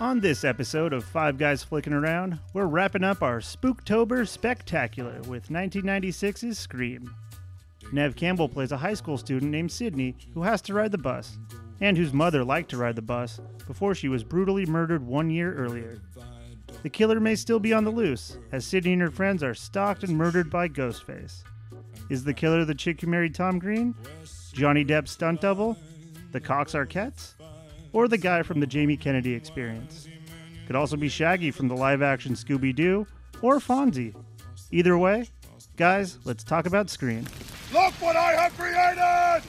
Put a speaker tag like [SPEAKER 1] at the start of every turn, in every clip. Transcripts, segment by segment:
[SPEAKER 1] On this episode of Five Guys Flicking Around, we're wrapping up our Spooktober Spectacular with 1996's Scream. Nev Campbell plays a high school student named Sydney who has to ride the bus, and whose mother liked to ride the bus before she was brutally murdered one year earlier. The killer may still be on the loose, as Sydney and her friends are stalked and murdered by Ghostface. Is the killer the chick who married Tom Green? Johnny Depp's stunt double? The Cox Arquettes? Or the guy from the Jamie Kennedy experience? Could also be Shaggy from the live action Scooby Doo, or Fonzie. Either way, guys, let's talk about Scream.
[SPEAKER 2] Look what I have created!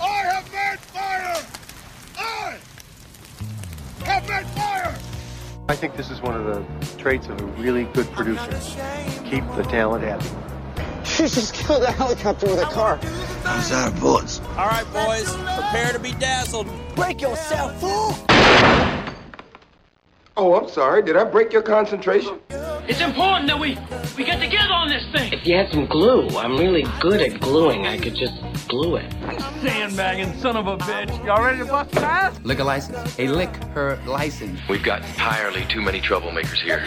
[SPEAKER 2] I have made fire! I have made fire!
[SPEAKER 3] I think this is one of the traits of a really good producer. Keep the talent happy.
[SPEAKER 4] You just killed a helicopter with a car.
[SPEAKER 5] All right, boys, prepare to be dazzled.
[SPEAKER 4] Break yourself, fool!
[SPEAKER 3] Oh, I'm sorry. Did I break your concentration?
[SPEAKER 6] It's important that we we get together on this thing.
[SPEAKER 7] If you had some glue, I'm really good at gluing. I could just glue it.
[SPEAKER 6] Sandbagging son of a bitch. Y'all ready to bust ass?
[SPEAKER 8] Lick a license. A lick her license.
[SPEAKER 9] We've got entirely too many troublemakers here.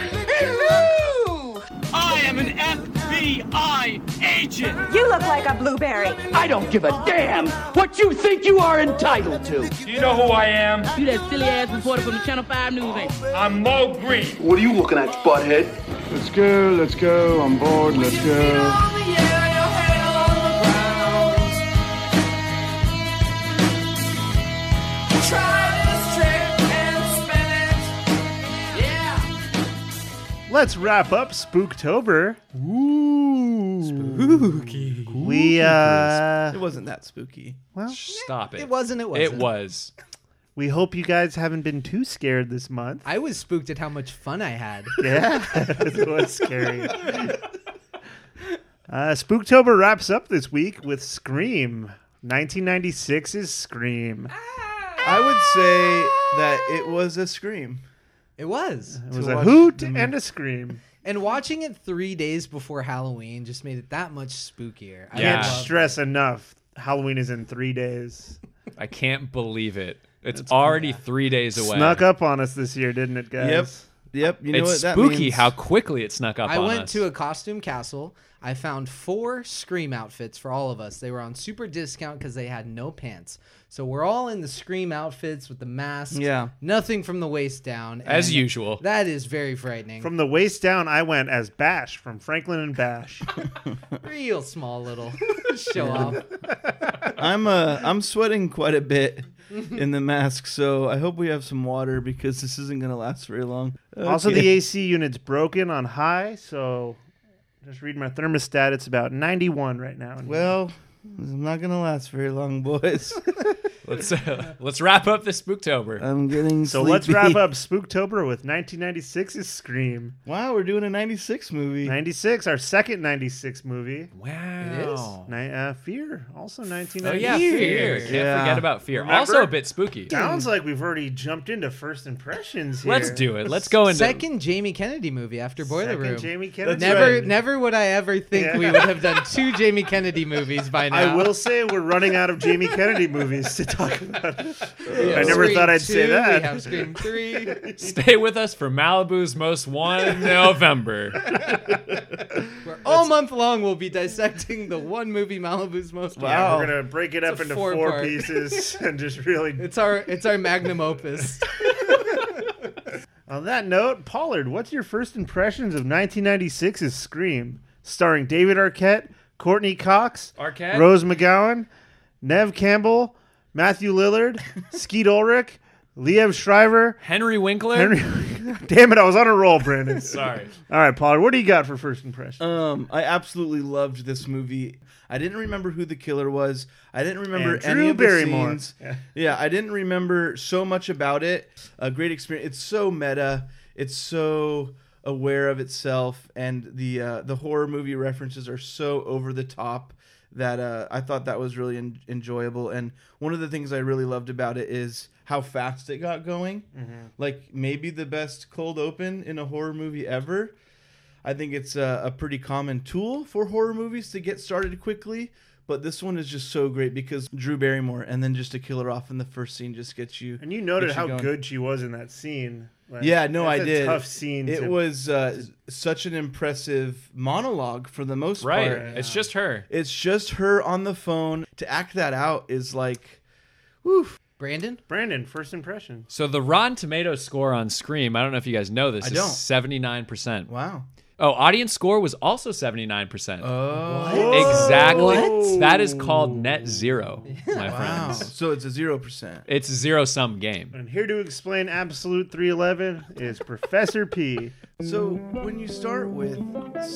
[SPEAKER 6] I am an FBI agent.
[SPEAKER 10] You look like a blueberry.
[SPEAKER 11] I don't give a damn what you think you are entitled to.
[SPEAKER 6] Do you know who I am?
[SPEAKER 7] You that silly ass reporter from the Channel 5 News, ain't
[SPEAKER 6] I'm Mo Green.
[SPEAKER 11] What are you looking at, butthead?
[SPEAKER 3] Let's go, let's go. I'm bored, let's go.
[SPEAKER 1] Let's wrap up Spooktober. Ooh. We uh
[SPEAKER 12] It wasn't that spooky.
[SPEAKER 5] Stop it.
[SPEAKER 12] It wasn't. It wasn't.
[SPEAKER 5] It was.
[SPEAKER 1] we hope you guys haven't been too scared this month.
[SPEAKER 12] I was spooked at how much fun I had.
[SPEAKER 1] Yeah, it was scary. Uh, Spooktober wraps up this week with Scream. 1996's Scream.
[SPEAKER 13] I would say that it was a scream.
[SPEAKER 12] It was.
[SPEAKER 1] It was a hoot and a scream.
[SPEAKER 12] And watching it three days before Halloween just made it that much spookier. I
[SPEAKER 1] Can't
[SPEAKER 5] Yeah.
[SPEAKER 12] love-
[SPEAKER 1] stress enough. Halloween is in three days.
[SPEAKER 5] I can't believe it. It's already three days away.
[SPEAKER 1] Snuck up on us this year, didn't it, guys?
[SPEAKER 13] Yep. You know
[SPEAKER 5] it's
[SPEAKER 13] what that
[SPEAKER 5] spooky
[SPEAKER 13] means.
[SPEAKER 5] how quickly it snuck up
[SPEAKER 12] I
[SPEAKER 5] on
[SPEAKER 12] went
[SPEAKER 5] us.
[SPEAKER 12] to a costume castle. I found four Scream outfits for all of us. They were on super discount because they had no pants. So we're all in the Scream outfits with the masks.
[SPEAKER 13] Yeah.
[SPEAKER 12] Nothing from the waist down.
[SPEAKER 5] As
[SPEAKER 12] and
[SPEAKER 5] usual.
[SPEAKER 12] That is very frightening.
[SPEAKER 1] From the waist down, I went as Bash from Franklin and Bash.
[SPEAKER 12] Real small little show off.
[SPEAKER 13] I'm uh I'm sweating quite a bit in the mask, so I hope we have some water because this isn't gonna last very long.
[SPEAKER 1] Also,
[SPEAKER 13] Okay.
[SPEAKER 1] the AC unit's broken on high, so just read my thermostat. It's about 91 right now.
[SPEAKER 13] well, I'm not gonna last very long, boys.
[SPEAKER 5] Let's uh, let's wrap up this Spooktober.
[SPEAKER 13] I'm getting
[SPEAKER 1] so let's wrap
[SPEAKER 13] sleepy.
[SPEAKER 1] up Spooktober with 1996's Scream.
[SPEAKER 13] Wow, we're doing a '96 movie.
[SPEAKER 1] 96, our second 96 movie.
[SPEAKER 5] wow.
[SPEAKER 1] Ni- uh, Fear, also
[SPEAKER 5] Oh
[SPEAKER 1] 1996.
[SPEAKER 5] yeah, fear. Can't
[SPEAKER 13] Yeah.
[SPEAKER 5] forget about fear.
[SPEAKER 1] Remember?
[SPEAKER 5] Also a bit spooky.
[SPEAKER 1] Sounds like we've already jumped into first impressions here.
[SPEAKER 5] Let's do it. Let's go into
[SPEAKER 12] Second Jamie Kennedy movie after Boiler
[SPEAKER 1] Second
[SPEAKER 12] Room.
[SPEAKER 1] Jamie Kennedy.
[SPEAKER 12] never, never would I ever think
[SPEAKER 1] Yeah.
[SPEAKER 12] we would have done two Jamie Kennedy movies by now.
[SPEAKER 1] I will say we're running out of Jamie Kennedy movies to talk about.
[SPEAKER 12] We
[SPEAKER 1] I
[SPEAKER 12] have
[SPEAKER 1] never
[SPEAKER 12] Scream
[SPEAKER 1] thought I'd say
[SPEAKER 12] two,
[SPEAKER 1] that.
[SPEAKER 12] We have Scream three.
[SPEAKER 5] Stay with us for Malibu's Most Wanted November.
[SPEAKER 12] All month long, we'll be dissecting the one movie Malibu's most.
[SPEAKER 1] Yeah,
[SPEAKER 12] Wow.
[SPEAKER 1] we're gonna break it
[SPEAKER 12] It's
[SPEAKER 1] up
[SPEAKER 12] a
[SPEAKER 1] into four,
[SPEAKER 12] four part.
[SPEAKER 1] pieces and just really.
[SPEAKER 12] It's our it's our magnum opus.
[SPEAKER 1] On that note, Pollard, what's your first impressions of 1996's Scream, starring David Arquette, Courtney Cox,
[SPEAKER 5] Arquette?
[SPEAKER 1] Rose McGowan, Nev Campbell, Matthew Lillard, Skeet Ulrich, Liev Shriver,
[SPEAKER 5] Henry Winkler.
[SPEAKER 1] Henry. Damn it, I was on a roll, Brandon.
[SPEAKER 5] Sorry.
[SPEAKER 1] All right, Pollard, what do you got for first impression?
[SPEAKER 13] Um, I absolutely loved this movie. I didn't remember who the killer was. I didn't remember
[SPEAKER 1] And Drew
[SPEAKER 13] any of
[SPEAKER 1] Barrymore.
[SPEAKER 13] the scenes.
[SPEAKER 1] Yeah.
[SPEAKER 13] Yeah. I didn't remember so much about it. A great experience. It's so meta. It's so aware of itself, and the uh, the horror movie references are so over the top that uh, I thought that was really en- enjoyable. And one of the things I really loved about it is how fast it got going.
[SPEAKER 1] Mm-hmm.
[SPEAKER 13] Like maybe the best cold open in a horror movie ever. I think it's a, a pretty common tool for horror movies to get started quickly, But this one is just so great because Drew Barrymore, and then just to kill her off in the first scene, just gets you.
[SPEAKER 1] And you noted
[SPEAKER 13] gets
[SPEAKER 1] how
[SPEAKER 13] going.
[SPEAKER 1] good she was in that scene. Like,
[SPEAKER 13] yeah, no,
[SPEAKER 1] that's
[SPEAKER 13] I
[SPEAKER 1] a
[SPEAKER 13] did.
[SPEAKER 1] Tough scene.
[SPEAKER 13] It
[SPEAKER 1] to-
[SPEAKER 13] was uh, such an impressive monologue for the most
[SPEAKER 5] Right.
[SPEAKER 13] part.
[SPEAKER 5] It's just her.
[SPEAKER 13] It's just her on the phone. To act that out is like, woof.
[SPEAKER 12] Brandon?
[SPEAKER 1] Brandon. First impression.
[SPEAKER 5] So the Rotten Tomato score on Scream, I don't know if you guys know this,
[SPEAKER 13] I
[SPEAKER 5] is
[SPEAKER 13] don't.
[SPEAKER 5] 79%.
[SPEAKER 13] Wow.
[SPEAKER 5] Oh, audience score was also 79%.
[SPEAKER 13] Oh,
[SPEAKER 5] exactly.
[SPEAKER 1] What?
[SPEAKER 5] That is called net zero, my
[SPEAKER 13] wow.
[SPEAKER 5] friends.
[SPEAKER 13] so it's a zero percent.
[SPEAKER 5] It's a zero sum game.
[SPEAKER 1] And here to explain Absolute 311 is Professor P.
[SPEAKER 13] So when you start with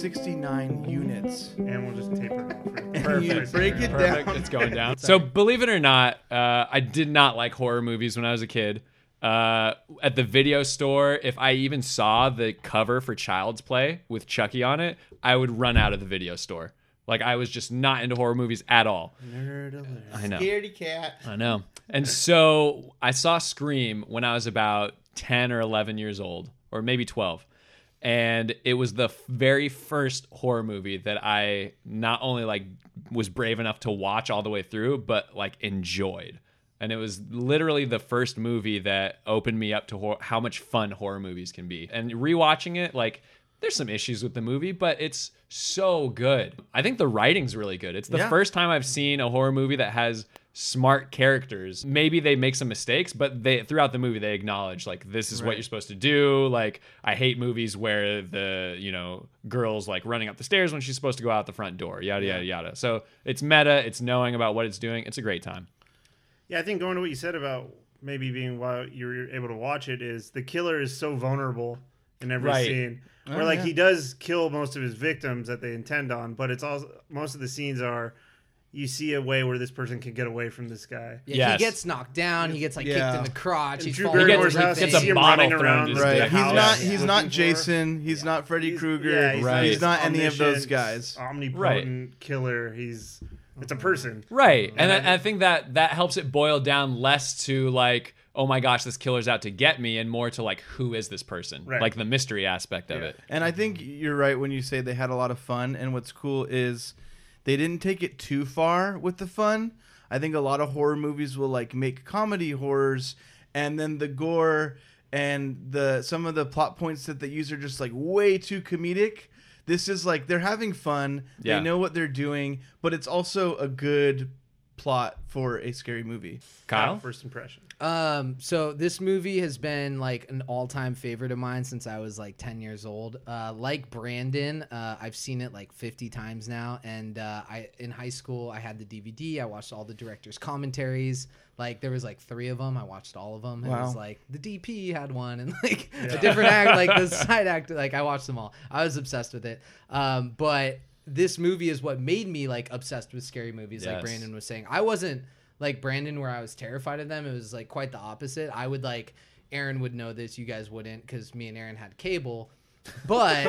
[SPEAKER 13] sixty-nine units,
[SPEAKER 1] And we'll just taper it for
[SPEAKER 13] and you
[SPEAKER 1] perfect.
[SPEAKER 13] break it
[SPEAKER 5] Perfect.
[SPEAKER 13] down.
[SPEAKER 5] It's going down. so believe it or not, uh, I did not like horror movies when I was a kid. Uh, at the video store, if I even saw the cover for Child's Play with Chucky on it, I would run out of the video store. Like I was just not into horror movies at all. I know.
[SPEAKER 13] Scaredy cat.
[SPEAKER 5] I know. And so I saw Scream when I was about 10 or 11 years old, or maybe 12. And it was the f- very first horror movie that I not only like was brave enough to watch all the way through, but like enjoyed. And it was literally the first movie that opened me up to hor- how much fun horror movies can be. And rewatching it, like there's some issues with the movie, but it's so good. I think the writing's really good. It's the
[SPEAKER 13] Yeah.
[SPEAKER 5] first time I've seen a horror movie that has smart characters. Maybe they make some mistakes, but they throughout the movie they acknowledge like this is what you're supposed to do. Like I hate movies where the, you know, girls like running up the stairs when she's supposed to go out the front door. Yada yada yada. So it's meta, it's knowing about what it's doing. It's a great time.
[SPEAKER 1] Yeah, I think going to what you said about maybe being why you're able to watch it is the killer is so vulnerable in every
[SPEAKER 5] Right.
[SPEAKER 1] scene. Where like he does kill most of his victims that they intend on, but it's also most of the scenes are you see a way where this person can get away from this guy.
[SPEAKER 12] Yeah,
[SPEAKER 5] Yes.
[SPEAKER 12] he gets knocked down. He gets like
[SPEAKER 13] Yeah.
[SPEAKER 12] kicked in the crotch. He's
[SPEAKER 1] Drew
[SPEAKER 12] falling over
[SPEAKER 1] Barrymore's
[SPEAKER 5] He
[SPEAKER 1] house,
[SPEAKER 5] gets
[SPEAKER 1] you
[SPEAKER 5] a
[SPEAKER 1] see him
[SPEAKER 5] bottle
[SPEAKER 1] running
[SPEAKER 5] thrown
[SPEAKER 1] around.
[SPEAKER 5] into his
[SPEAKER 13] Right.
[SPEAKER 5] Yeah.
[SPEAKER 13] He's
[SPEAKER 5] house.
[SPEAKER 13] not. He's
[SPEAKER 1] Looking
[SPEAKER 13] not
[SPEAKER 1] for-
[SPEAKER 13] Jason. He's not Freddy
[SPEAKER 1] He's-
[SPEAKER 13] Krueger.
[SPEAKER 1] yeah, he's,
[SPEAKER 5] Right.
[SPEAKER 13] He's not any of those
[SPEAKER 1] omniscient,
[SPEAKER 13] guys.
[SPEAKER 1] Omnipotent killer. He's it's a person.
[SPEAKER 5] Right. And I, I think that that helps it boil down less to like, oh my gosh, this killer's out to get me, and more to like, who is this person?
[SPEAKER 1] Right.
[SPEAKER 5] Like the mystery aspect of it.
[SPEAKER 13] And I think you're right when you say they had a lot of fun. And what's cool is they didn't take it too far with the fun. I think a lot of horror movies will like make comedy horrors, and then the gore and the some of the plot points that they use are just like way too comedic. This is like they're having fun.
[SPEAKER 5] Yeah.
[SPEAKER 13] They know what they're doing, but it's also a good plot for a scary movie.
[SPEAKER 5] Kyle?
[SPEAKER 1] First impression.
[SPEAKER 12] Um, so this movie has been like an all-time favorite of mine since I was like 10 years old. Uh, like Brandon, uh, I've seen it like 50 times now. And uh, I in high school, I had the DVD. I watched all the directors' commentaries. Like there was like three of them. I watched all of them. It was
[SPEAKER 13] Wow.
[SPEAKER 12] like the DP had one, and like a different act, like the side act. Like I watched them all. I was obsessed with it. Um, but this movie is what made me like obsessed with scary movies, like
[SPEAKER 5] Yes.
[SPEAKER 12] Brandon was saying. I wasn't like Brandon where I was terrified of them. It was like quite the opposite. I would like Aaron would know this, you guys wouldn't, because me and Aaron had cable. But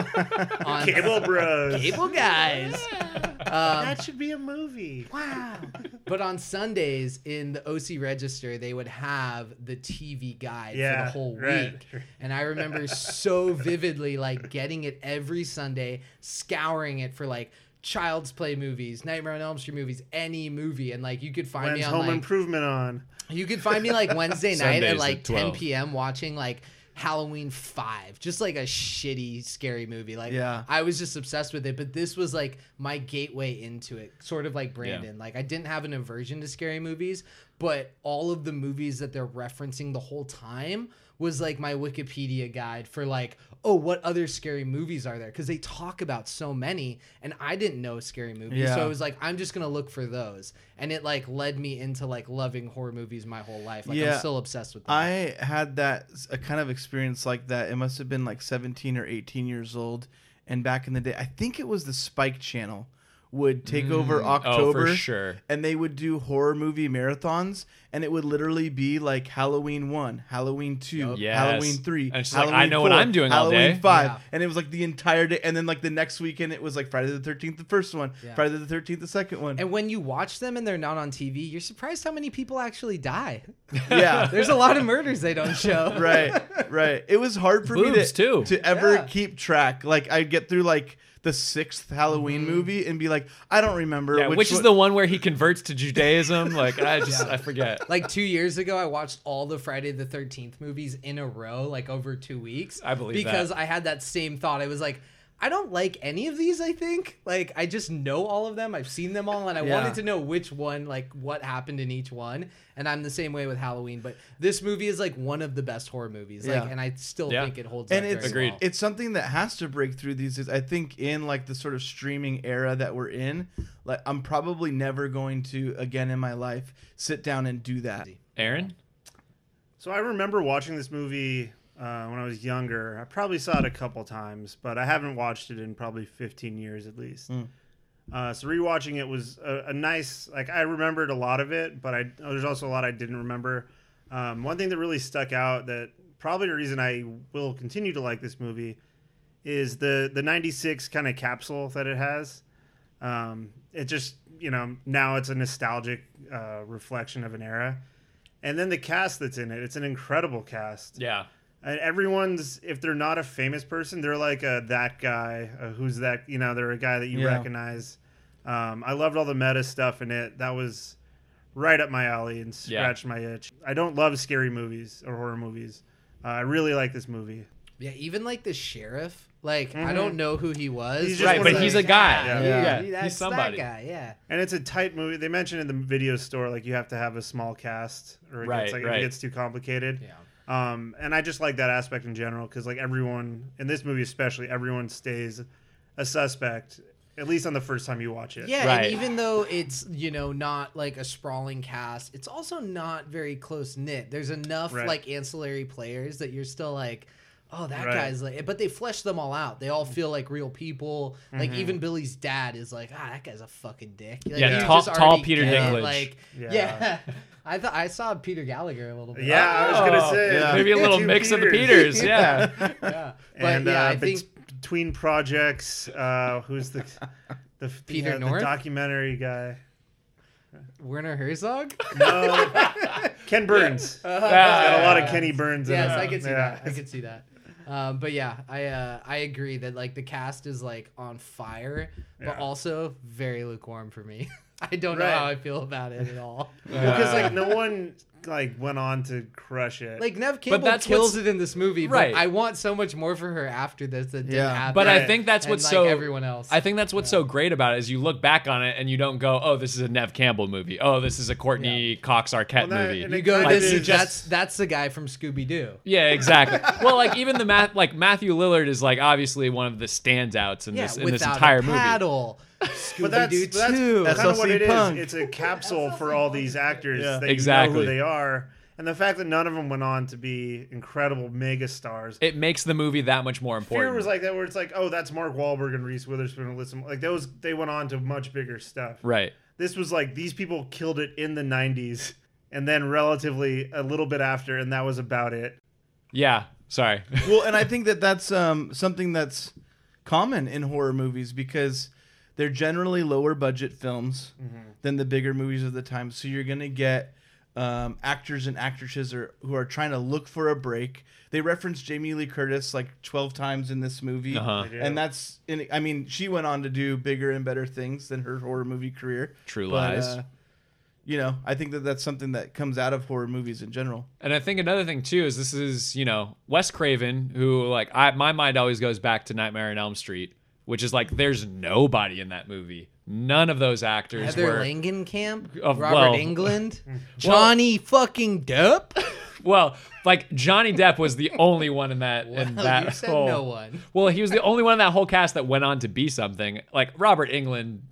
[SPEAKER 12] on
[SPEAKER 1] Cable Bros.
[SPEAKER 12] cable guys. Um,
[SPEAKER 1] That should be a movie.
[SPEAKER 12] wow. But on Sundays in the OC register, they would have the TV guide for
[SPEAKER 1] Yeah,
[SPEAKER 12] the whole
[SPEAKER 1] right.
[SPEAKER 12] week. And I remember so vividly like getting it every Sunday, scouring it for like Child's Play movies, Nightmare on Elm Street movies, any movie, and like you could find
[SPEAKER 1] When's
[SPEAKER 12] me on
[SPEAKER 1] Home
[SPEAKER 12] like,
[SPEAKER 1] Improvement on?
[SPEAKER 12] you could find me like Wednesday night
[SPEAKER 5] Sundays
[SPEAKER 12] at
[SPEAKER 5] at
[SPEAKER 12] like 10
[SPEAKER 5] 12.
[SPEAKER 12] p.m. watching like Halloween 5, just like a shitty, scary movie. Like,
[SPEAKER 13] Yeah.
[SPEAKER 12] I was just obsessed with it, but this was like my gateway into it, sort of like Brandon. Like, I didn't have an aversion to scary movies, but all of the movies that they're referencing the whole time was like my Wikipedia guide for like, oh, what other scary movies are there? Because they talk about so many, and I didn't know scary movies. So
[SPEAKER 13] Yeah.
[SPEAKER 12] I was like, I'm just gonna look for those, and it like led me into like loving horror movies my whole life. Like
[SPEAKER 13] Yeah.
[SPEAKER 12] I'm still obsessed with them.
[SPEAKER 13] I had that a kind of experience like that. It must have been like 17 or 18 years old, and back in the day, I think it was the Spike Channel would take over
[SPEAKER 5] Oh,
[SPEAKER 6] Mm,
[SPEAKER 13] October,
[SPEAKER 5] for sure.
[SPEAKER 13] and they would do horror movie marathons, and it would literally be like Halloween one, Halloween two,
[SPEAKER 6] Yes.
[SPEAKER 13] Halloween three,
[SPEAKER 6] And it's like,
[SPEAKER 13] Halloween
[SPEAKER 6] I know what
[SPEAKER 13] four,
[SPEAKER 6] I'm doing all
[SPEAKER 13] Halloween
[SPEAKER 6] day.
[SPEAKER 13] five,
[SPEAKER 6] Yeah.
[SPEAKER 13] and it was like the entire day. And then like the next weekend, it was like Friday the Thirteenth, the first one,
[SPEAKER 12] Yeah.
[SPEAKER 13] Friday the Thirteenth, the second one.
[SPEAKER 12] And when you watch them and they're not on TV, you're surprised how many people actually die.
[SPEAKER 13] Yeah.
[SPEAKER 12] There's a lot of murders they don't show.
[SPEAKER 13] right, right. It was hard for me
[SPEAKER 12] Boobs,
[SPEAKER 13] to to ever keep track. Like I'd get through like the sixth Halloween movie and be like, I don't remember
[SPEAKER 6] Yeah, which, is the one where he converts to Judaism? Like I just I forget.
[SPEAKER 12] Like two years ago, I watched all the Friday the 13th movies in a row, like over two weeks.
[SPEAKER 6] I believe that.
[SPEAKER 12] Because I had that same thought. I was like, I don't like any of these, I think. Like, I just know all of them. I've seen them all, and I
[SPEAKER 13] Yeah.
[SPEAKER 12] wanted to know which one, like, what happened in each one. And I'm the same way with Halloween, but this movie is, like, one of the best horror movies. Like,
[SPEAKER 13] Yeah.
[SPEAKER 12] and I still think it holds
[SPEAKER 13] and
[SPEAKER 12] up.
[SPEAKER 13] it's
[SPEAKER 12] very well.
[SPEAKER 13] it's something that has to break through these days. I think in like the sort of streaming era that we're in, like I'm probably never going to again in my life sit down and do that.
[SPEAKER 6] Aaron,
[SPEAKER 1] So I remember watching this movie uh, when I was younger. I probably saw it a couple times, but I haven't watched it in probably 15 years at least.
[SPEAKER 13] Mm.
[SPEAKER 1] Uh, so rewatching it was a, a nice, like I remembered a lot of it, but I there's also a lot I didn't remember. Um, one thing that really stuck out that probably the reason I will continue to like this movie is the the 96 kind of capsule that it has um, it just you know now it's a nostalgic uh, reflection of an era and then the cast that's in it it's an incredible cast
[SPEAKER 6] Yeah.
[SPEAKER 1] and everyone's if they're not a famous person they're like a that guy a who's that you know they're a guy that you
[SPEAKER 13] Yeah.
[SPEAKER 1] recognize um, i loved all the meta stuff in it that was right up my alley and
[SPEAKER 6] Yeah.
[SPEAKER 1] scratched my itch i don't love scary movies or horror movies uh, i really like this movie
[SPEAKER 12] Yeah, even like the sheriff. Like I don't know who he was.
[SPEAKER 1] Mm-hmm. He's just Right, one of but those- he's a guy.
[SPEAKER 12] Yeah,
[SPEAKER 1] Yeah.
[SPEAKER 12] yeah.
[SPEAKER 1] He's
[SPEAKER 12] that's
[SPEAKER 1] somebody.
[SPEAKER 12] That guy, yeah.
[SPEAKER 1] And it's a tight movie. They mentioned in the video store like you have to have a small cast, or it
[SPEAKER 6] Right,
[SPEAKER 1] gets, like if
[SPEAKER 6] right.
[SPEAKER 1] it gets too complicated. Yeah. Um, and I just like that aspect in general because like everyone in this movie, especially everyone stays a suspect at least on the first time you watch it.
[SPEAKER 12] Yeah, and even though it's you know not like a sprawling cast, it's also not very close knit. There's enough
[SPEAKER 1] Right.
[SPEAKER 12] like ancillary players that you're still like, oh that
[SPEAKER 1] Right.
[SPEAKER 12] guy's like. But they flesh them all out. They all feel like real people. Like
[SPEAKER 6] Mhm.
[SPEAKER 12] even Billy's dad is like, ah, that guy's a fucking dick. Like,
[SPEAKER 6] Yeah,
[SPEAKER 12] you
[SPEAKER 6] tall-
[SPEAKER 12] just
[SPEAKER 6] tall
[SPEAKER 12] already
[SPEAKER 6] Peter
[SPEAKER 12] get it,
[SPEAKER 6] Dinklage.
[SPEAKER 12] Like
[SPEAKER 6] Yeah.
[SPEAKER 12] yeah. I thought I saw Peter Gallagher a little bit.
[SPEAKER 1] Yeah, I was
[SPEAKER 5] Oh,
[SPEAKER 1] gonna say
[SPEAKER 6] Oh. Maybe a little
[SPEAKER 1] two
[SPEAKER 6] mix of the Peters, yeah.
[SPEAKER 12] Oh, yeah. But
[SPEAKER 1] and
[SPEAKER 12] yeah,
[SPEAKER 1] uh,
[SPEAKER 12] I think
[SPEAKER 1] bet- between projects, uh, who's the the
[SPEAKER 12] Peter
[SPEAKER 1] yeah,
[SPEAKER 12] North?
[SPEAKER 1] the documentary guy?
[SPEAKER 12] Werner Herzog.
[SPEAKER 1] No, Ken Burns.
[SPEAKER 12] Yeah.
[SPEAKER 1] It's got a lot of Kenny Burns.
[SPEAKER 12] Yes,
[SPEAKER 1] in it.
[SPEAKER 12] I can see
[SPEAKER 1] Yeah.
[SPEAKER 12] that. I can see that. Um, but yeah, I uh, I agree that like the cast is like on fire, but
[SPEAKER 1] Yeah.
[SPEAKER 12] also very lukewarm for me. I don't know
[SPEAKER 1] Right.
[SPEAKER 12] how I feel about it at all.
[SPEAKER 1] because like no one like went on to crush it.
[SPEAKER 12] Like Nev Campbell
[SPEAKER 6] that's
[SPEAKER 12] kills
[SPEAKER 6] what's-
[SPEAKER 12] it in this movie,
[SPEAKER 6] Right.
[SPEAKER 12] but I want so much more for her after this that didn't happen.
[SPEAKER 6] But I think that's
[SPEAKER 12] and,
[SPEAKER 6] what's
[SPEAKER 12] like,
[SPEAKER 6] so
[SPEAKER 12] everyone else.
[SPEAKER 6] I think that's what's so great about it is you look back on it and you don't go, "Oh, this is a Nev Campbell movie. Oh, this is a Courtney Cox Arquette movie."
[SPEAKER 12] you go.
[SPEAKER 6] Like,
[SPEAKER 12] This
[SPEAKER 6] you
[SPEAKER 12] is
[SPEAKER 6] just-
[SPEAKER 12] that's that's the guy from Scooby Doo.
[SPEAKER 6] Yeah, exactly. well, like even the math, like Matthew Lillard is like obviously one of the standouts in
[SPEAKER 12] Yeah,
[SPEAKER 6] this in this
[SPEAKER 12] without
[SPEAKER 6] entire
[SPEAKER 12] a paddle.
[SPEAKER 1] but that's,
[SPEAKER 12] Scooby
[SPEAKER 1] but
[SPEAKER 12] Doo
[SPEAKER 1] that's kind of what it is.
[SPEAKER 13] Punk.
[SPEAKER 1] It's a capsule for all these actors
[SPEAKER 13] Yeah.
[SPEAKER 1] that you know
[SPEAKER 6] Exactly.
[SPEAKER 1] who they are, and the fact that none of them went on to be incredible mega stars.
[SPEAKER 6] movie. It makes the movie that much more important.
[SPEAKER 1] Fear was like that, where it's like, oh, that's Mark Wahlberg and Reese Witherspoon and listen, like those. They went on to much bigger stuff.
[SPEAKER 6] right.
[SPEAKER 1] This was like these people killed it in the '90s, and then relatively a little bit after, and that was about it.
[SPEAKER 6] Yeah. Sorry.
[SPEAKER 13] well, and I think that that's um, something that's common in horror movies because they're generally lower budget films
[SPEAKER 6] Mm-hmm.
[SPEAKER 13] than the bigger movies of the time. So you're gonna get um, actors and actresses are, who are trying to look for a break. They reference Jamie Lee Curtis like 12 times in this movie,
[SPEAKER 6] Uh-huh. They do.
[SPEAKER 13] and that's in, I mean she went on to do bigger and better things than her horror movie career.
[SPEAKER 6] True
[SPEAKER 13] But,
[SPEAKER 6] Lies.
[SPEAKER 13] uh, you know, I think that that's something that comes out of horror movies in general.
[SPEAKER 6] And I think another thing too is this is you know Wes Craven who like I my mind always goes back to Nightmare on Elm Street, which is like there's nobody in that movie. None of those actors
[SPEAKER 12] Heather
[SPEAKER 6] were.
[SPEAKER 12] Langenkamp,
[SPEAKER 6] Of-
[SPEAKER 12] Robert
[SPEAKER 6] well-
[SPEAKER 12] England, Johnny fucking Depp.
[SPEAKER 6] Well, like Johnny Depp was the only one in that in
[SPEAKER 12] Well,
[SPEAKER 6] that
[SPEAKER 12] you said
[SPEAKER 6] whole,
[SPEAKER 12] no one.
[SPEAKER 6] Well, he was the only one in that whole cast that went on to be something. Like Robert England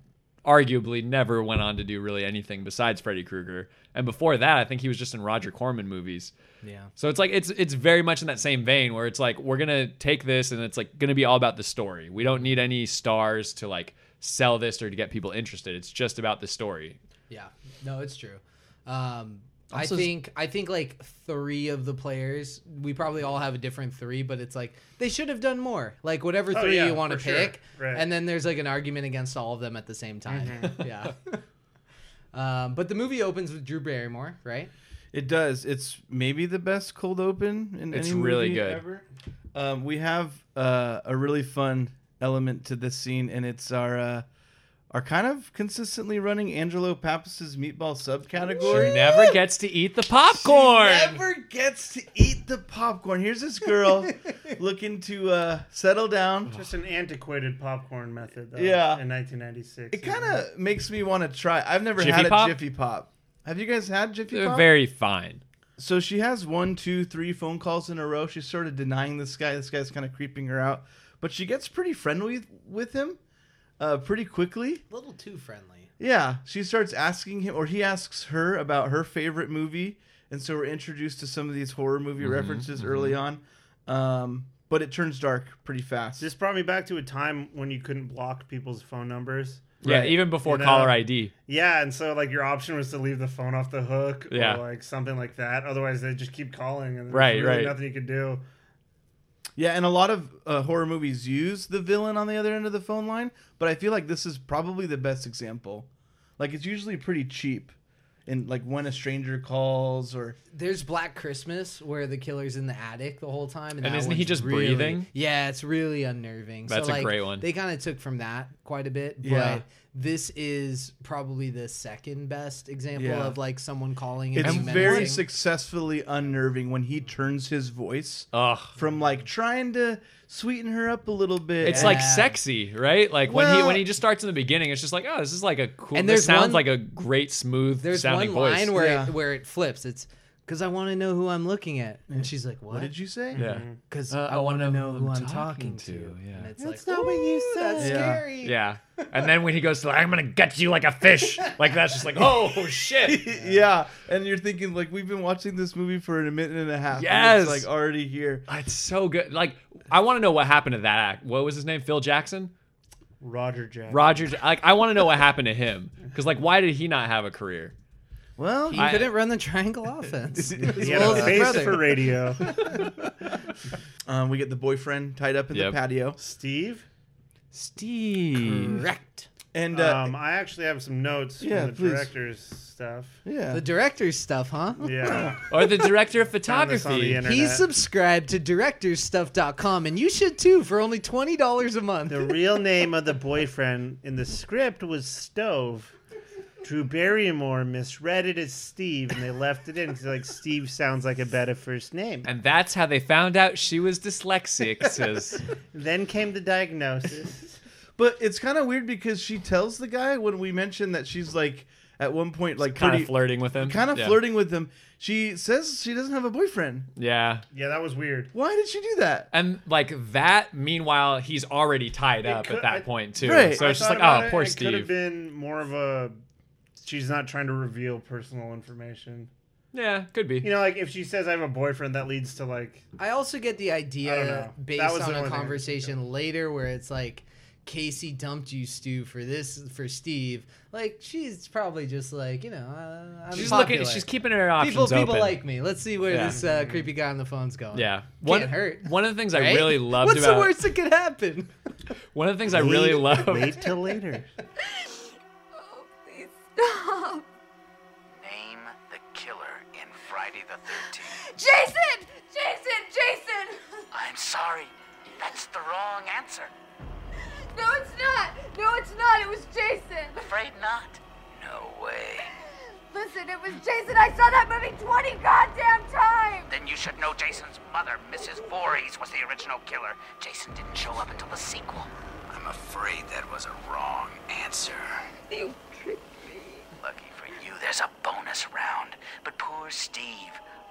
[SPEAKER 6] arguably never went on to do really anything besides Freddy Krueger. And before that, I think he was just in Roger Corman movies.
[SPEAKER 12] Yeah.
[SPEAKER 6] So it's like it's it's very much in that same vein where it's like we're going to take this and it's like going to be all about the story. We don't need any stars to like sell this or to get people interested. It's just about the story.
[SPEAKER 12] Yeah, no, it's true. Um, I
[SPEAKER 14] Also-
[SPEAKER 12] think I think like three of the players. We probably all have a different three, but it's like they should have done more. Like whatever
[SPEAKER 14] Oh,
[SPEAKER 12] three
[SPEAKER 14] yeah,
[SPEAKER 12] you want to
[SPEAKER 14] for sure.
[SPEAKER 12] pick,
[SPEAKER 14] Right.
[SPEAKER 12] and then there's like an argument against all of them at the same time.
[SPEAKER 14] Mhm.
[SPEAKER 12] yeah. Um, but the movie opens with Drew Barrymore, right?
[SPEAKER 13] It does. It's maybe the best cold open in
[SPEAKER 5] It's
[SPEAKER 13] any
[SPEAKER 5] really
[SPEAKER 13] movie
[SPEAKER 5] good.
[SPEAKER 13] ever. Um, we have uh, a really fun element to this scene, and it's our uh, our kind of consistently running Angelo Papas's meatball subcategory.
[SPEAKER 5] She never gets to eat the popcorn.
[SPEAKER 13] She never gets to eat the popcorn. Here's this girl looking to uh, settle down.
[SPEAKER 1] Just an antiquated popcorn method, though.
[SPEAKER 13] Yeah.
[SPEAKER 1] in 1996.
[SPEAKER 13] It kind of makes me want to try. I've never
[SPEAKER 5] Jiffy
[SPEAKER 13] had a
[SPEAKER 5] Pop?
[SPEAKER 13] Jiffy Pop. Have you guys had Jiffy
[SPEAKER 5] They're
[SPEAKER 13] Pop?
[SPEAKER 5] very fine.
[SPEAKER 13] So she has one, two, three phone calls in a row. She's sort of denying this guy. This guy's kind of creeping her out, but she gets pretty friendly with him, uh, pretty quickly.
[SPEAKER 12] A little too friendly.
[SPEAKER 13] Yeah, she starts asking him, or he asks her about her favorite movie, and so we're introduced to some of these horror movie
[SPEAKER 5] Mm-hmm,
[SPEAKER 1] Mhm,
[SPEAKER 13] references
[SPEAKER 1] mhm.
[SPEAKER 13] early on. Um, but it turns dark pretty fast.
[SPEAKER 1] This brought me back to a time when you couldn't block people's phone numbers.
[SPEAKER 5] Yeah, Right. even before caller ID.
[SPEAKER 1] Yeah, and so like your option was to leave the phone off the hook
[SPEAKER 5] Yeah.
[SPEAKER 1] or like something like that. Otherwise, they just keep calling and there's
[SPEAKER 5] Right,
[SPEAKER 1] really
[SPEAKER 5] right.
[SPEAKER 1] nothing you could do.
[SPEAKER 13] Yeah, and a lot of uh, horror movies use the villain on the other end of the phone line, but I feel like this is probably the best example. Like it's usually pretty cheap, and like when a stranger calls or
[SPEAKER 12] There's Black Christmas where the killer's in the attic the whole time, and,
[SPEAKER 13] And
[SPEAKER 12] that
[SPEAKER 13] isn't he
[SPEAKER 12] one's
[SPEAKER 13] just
[SPEAKER 12] really-
[SPEAKER 13] breathing?
[SPEAKER 12] Yeah, it's really unnerving.
[SPEAKER 5] That's a
[SPEAKER 12] so, like,
[SPEAKER 5] great one.
[SPEAKER 12] They kind of took from that quite a bit, but
[SPEAKER 5] Yeah.
[SPEAKER 12] this is probably the second best example
[SPEAKER 13] Yeah.
[SPEAKER 12] of like someone calling. and
[SPEAKER 13] it's
[SPEAKER 12] being
[SPEAKER 13] very
[SPEAKER 12] menacing.
[SPEAKER 13] successfully unnerving when he turns his voice from like trying to sweeten her up a little bit.
[SPEAKER 5] It's like sexy, right? Like when he
[SPEAKER 13] Well-
[SPEAKER 5] when he just starts in the beginning, it's just like, oh, this is like a cool.
[SPEAKER 12] And
[SPEAKER 5] And this
[SPEAKER 12] there's
[SPEAKER 5] sounds
[SPEAKER 12] one-
[SPEAKER 5] like a great, smooth
[SPEAKER 12] There's
[SPEAKER 5] sounding
[SPEAKER 12] one line
[SPEAKER 5] voice.
[SPEAKER 12] where it, where it flips. It's because I want to know who I'm looking at, and she's like, "What,
[SPEAKER 13] did you say?"
[SPEAKER 5] Yeah.
[SPEAKER 12] because
[SPEAKER 5] Uh,
[SPEAKER 12] I,
[SPEAKER 5] I
[SPEAKER 12] want to
[SPEAKER 5] wanna
[SPEAKER 12] know
[SPEAKER 5] know
[SPEAKER 12] who
[SPEAKER 5] who
[SPEAKER 12] I'm
[SPEAKER 5] I'm
[SPEAKER 12] talking,
[SPEAKER 5] talking
[SPEAKER 12] to."
[SPEAKER 5] yeah.
[SPEAKER 12] And it's
[SPEAKER 13] That's
[SPEAKER 12] like,
[SPEAKER 13] not what you said.
[SPEAKER 12] that's scary.
[SPEAKER 5] yeah. And then when he goes to, like, I'm gonna gut you like a fish, like that's just like, oh shit.
[SPEAKER 13] yeah. and you're thinking like we've been watching this movie for a minute and a half. and
[SPEAKER 5] Yes.
[SPEAKER 13] it's, like already here.
[SPEAKER 5] It's so good. Like, I want to know what happened to that act. What was his name? Phil Jackson.
[SPEAKER 1] Roger Jack.
[SPEAKER 5] Roger. Ja- Like, I want to know what happened to him because, like, why did he not have a career?
[SPEAKER 13] Well,
[SPEAKER 12] he
[SPEAKER 5] I-
[SPEAKER 12] couldn't run the triangle offense.
[SPEAKER 1] He had a face for radio.
[SPEAKER 13] um, we get the boyfriend tied up in
[SPEAKER 5] Yep.
[SPEAKER 13] the patio.
[SPEAKER 1] Steve.
[SPEAKER 5] Steve.
[SPEAKER 12] Correct.
[SPEAKER 13] And uh,
[SPEAKER 1] um, I actually have some notes
[SPEAKER 13] Yeah,
[SPEAKER 1] from the
[SPEAKER 13] please.
[SPEAKER 1] director's stuff.
[SPEAKER 13] Yeah.
[SPEAKER 12] The director's stuff, huh?
[SPEAKER 1] Yeah.
[SPEAKER 5] Or the director of
[SPEAKER 1] Found this on the
[SPEAKER 5] photography.
[SPEAKER 1] internet.
[SPEAKER 12] He's subscribed to directorstuff.com, and you should too for only twenty dollars a month.
[SPEAKER 1] The real name of the boyfriend in the script was Stove. Drew Barrymore misread it as Steve, and they left it in because like Steve sounds like a better first name.
[SPEAKER 5] And that's how they found out she was dyslexic. Says
[SPEAKER 1] Then came the diagnosis.
[SPEAKER 13] But it's kind of weird because she tells the guy when we mentioned that she's like at one point like
[SPEAKER 5] kind of flirting with him.
[SPEAKER 13] kind of
[SPEAKER 5] Yeah.
[SPEAKER 13] flirting with him. She says she doesn't have a boyfriend.
[SPEAKER 5] Yeah.
[SPEAKER 1] Yeah, that was weird.
[SPEAKER 13] Why did she do that?
[SPEAKER 5] And like that. Meanwhile, he's already tied up
[SPEAKER 1] could-
[SPEAKER 5] at uh, that
[SPEAKER 1] I-
[SPEAKER 5] point too.
[SPEAKER 13] Right.
[SPEAKER 5] So
[SPEAKER 1] I
[SPEAKER 5] it's just
[SPEAKER 1] thought
[SPEAKER 5] like,
[SPEAKER 1] about
[SPEAKER 5] oh,
[SPEAKER 1] it,
[SPEAKER 5] poor
[SPEAKER 1] it Could have
[SPEAKER 5] Steve.
[SPEAKER 1] been more of a. She's not trying to reveal personal information.
[SPEAKER 5] yeah, could be.
[SPEAKER 1] You know, like if she says I have a boyfriend, that leads to like
[SPEAKER 12] I also get the
[SPEAKER 1] I don't
[SPEAKER 12] idea
[SPEAKER 1] know.
[SPEAKER 12] based
[SPEAKER 1] That was the
[SPEAKER 12] on
[SPEAKER 1] only
[SPEAKER 12] a
[SPEAKER 1] thing I could
[SPEAKER 12] conversation later where it's like Casey dumped you, Stu, for this for Steve. Like she's probably just like you know, uh, I'm
[SPEAKER 5] she's
[SPEAKER 12] popular.
[SPEAKER 5] looking. She's keeping her
[SPEAKER 12] people
[SPEAKER 5] options
[SPEAKER 12] people
[SPEAKER 5] open.
[SPEAKER 12] like me. Let's see where
[SPEAKER 5] Yeah.
[SPEAKER 12] this uh, creepy guy on the phone's going.
[SPEAKER 5] Yeah.
[SPEAKER 12] one, can't hurt.
[SPEAKER 5] One of the things I
[SPEAKER 12] right?
[SPEAKER 5] really loved
[SPEAKER 12] What's
[SPEAKER 5] about
[SPEAKER 12] the worst that could happen?
[SPEAKER 5] one of the things I really
[SPEAKER 1] Wait-
[SPEAKER 5] loved.
[SPEAKER 1] Wait till later.
[SPEAKER 15] Name the killer in Friday the 13th.
[SPEAKER 16] Jason! Jason! Jason!
[SPEAKER 15] I'm sorry. That's the wrong answer.
[SPEAKER 16] No, it's not! No, it's not! It was Jason!
[SPEAKER 15] Afraid not. No way.
[SPEAKER 16] Listen, it was Jason! I saw that movie 20 goddamn times!
[SPEAKER 15] Then you should know Jason's mother, Mrs. Voorhees, was the original killer. Jason didn't show up until the sequel. I'm afraid that was a wrong answer.
[SPEAKER 16] You tricked me.
[SPEAKER 15] Lucky for you, there's a bonus round. But poor Steve,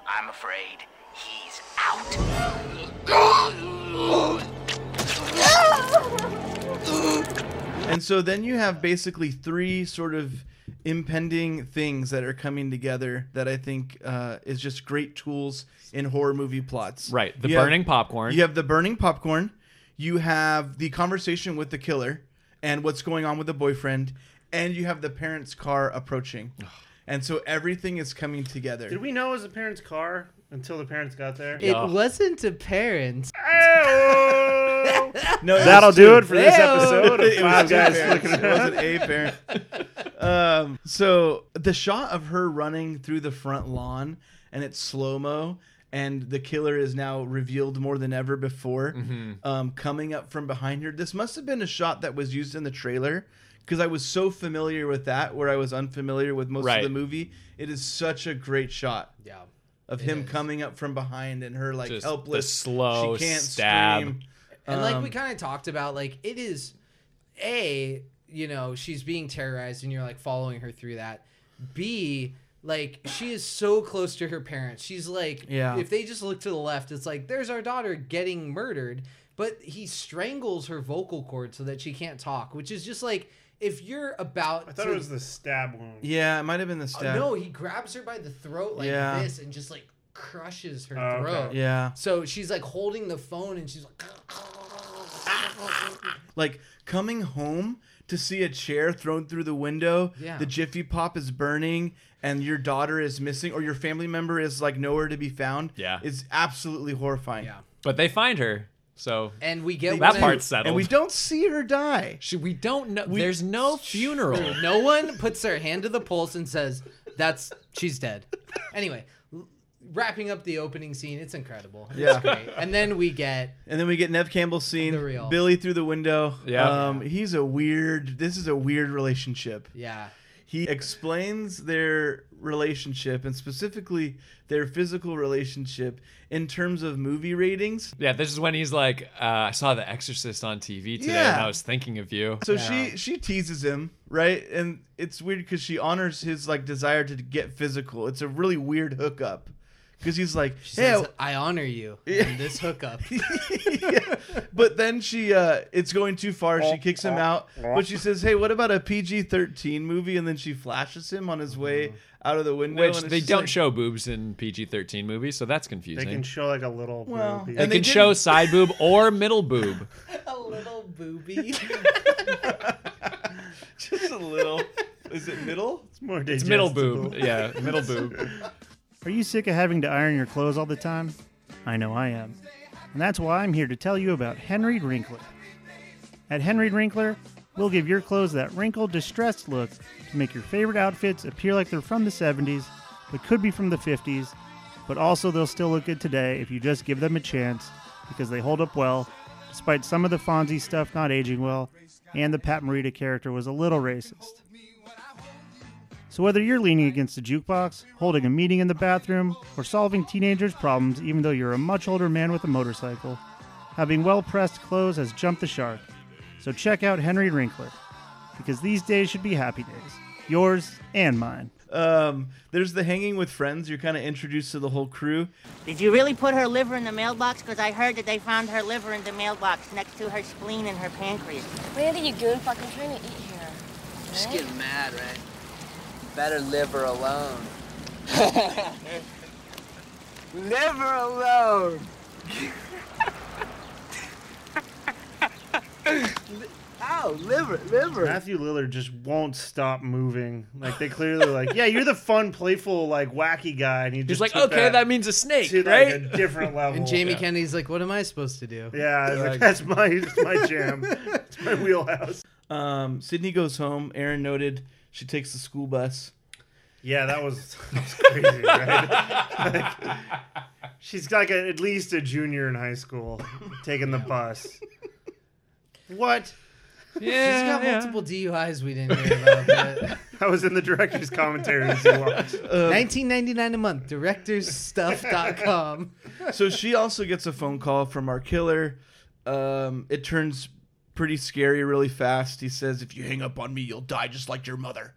[SPEAKER 15] I'm afraid he's out.
[SPEAKER 13] And so then you have basically three sort of impending things that are coming together that I think uh, is just great tools in horror movie plots.
[SPEAKER 5] Right, the
[SPEAKER 13] You have-
[SPEAKER 5] burning popcorn.
[SPEAKER 13] You have the burning popcorn. You have the conversation with the killer and what's going on with the boyfriend, and you have the parents' car approaching. and so everything is coming together.
[SPEAKER 1] Did we know it was the parents' car until the parents got there?
[SPEAKER 12] It wasn't to parents.
[SPEAKER 13] No, it
[SPEAKER 1] That'll
[SPEAKER 13] was
[SPEAKER 1] do
[SPEAKER 13] two.
[SPEAKER 1] it for this
[SPEAKER 13] Ew.
[SPEAKER 1] episode of
[SPEAKER 13] It was
[SPEAKER 1] Five
[SPEAKER 13] two
[SPEAKER 1] Guys
[SPEAKER 13] parents.
[SPEAKER 1] Flicking
[SPEAKER 13] It wasn't a parent. Um, so the shot of her running through the front lawn and it's slow mo, and the killer is now revealed more than ever before,
[SPEAKER 1] Mm-hmm.
[SPEAKER 16] Mhm.
[SPEAKER 13] um, coming up from behind her. This must have been a shot that was used in the trailer because I was so familiar with that, where I was unfamiliar with most
[SPEAKER 16] Right.
[SPEAKER 13] of the movie. It is such a great shot.
[SPEAKER 12] Yeah.
[SPEAKER 13] Of
[SPEAKER 12] It
[SPEAKER 13] him
[SPEAKER 12] is.
[SPEAKER 13] coming up from behind and her like
[SPEAKER 16] Just the
[SPEAKER 13] helpless,
[SPEAKER 16] slow
[SPEAKER 13] she can't
[SPEAKER 16] stab.
[SPEAKER 13] scream.
[SPEAKER 12] And like we
[SPEAKER 13] Um,
[SPEAKER 12] kind of talked about, like it is a you know she's being terrorized, and you're like following her through that. B like she is so close to her parents. She's like,
[SPEAKER 13] Yeah.
[SPEAKER 12] If they just look to the left, it's like there's our daughter getting murdered, but he strangles her vocal cord so that she can't talk, which is just like if you're about.
[SPEAKER 1] I thought
[SPEAKER 12] to-
[SPEAKER 1] it was the stab wound.
[SPEAKER 13] Yeah, it might have been the
[SPEAKER 12] Oh,
[SPEAKER 13] stab.
[SPEAKER 12] No, he grabs her by the throat like
[SPEAKER 13] Yeah.
[SPEAKER 12] this and just like crushes her
[SPEAKER 1] Oh, okay.
[SPEAKER 12] throat.
[SPEAKER 13] Yeah.
[SPEAKER 12] So she's like holding the phone and she's like.
[SPEAKER 13] Like coming home to see a chair thrown through the window,
[SPEAKER 12] Yeah.
[SPEAKER 13] the Jiffy Pop is burning, and your daughter is missing, or your family member is like nowhere to be found.
[SPEAKER 16] Yeah.
[SPEAKER 13] It's absolutely horrifying. Yeah.
[SPEAKER 16] But they find her, so
[SPEAKER 12] And we get
[SPEAKER 16] that
[SPEAKER 12] one-
[SPEAKER 16] part's settled.
[SPEAKER 13] And we don't see her die.
[SPEAKER 16] She, we don't know. There's no funeral.
[SPEAKER 12] No one puts their hand to the pulse and says, "That's she's dead." Anyway, l- wrapping up the opening scene, it's incredible. It's
[SPEAKER 13] Yeah.
[SPEAKER 12] great. And then we get
[SPEAKER 13] And then we get Nev Campbell's scene,
[SPEAKER 12] The real.
[SPEAKER 13] Billy through the window.
[SPEAKER 16] Yeah.
[SPEAKER 13] Um, he's a weird, this is a weird relationship.
[SPEAKER 12] yeah,
[SPEAKER 13] he explains their relationship and specifically their physical relationship in terms of movie ratings.
[SPEAKER 16] Yeah, this is when he's like, uh, I saw The Exorcist on TV today,
[SPEAKER 13] Yeah.
[SPEAKER 16] and I was thinking of you.
[SPEAKER 13] So she she teases him, right? And it's weird cuz she honors his like desire to get physical. It's a really weird hookup cuz he's like,
[SPEAKER 12] she
[SPEAKER 13] "Hey,
[SPEAKER 12] says, "I honor you." in this hookup.
[SPEAKER 13] but then she uh it's going too far she kicks him out but she says hey what about a pg-13 movie and then she flashes him on his
[SPEAKER 1] Mm-hmm.
[SPEAKER 13] way out of the window
[SPEAKER 16] Which
[SPEAKER 13] and it's
[SPEAKER 16] they
[SPEAKER 13] just
[SPEAKER 16] don't
[SPEAKER 13] like-
[SPEAKER 16] show boobs in PG 13 movies, so that's
[SPEAKER 1] They
[SPEAKER 16] confusing.
[SPEAKER 1] can show like a little.
[SPEAKER 13] Well,
[SPEAKER 1] movie.
[SPEAKER 13] and
[SPEAKER 16] They
[SPEAKER 13] they
[SPEAKER 16] can show
[SPEAKER 13] didn't-
[SPEAKER 16] side boob or middle boob.
[SPEAKER 12] A little booby.
[SPEAKER 13] just a little is it middle
[SPEAKER 1] it's more
[SPEAKER 16] It's middle
[SPEAKER 1] digestible.
[SPEAKER 16] boob. Yeah, middle boob.
[SPEAKER 1] Are you sick of having to iron your clothes all the time? I know I am. And that's why I'm here to tell you about Henry Wrinkler. At Henry Wrinkler, we'll give your clothes that wrinkled, distressed look to make your favorite outfits appear like they're from the 70s, but could be from the 50s, but also they'll still look good today if you just give them a chance because they hold up well, despite some of the Fonzie stuff not aging well, and the Pat Morita character was a little racist. So, whether you're leaning against a jukebox, holding a meeting in the bathroom, or solving teenagers' problems even though you're a much older man with a motorcycle, having well pressed clothes has jumped the shark. So, check out Henry Wrinkler, because these days should be happy days, yours and mine.
[SPEAKER 13] Um, there's the hanging with friends. You're kind of introduced to the whole crew.
[SPEAKER 4] Did you really put her liver in the mailbox? Because I heard that they found her liver in the mailbox next to her spleen and her pancreas.
[SPEAKER 17] Randy, you goon fuck, I'm trying to eat here.
[SPEAKER 5] Just getting mad, right? Better live her alone. live her alone. Ow, liver, liver.
[SPEAKER 1] Matthew Lillard just won't stop moving. Like they clearly like, yeah, you're the fun, playful, like wacky guy, and he
[SPEAKER 16] He's
[SPEAKER 1] just
[SPEAKER 16] like,
[SPEAKER 1] took
[SPEAKER 16] okay, that, means a snake,
[SPEAKER 1] to, like,
[SPEAKER 16] right?
[SPEAKER 1] a different level.
[SPEAKER 12] and Jamie
[SPEAKER 1] Yeah.
[SPEAKER 12] Kennedy's like, "What am I supposed to do?"
[SPEAKER 1] Yeah, it's like, that's my that's my jam. It's my wheelhouse.
[SPEAKER 13] Um, Sydney goes home. Erin noted she takes the school bus.
[SPEAKER 1] Yeah, that was, that was crazy. Right? Like, she's like a, at least a junior in high school, taking the bus. What?
[SPEAKER 12] She's got multiple DUIs we didn't hear about.
[SPEAKER 1] I
[SPEAKER 12] But
[SPEAKER 1] was in the director's commentary as you watched.
[SPEAKER 12] 1999 a month. Directorsstuff.com.
[SPEAKER 13] so she also gets a phone call from our killer. Um, it turns pretty scary really fast. He says, "If you hang up on me, you'll die just like your mother."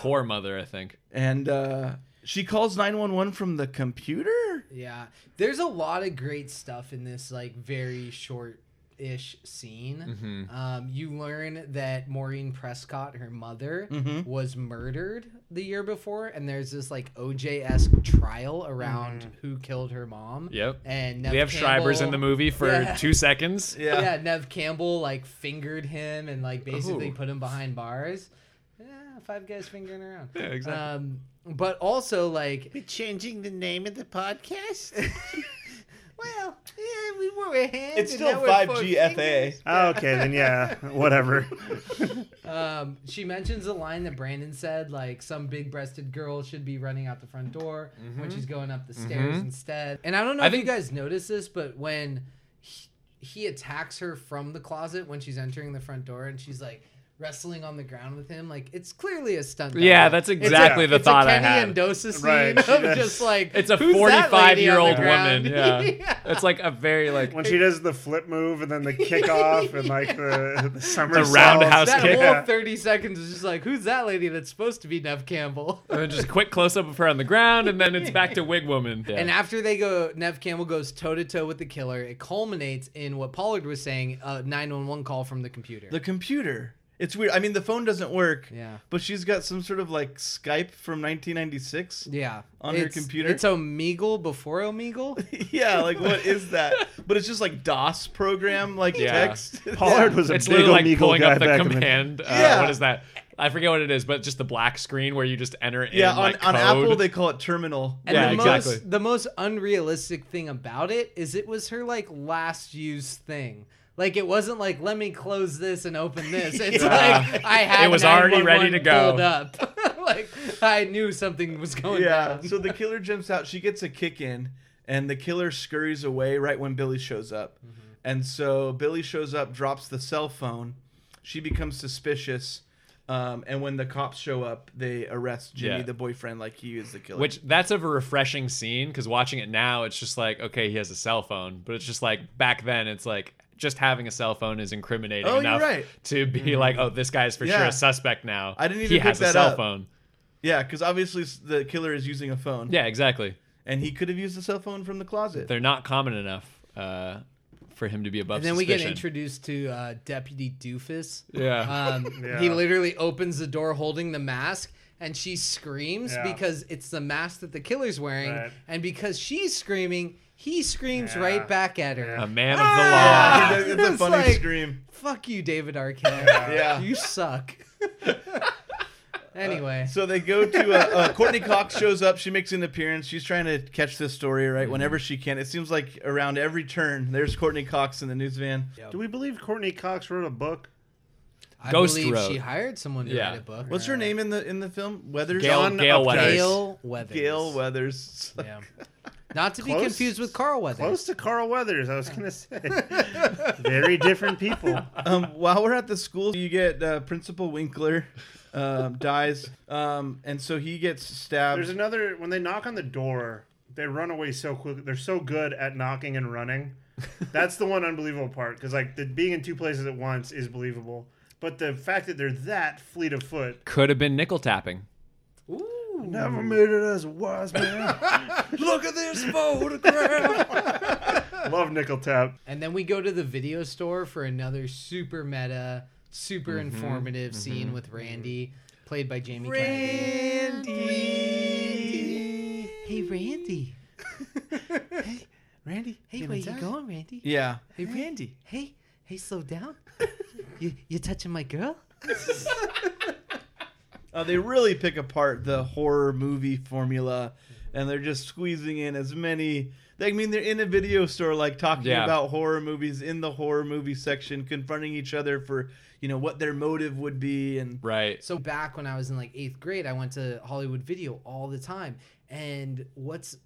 [SPEAKER 16] Whore mother, I think.
[SPEAKER 13] And uh, she calls nine one one from the computer.
[SPEAKER 12] Yeah. There's a lot of great stuff in this like very short ish scene.
[SPEAKER 13] Mhm.
[SPEAKER 16] Mm-hmm.
[SPEAKER 12] Um, you learn that Maureen Prescott, her mother,
[SPEAKER 13] Mhm.
[SPEAKER 1] Mm-hmm.
[SPEAKER 12] was murdered the year before, and there's this like OJ esque trial around
[SPEAKER 1] Mm.
[SPEAKER 12] who killed her mom.
[SPEAKER 16] Yep.
[SPEAKER 12] And
[SPEAKER 16] we have Schreiber's in the movie for two seconds.
[SPEAKER 12] Yeah. yeah, Nev Campbell like fingered him and like basically
[SPEAKER 16] Ooh.
[SPEAKER 12] put him behind bars. Yeah, five guys fingering around.
[SPEAKER 16] Yeah, exactly.
[SPEAKER 12] Um, but also like
[SPEAKER 1] We're changing the name of the podcast.
[SPEAKER 12] well, yeah, we were a hand.
[SPEAKER 13] It's
[SPEAKER 12] and
[SPEAKER 13] still
[SPEAKER 12] now we're
[SPEAKER 13] five
[SPEAKER 12] four
[SPEAKER 13] G FA.
[SPEAKER 6] Oh, okay, then yeah, whatever.
[SPEAKER 12] um, she mentions a line that Brandon said, like some big-breasted girl should be running out the front door when
[SPEAKER 16] Mhm.
[SPEAKER 12] she's going up the stairs
[SPEAKER 16] Mhm.
[SPEAKER 12] instead. And I don't know
[SPEAKER 16] I
[SPEAKER 12] if
[SPEAKER 16] think-
[SPEAKER 12] you guys noticed this, but when he, he attacks her from the closet when she's entering the front door, and she's like wrestling on the ground with him, like it's clearly a stunt.
[SPEAKER 16] Yeah,
[SPEAKER 12] double.
[SPEAKER 16] that's
[SPEAKER 12] It's a-
[SPEAKER 16] exactly the
[SPEAKER 12] it's a
[SPEAKER 16] thought I
[SPEAKER 12] Kenny
[SPEAKER 16] had.
[SPEAKER 12] Andosa scene
[SPEAKER 16] Right,
[SPEAKER 12] of
[SPEAKER 16] yes.
[SPEAKER 12] just like
[SPEAKER 16] It's a
[SPEAKER 12] "Who's that lady on
[SPEAKER 16] 45-year-old
[SPEAKER 12] the ground?"
[SPEAKER 16] woman, yeah. It's like a very like
[SPEAKER 1] when she does the flip move and then the kick off and like the, the somersault.
[SPEAKER 16] roundhouse
[SPEAKER 12] that
[SPEAKER 16] kick.
[SPEAKER 12] whole
[SPEAKER 16] Yeah.
[SPEAKER 12] 30 seconds is just like, who's that lady that's supposed to be Nev Campbell?
[SPEAKER 16] and then just a quick close up of her on the ground, and then it's back to Wig Woman. Yeah.
[SPEAKER 12] And after they go, Nev Campbell goes toe to toe with the killer. It culminates in what Pollard was saying a 911 call from the computer.
[SPEAKER 13] The computer. It's weird. I mean, the phone doesn't work.
[SPEAKER 12] Yeah.
[SPEAKER 13] But she's got some sort of like Skype from 1996.
[SPEAKER 12] yeah.
[SPEAKER 13] On
[SPEAKER 12] it's,
[SPEAKER 13] her computer.
[SPEAKER 12] It's Omegle before Omegle.
[SPEAKER 13] yeah, like what is that? But it's just like DOS program, like
[SPEAKER 16] Yeah.
[SPEAKER 13] text.
[SPEAKER 6] Pollard was a
[SPEAKER 16] it's
[SPEAKER 6] big
[SPEAKER 16] literally like
[SPEAKER 6] Omegle
[SPEAKER 16] pulling
[SPEAKER 6] guy
[SPEAKER 16] up the
[SPEAKER 6] back in the-
[SPEAKER 16] command. uh,
[SPEAKER 13] Yeah.
[SPEAKER 16] What is that? I forget what it is, but just the black screen where you just enter in.
[SPEAKER 13] yeah, on,
[SPEAKER 16] like,
[SPEAKER 13] on
[SPEAKER 16] code.
[SPEAKER 13] Apple they call it terminal.
[SPEAKER 12] And
[SPEAKER 16] Yeah,
[SPEAKER 12] the
[SPEAKER 16] exactly.
[SPEAKER 12] most the most unrealistic thing about it is it was her like last used thing. Like it wasn't like let me close this and open this. It's
[SPEAKER 16] Yeah.
[SPEAKER 12] like I had
[SPEAKER 16] Uh, It was already
[SPEAKER 12] 911
[SPEAKER 16] ready to go.
[SPEAKER 12] pulled up. like I knew something was going
[SPEAKER 13] yeah.
[SPEAKER 12] down.
[SPEAKER 13] So the killer jumps out. She gets a kick in, and the killer scurries away right when Billy shows up. And so Billy shows up, drops the cell phone. She becomes suspicious. Um, and when the cops show up, they arrest Jimmy,
[SPEAKER 16] Yeah.
[SPEAKER 13] the boyfriend, like he is the killer.
[SPEAKER 16] Which that's of a refreshing scene because watching it now, it's just like okay, he has a cell phone, but it's just like back then, it's like just having a cell phone is incriminating
[SPEAKER 13] Oh, you're
[SPEAKER 16] enough
[SPEAKER 13] right.
[SPEAKER 16] to be like, oh, this guy's for sure
[SPEAKER 13] Yeah.
[SPEAKER 16] a suspect now.
[SPEAKER 13] I didn't even
[SPEAKER 16] he
[SPEAKER 13] pick
[SPEAKER 16] has a
[SPEAKER 13] that
[SPEAKER 16] cell
[SPEAKER 13] up.
[SPEAKER 16] phone.
[SPEAKER 13] yeah, because obviously s- the killer is using a phone.
[SPEAKER 16] Yeah, exactly.
[SPEAKER 13] And he could have used a cell phone from the closet.
[SPEAKER 16] They're not common enough uh, for him to be above.
[SPEAKER 12] And then we get
[SPEAKER 16] suspicion.
[SPEAKER 12] introduced to uh, Deputy Doofus.
[SPEAKER 16] Yeah.
[SPEAKER 12] Um,
[SPEAKER 16] Yeah.
[SPEAKER 12] He literally opens the door holding the mask, and she screams
[SPEAKER 1] Yeah.
[SPEAKER 12] because it's the mask that the killer's wearing,
[SPEAKER 1] Right.
[SPEAKER 12] and because she's screaming, he screams
[SPEAKER 16] Yeah.
[SPEAKER 12] right back at her.
[SPEAKER 16] A man of the
[SPEAKER 12] Ah!
[SPEAKER 16] law.
[SPEAKER 13] It's a
[SPEAKER 12] It's
[SPEAKER 13] funny
[SPEAKER 12] like-
[SPEAKER 13] scream.
[SPEAKER 12] Fuck you, David Arquette.
[SPEAKER 13] Yeah.
[SPEAKER 12] you suck. anyway,
[SPEAKER 13] So they go to uh, uh, Courtney Cox shows up. She makes an appearance. She's trying to catch this story
[SPEAKER 12] Mm-hmm.
[SPEAKER 13] right whenever she can. It seems like around every turn, there's Courtney Cox in the news van.
[SPEAKER 1] Do we believe Courtney Cox wrote a book?
[SPEAKER 12] I
[SPEAKER 13] Ghost
[SPEAKER 12] believe
[SPEAKER 13] Road.
[SPEAKER 12] she hired someone to
[SPEAKER 16] Yeah.
[SPEAKER 12] write a book.
[SPEAKER 13] What's her name in the in the film? Weathers.
[SPEAKER 16] Gail-
[SPEAKER 13] Dawn
[SPEAKER 16] Gail
[SPEAKER 13] Updike.
[SPEAKER 16] Weathers.
[SPEAKER 12] Gail Weathers.
[SPEAKER 13] Gail Weathers.
[SPEAKER 12] Yeah. Not to be
[SPEAKER 1] Close-
[SPEAKER 12] confused with Carl Weathers.
[SPEAKER 1] Close to Carl Weathers, I was gonna say. Very different people.
[SPEAKER 13] um, while we're at the school, you get uh, Principal Winkler um, dies, um, and so he gets stabbed.
[SPEAKER 1] There's another when they knock on the door, they run away so quick. They're so good at knocking and running. That's the one unbelievable part because like the, being in two places at once is believable, but the fact that they're that fleet of foot
[SPEAKER 16] Could have been nickel tapping.
[SPEAKER 1] never made it as a wise man.
[SPEAKER 12] Look at this photograph.
[SPEAKER 1] Love nickel tap.
[SPEAKER 12] And then we go to the video store for another super meta, super
[SPEAKER 13] Mm-hmm.
[SPEAKER 12] informative scene with Randy, played by Jamie Randy. Hey, Randy.
[SPEAKER 13] Randy.
[SPEAKER 12] Hey, where you going, Randy?
[SPEAKER 13] Yeah.
[SPEAKER 12] Hey, Randy. Hey, hey, slow down. you, you touching my girl?
[SPEAKER 13] Uh, they really pick apart the horror movie formula, and they're just squeezing in as many. I mean, they're in a video store, like talking
[SPEAKER 16] Yeah.
[SPEAKER 13] about horror movies in the horror movie section, confronting each other for you know what their motive would be, and
[SPEAKER 16] Right.
[SPEAKER 12] So back when I was in like eighth grade, I went to Hollywood Video all the time. And what's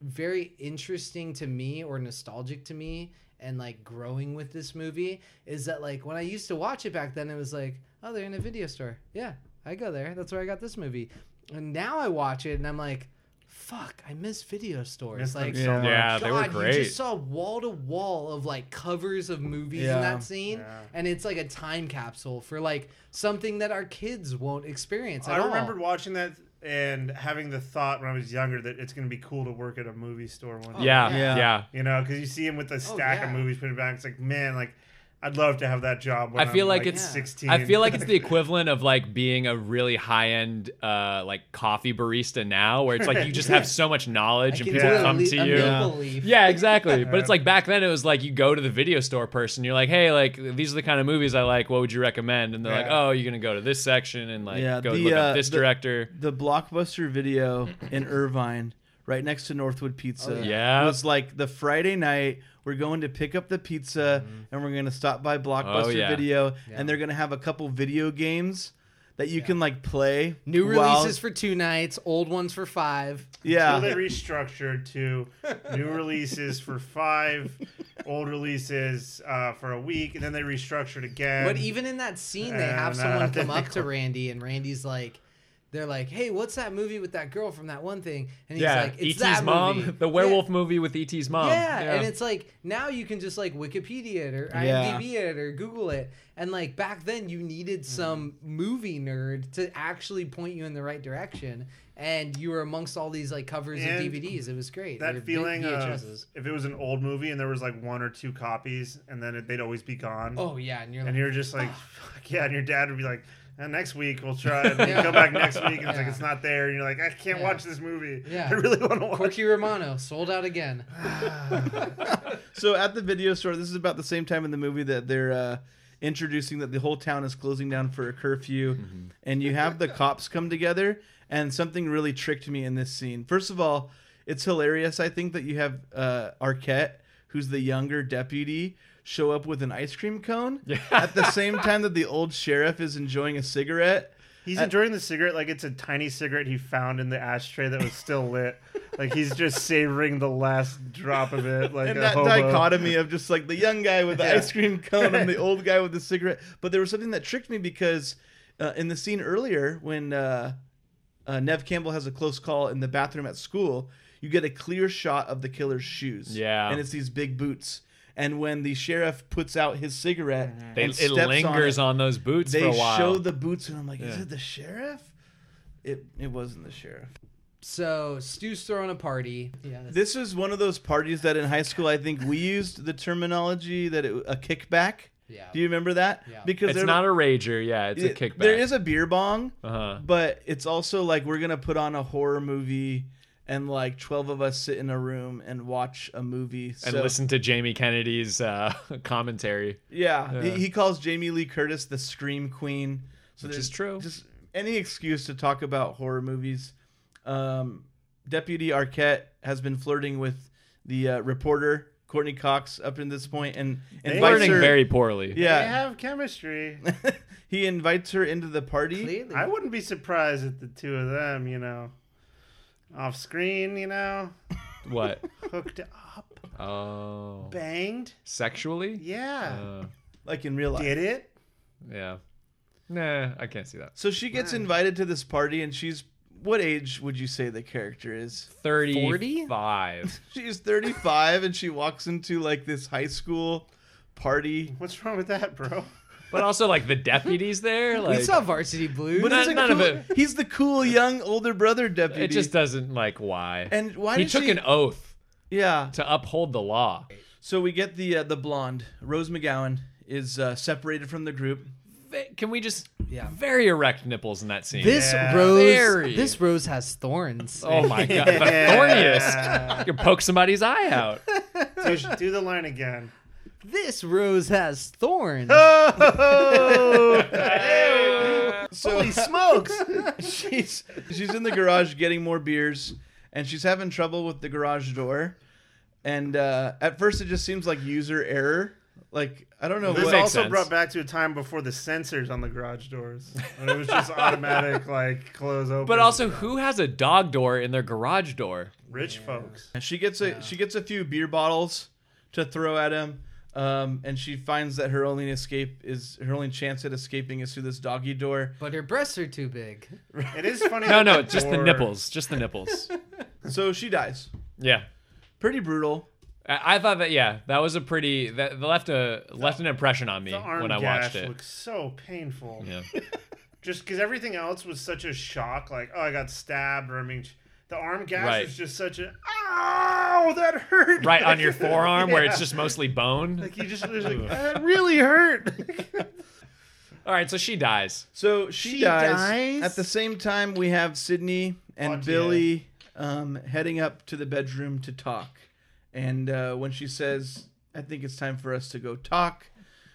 [SPEAKER 12] very interesting to me or nostalgic to me and like growing with this movie is that like when I used to watch it back then, it was like, oh, they're in a video store. Yeah, I go there. That's where I got this movie. And now I watch it and I'm like, fuck, I miss video stores.
[SPEAKER 1] Miss them
[SPEAKER 12] like,
[SPEAKER 1] so much.
[SPEAKER 16] Yeah, they were
[SPEAKER 12] You
[SPEAKER 16] great.
[SPEAKER 12] just saw wall to wall of like covers of movies in
[SPEAKER 13] Yeah.
[SPEAKER 12] that scene, and it's like a time capsule for like something that our kids won't experience. At
[SPEAKER 1] I
[SPEAKER 12] all.
[SPEAKER 1] remembered watching that and having the thought when I was younger that it's gonna be cool to work at a movie store one day.
[SPEAKER 16] yeah,
[SPEAKER 12] yeah.
[SPEAKER 16] yeah.
[SPEAKER 1] You know, because you see him with the stack
[SPEAKER 12] Oh. yeah.
[SPEAKER 1] of movies put it back. It's like, man, like I'd love to have that job. When
[SPEAKER 16] I feel
[SPEAKER 1] am
[SPEAKER 16] like,
[SPEAKER 1] like
[SPEAKER 16] it's
[SPEAKER 1] 16.
[SPEAKER 16] I feel like it's the equivalent of like being a really high end uh, like coffee barista now, where it's like you just have so much knowledge and
[SPEAKER 12] I can
[SPEAKER 16] people
[SPEAKER 12] do a
[SPEAKER 16] come
[SPEAKER 12] le-
[SPEAKER 16] to
[SPEAKER 12] a
[SPEAKER 16] you.
[SPEAKER 12] maple leaf.
[SPEAKER 16] Yeah, exactly. But it's like back then it was like you go to the video store person, you're like, hey, like these are the kind of movies I like. What would you recommend? And they're like,
[SPEAKER 13] Yeah.
[SPEAKER 16] oh, you're gonna go to this section and like go
[SPEAKER 13] the,
[SPEAKER 16] look
[SPEAKER 13] uh,
[SPEAKER 16] up this
[SPEAKER 13] the-
[SPEAKER 16] director.
[SPEAKER 13] The blockbuster video in Irvine, right next to Northwood Pizza.
[SPEAKER 16] yeah. Oh, Yeah.
[SPEAKER 13] was like the Friday night. We're going to pick up the pizza, and we're going to stop by Blockbuster
[SPEAKER 16] Mm-hmm. Oh, yeah.
[SPEAKER 13] Video, and they're going to have a couple video games that you can like play.
[SPEAKER 12] New
[SPEAKER 13] while-
[SPEAKER 12] releases for two nights, old ones for five.
[SPEAKER 13] Yeah.
[SPEAKER 1] Until they restructured to new releases for five, old releases uh, for a week, and then they restructured again.
[SPEAKER 12] But even in that scene, they
[SPEAKER 1] And,
[SPEAKER 12] have
[SPEAKER 1] uh,
[SPEAKER 12] someone come
[SPEAKER 1] they
[SPEAKER 12] up to Randy, and Randy's like, "They're like, hey, what's that movie with that girl from that one thing?" And he's
[SPEAKER 16] yeah,
[SPEAKER 12] like, "It's
[SPEAKER 16] E.T.'s
[SPEAKER 12] that
[SPEAKER 16] E mom,
[SPEAKER 12] movie."
[SPEAKER 16] the werewolf movie with E.T.'s mom.
[SPEAKER 12] Um, Yeah, and it's like now you can just like Wikipedia it or
[SPEAKER 16] Yeah.
[SPEAKER 12] IMDb it or Google it, and like back then you needed some movie nerd to actually point you in the right direction, and you were amongst all these like covers
[SPEAKER 1] And
[SPEAKER 12] of DVDs. It was great. Or
[SPEAKER 1] that
[SPEAKER 12] V-
[SPEAKER 1] feeling of
[SPEAKER 12] VHSs.
[SPEAKER 1] if it was an old movie and there was like one or two copies, and then it, they'd always be gone.
[SPEAKER 12] Oh, yeah, and you're like,
[SPEAKER 1] just like,
[SPEAKER 12] "Ah."
[SPEAKER 1] fuck yeah, and your dad would be like. "Uh, next week we'll try it. And you come back next week and it's like
[SPEAKER 12] Yeah.
[SPEAKER 1] it's not there. And you're like, I can't
[SPEAKER 12] Yeah.
[SPEAKER 1] watch this movie.
[SPEAKER 12] Yeah,
[SPEAKER 1] I really want to watch.
[SPEAKER 12] Corky Romano sold out again.
[SPEAKER 13] so at the video store, this is about the same time in the movie that they're uh, introducing that the whole town is closing down for a curfew, and you have the cops come together. And something really tricked me in this scene. First of all, it's hilarious. I think that you have uh, Arquette, who's the younger deputy, show up with an ice cream cone at the same time that the old sheriff is enjoying a cigarette.
[SPEAKER 1] He's
[SPEAKER 13] At-
[SPEAKER 1] enjoying the cigarette like it's a tiny cigarette he found in the ashtray that was still lit. like he's just savoring the last drop of it. Like a
[SPEAKER 13] and that
[SPEAKER 1] hobo.
[SPEAKER 13] dichotomy of just like the young guy with the
[SPEAKER 1] Yeah.
[SPEAKER 13] ice cream cone and the old guy with the cigarette. But there was something that tricked me because uh, in the scene earlier when uh, uh, Nev Campbell has a close call in the bathroom at school, you get a clear shot of the killer's shoes.
[SPEAKER 16] Yeah.
[SPEAKER 13] and it's these big boots. And when the sheriff puts out his cigarette,
[SPEAKER 16] Mm-hmm. They-
[SPEAKER 13] and
[SPEAKER 16] it
[SPEAKER 13] steps on
[SPEAKER 16] lingers
[SPEAKER 13] it,
[SPEAKER 16] on those boots
[SPEAKER 13] They
[SPEAKER 16] for a while.
[SPEAKER 13] show the boots, and I'm like, is
[SPEAKER 16] Yeah.
[SPEAKER 13] it the sheriff? It it wasn't the sheriff.
[SPEAKER 12] So Stu's throwing a party. Yeah,
[SPEAKER 13] This is one of those parties that in high school I think we used the terminology that it, a kickback.
[SPEAKER 12] Yeah.
[SPEAKER 13] Do you remember that?
[SPEAKER 12] Yeah.
[SPEAKER 13] Because
[SPEAKER 16] it's
[SPEAKER 13] there-
[SPEAKER 16] not a rager. Yeah, it's a
[SPEAKER 13] it-
[SPEAKER 16] kickback.
[SPEAKER 13] There is a beer bong,
[SPEAKER 16] Uh-huh.
[SPEAKER 13] but it's also like we're gonna put on a horror movie and like twelve of us sit in a room and watch a movie
[SPEAKER 16] and
[SPEAKER 13] So-
[SPEAKER 16] listen to Jamie Kennedy's uh, commentary.
[SPEAKER 13] Yeah,
[SPEAKER 16] Yeah.
[SPEAKER 13] He, he calls Jamie Lee Curtis the scream queen. So
[SPEAKER 16] Which is
[SPEAKER 13] there's
[SPEAKER 16] true.
[SPEAKER 13] Just any excuse to talk about horror movies. Um, Deputy Arquette has been flirting with the uh, reporter Courtney Cox up to this point, and
[SPEAKER 1] They-
[SPEAKER 13] invites
[SPEAKER 16] Flirting
[SPEAKER 13] her-
[SPEAKER 16] very poorly.
[SPEAKER 1] They
[SPEAKER 13] Yeah,
[SPEAKER 1] have chemistry.
[SPEAKER 13] he invites her into the party.
[SPEAKER 1] I wouldn't be surprised if the two of them, you know, off screen, you know,
[SPEAKER 16] What?
[SPEAKER 1] hooked up,
[SPEAKER 16] Oh,
[SPEAKER 1] banged.
[SPEAKER 16] sexually?
[SPEAKER 1] Yeah.
[SPEAKER 16] Uh,
[SPEAKER 13] like in real life.
[SPEAKER 1] Did it?
[SPEAKER 16] yeah. Nah, I can't see that.
[SPEAKER 13] So she gets invited to this party, and she's what age would you say the character is?
[SPEAKER 16] 35.
[SPEAKER 13] She's 35 and she walks into like this high school party.
[SPEAKER 1] What's wrong with that, bro?
[SPEAKER 16] but also, like, the deputies there. Like,
[SPEAKER 12] we saw Varsity Blues.
[SPEAKER 13] But
[SPEAKER 16] None-
[SPEAKER 13] it's a
[SPEAKER 16] none of
[SPEAKER 13] cool-
[SPEAKER 16] it.
[SPEAKER 13] He's the cool young older brother deputy.
[SPEAKER 16] it just doesn't, like, why.
[SPEAKER 13] And why
[SPEAKER 16] He
[SPEAKER 13] did
[SPEAKER 16] took
[SPEAKER 13] she-
[SPEAKER 16] an oath
[SPEAKER 13] yeah.
[SPEAKER 16] to uphold the law.
[SPEAKER 13] So we get the uh, the blonde Rose McGowan is uh, separated from the group.
[SPEAKER 16] Ve- Can we just.
[SPEAKER 12] Yeah.
[SPEAKER 16] Very erect nipples in that scene.
[SPEAKER 12] This
[SPEAKER 16] Yeah.
[SPEAKER 12] rose,
[SPEAKER 16] Very.
[SPEAKER 12] this rose has thorns.
[SPEAKER 16] Oh my god, the
[SPEAKER 1] Yeah.
[SPEAKER 16] thorniest! You can poke somebody's eye out.
[SPEAKER 1] Do, do the line again.
[SPEAKER 12] This rose has thorns.
[SPEAKER 13] Oh! So
[SPEAKER 1] Holy smokes!
[SPEAKER 13] she's she's in the garage getting more beers, and she's having trouble with the garage door. And uh, at first, it just seems like user error. Like I don't know.
[SPEAKER 1] This
[SPEAKER 13] what-
[SPEAKER 16] Makes
[SPEAKER 1] also
[SPEAKER 16] sense.
[SPEAKER 1] brought back to a time before the sensors on the garage doors. And it was just automatic, like close open.
[SPEAKER 16] But also, who has a dog door in their garage door?
[SPEAKER 1] rich folks.
[SPEAKER 13] She gets a she gets a few beer bottles to throw at him, um, and she finds that her only escape is her only chance at escaping is through this doggy door.
[SPEAKER 12] But her breasts are too big.
[SPEAKER 1] It is funny.
[SPEAKER 16] No,
[SPEAKER 1] that
[SPEAKER 16] no,
[SPEAKER 1] the
[SPEAKER 16] just the
[SPEAKER 1] door-
[SPEAKER 16] nipples, just the nipples.
[SPEAKER 13] So she dies.
[SPEAKER 16] Yeah,
[SPEAKER 13] Pretty brutal.
[SPEAKER 16] I, I thought that. Yeah, that was a pretty. That that left a left an impression on me
[SPEAKER 1] The arm
[SPEAKER 16] when I
[SPEAKER 1] gash
[SPEAKER 16] watched it.
[SPEAKER 1] looks so painful.
[SPEAKER 16] Yeah.
[SPEAKER 1] Just because everything else was such a shock, like oh, I got stabbed, or I mean, The arm gash
[SPEAKER 16] Right.
[SPEAKER 1] is just such a ow that hurt
[SPEAKER 16] right on your
[SPEAKER 1] Like,
[SPEAKER 16] forearm where it's
[SPEAKER 1] yeah.
[SPEAKER 16] just mostly bone.
[SPEAKER 1] like you just there's like that really hurt.
[SPEAKER 16] All right, so she dies.
[SPEAKER 13] So she,
[SPEAKER 1] She
[SPEAKER 13] dies.
[SPEAKER 1] dies?
[SPEAKER 13] At the same time, we have Sydney and Billy um, heading up to the bedroom to talk. And uh, when she says, I think it's time for us to go talk,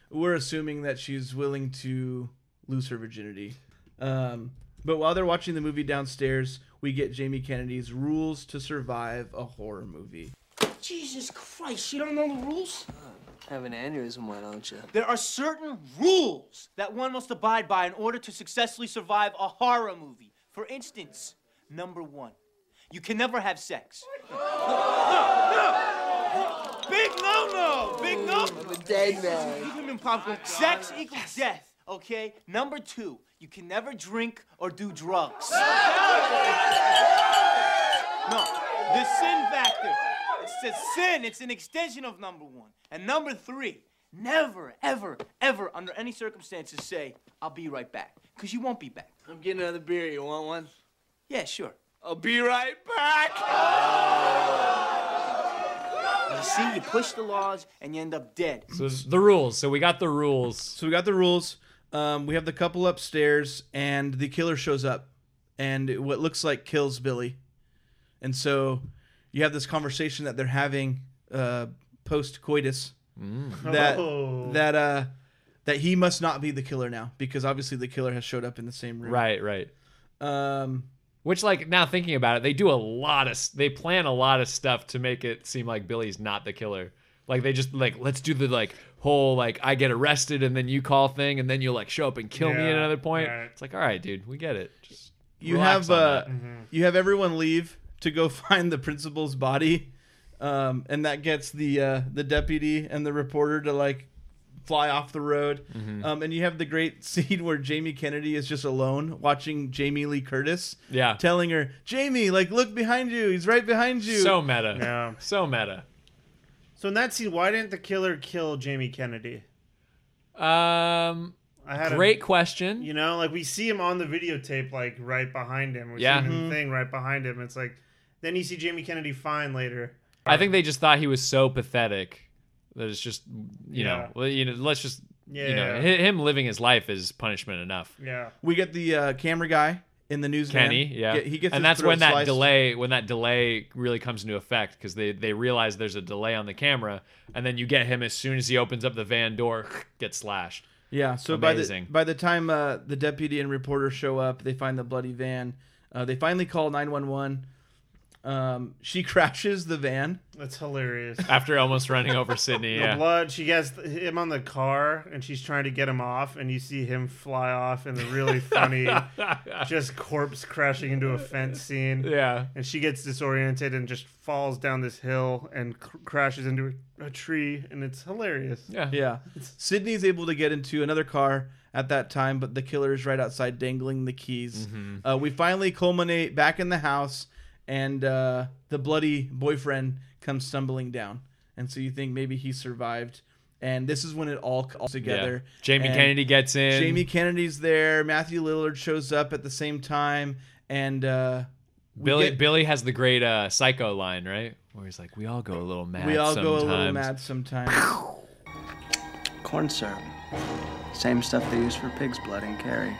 [SPEAKER 13] we're assuming that she's willing to lose her virginity. Um, but while they're watching the movie downstairs, we get Jamie Kennedy's rules to survive a horror movie.
[SPEAKER 5] Jesus Christ, you don't know the rules?
[SPEAKER 18] Uh, Have an aneurysm, why don't you?
[SPEAKER 5] There are certain rules that one must abide by in order to successfully survive a horror movie. For instance, number one, you can never have sex. Big no no! Big no! I'm a dead man. Sex equals death, okay? Number two, you can never drink or do drugs. No, the sin factor. It's a sin, it's an extension of number one. And number three, never, ever, ever, under any circumstances, say, I'll be right back. Because you won't be back.
[SPEAKER 18] I'm getting another beer. You want one?
[SPEAKER 5] Yeah, sure.
[SPEAKER 18] I'll be right back.
[SPEAKER 5] You see, you push the laws and you end up dead.
[SPEAKER 16] So it's the rules. So we got the rules. So
[SPEAKER 13] we got the rules. Um, we have the couple upstairs, and the killer shows up, and what looks like kills Billy. And so you have this conversation that they're having uh, post coitus
[SPEAKER 16] Mm.
[SPEAKER 13] that
[SPEAKER 1] Oh.
[SPEAKER 13] that uh, that he must not be the killer now because obviously the killer has showed up in the same room.
[SPEAKER 16] Right, right.
[SPEAKER 13] Um,
[SPEAKER 16] Which, like, now thinking about it, they do a lot of, s- they plan a lot of stuff to make it seem like Billy's not the killer. Like, they just, like, let's do the, like, whole, like, I get arrested and then you call thing and then you'll, like, show up and kill me
[SPEAKER 13] Yeah,
[SPEAKER 16] at another point.
[SPEAKER 13] right.
[SPEAKER 16] It's like, all right, dude, we get it. Just
[SPEAKER 13] You
[SPEAKER 16] relax
[SPEAKER 13] have
[SPEAKER 16] on
[SPEAKER 13] uh,
[SPEAKER 16] that.
[SPEAKER 13] you have everyone leave to go find the principal's body, um, and that gets the uh, the deputy and the reporter to like fly off the road.
[SPEAKER 16] Mhm.
[SPEAKER 13] Um, and you have the great scene where Jamie Kennedy is just alone watching Jamie Lee Curtis,
[SPEAKER 16] Yeah.
[SPEAKER 13] telling her, "Jamie, like look behind you. He's right behind you."
[SPEAKER 16] So meta. So meta.
[SPEAKER 1] So in that scene, why didn't the killer kill Jamie Kennedy?
[SPEAKER 16] Um,
[SPEAKER 1] I had
[SPEAKER 16] great
[SPEAKER 1] a,
[SPEAKER 16] question.
[SPEAKER 1] You know, like we see him on the videotape, like right behind him. We
[SPEAKER 16] Yeah.
[SPEAKER 1] see him in
[SPEAKER 16] Mhm.
[SPEAKER 1] the thing right behind him. It's like then you see Jamie Kennedy fine later.
[SPEAKER 16] I think they just thought he was so pathetic that it's just you
[SPEAKER 1] Yeah.
[SPEAKER 16] know, well, you know, let's just you know,
[SPEAKER 13] Yeah.
[SPEAKER 16] hi- him living his life is punishment enough.
[SPEAKER 1] Yeah.
[SPEAKER 13] We get the uh, camera guy in the news.
[SPEAKER 16] Kenny, yeah,
[SPEAKER 13] he gets, his
[SPEAKER 16] and that's
[SPEAKER 13] throat
[SPEAKER 16] when that
[SPEAKER 13] sliced.
[SPEAKER 16] delay, when that delay really comes into effect, because they they realize there's a delay on the camera, and then you get him as soon as he opens up the van door, gets slashed.
[SPEAKER 13] Yeah. So
[SPEAKER 16] amazing.
[SPEAKER 13] by the by the time uh, the deputy and reporter show up, they find the bloody van. Uh, they finally call nine one one. Um, she crashes the van.
[SPEAKER 1] That's hilarious.
[SPEAKER 16] after almost running over Sydney,
[SPEAKER 1] The
[SPEAKER 16] yeah,
[SPEAKER 1] blood. She gets th- him on the car, and she's trying to get him off, and you see him fly off in the really funny, just corpse crashing into a fence scene.
[SPEAKER 16] Yeah.
[SPEAKER 1] And she gets disoriented and just falls down this hill and cr- crashes into a, a tree, and it's hilarious.
[SPEAKER 13] Yeah. Sydney's able to get into another car at that time, but the killer is right outside dangling the keys.
[SPEAKER 16] Mhm.
[SPEAKER 13] Uh, we finally culminate back in the house, and uh, the bloody boyfriend comes stumbling down. And so you think maybe he survived. And this is when it all comes together.
[SPEAKER 16] Yeah. Jamie
[SPEAKER 13] And
[SPEAKER 16] Kennedy gets in.
[SPEAKER 13] Jamie Kennedy's there. Matthew Lillard shows up at the same time. And uh, we
[SPEAKER 16] Billy
[SPEAKER 13] get-
[SPEAKER 16] Billy has the great uh, psycho line, right, where he's like, "We all go a little mad.
[SPEAKER 13] we all go a little
[SPEAKER 16] sometimes."
[SPEAKER 13] mad sometimes.
[SPEAKER 18] Corn syrup. Same stuff they use for pig's blood and carry.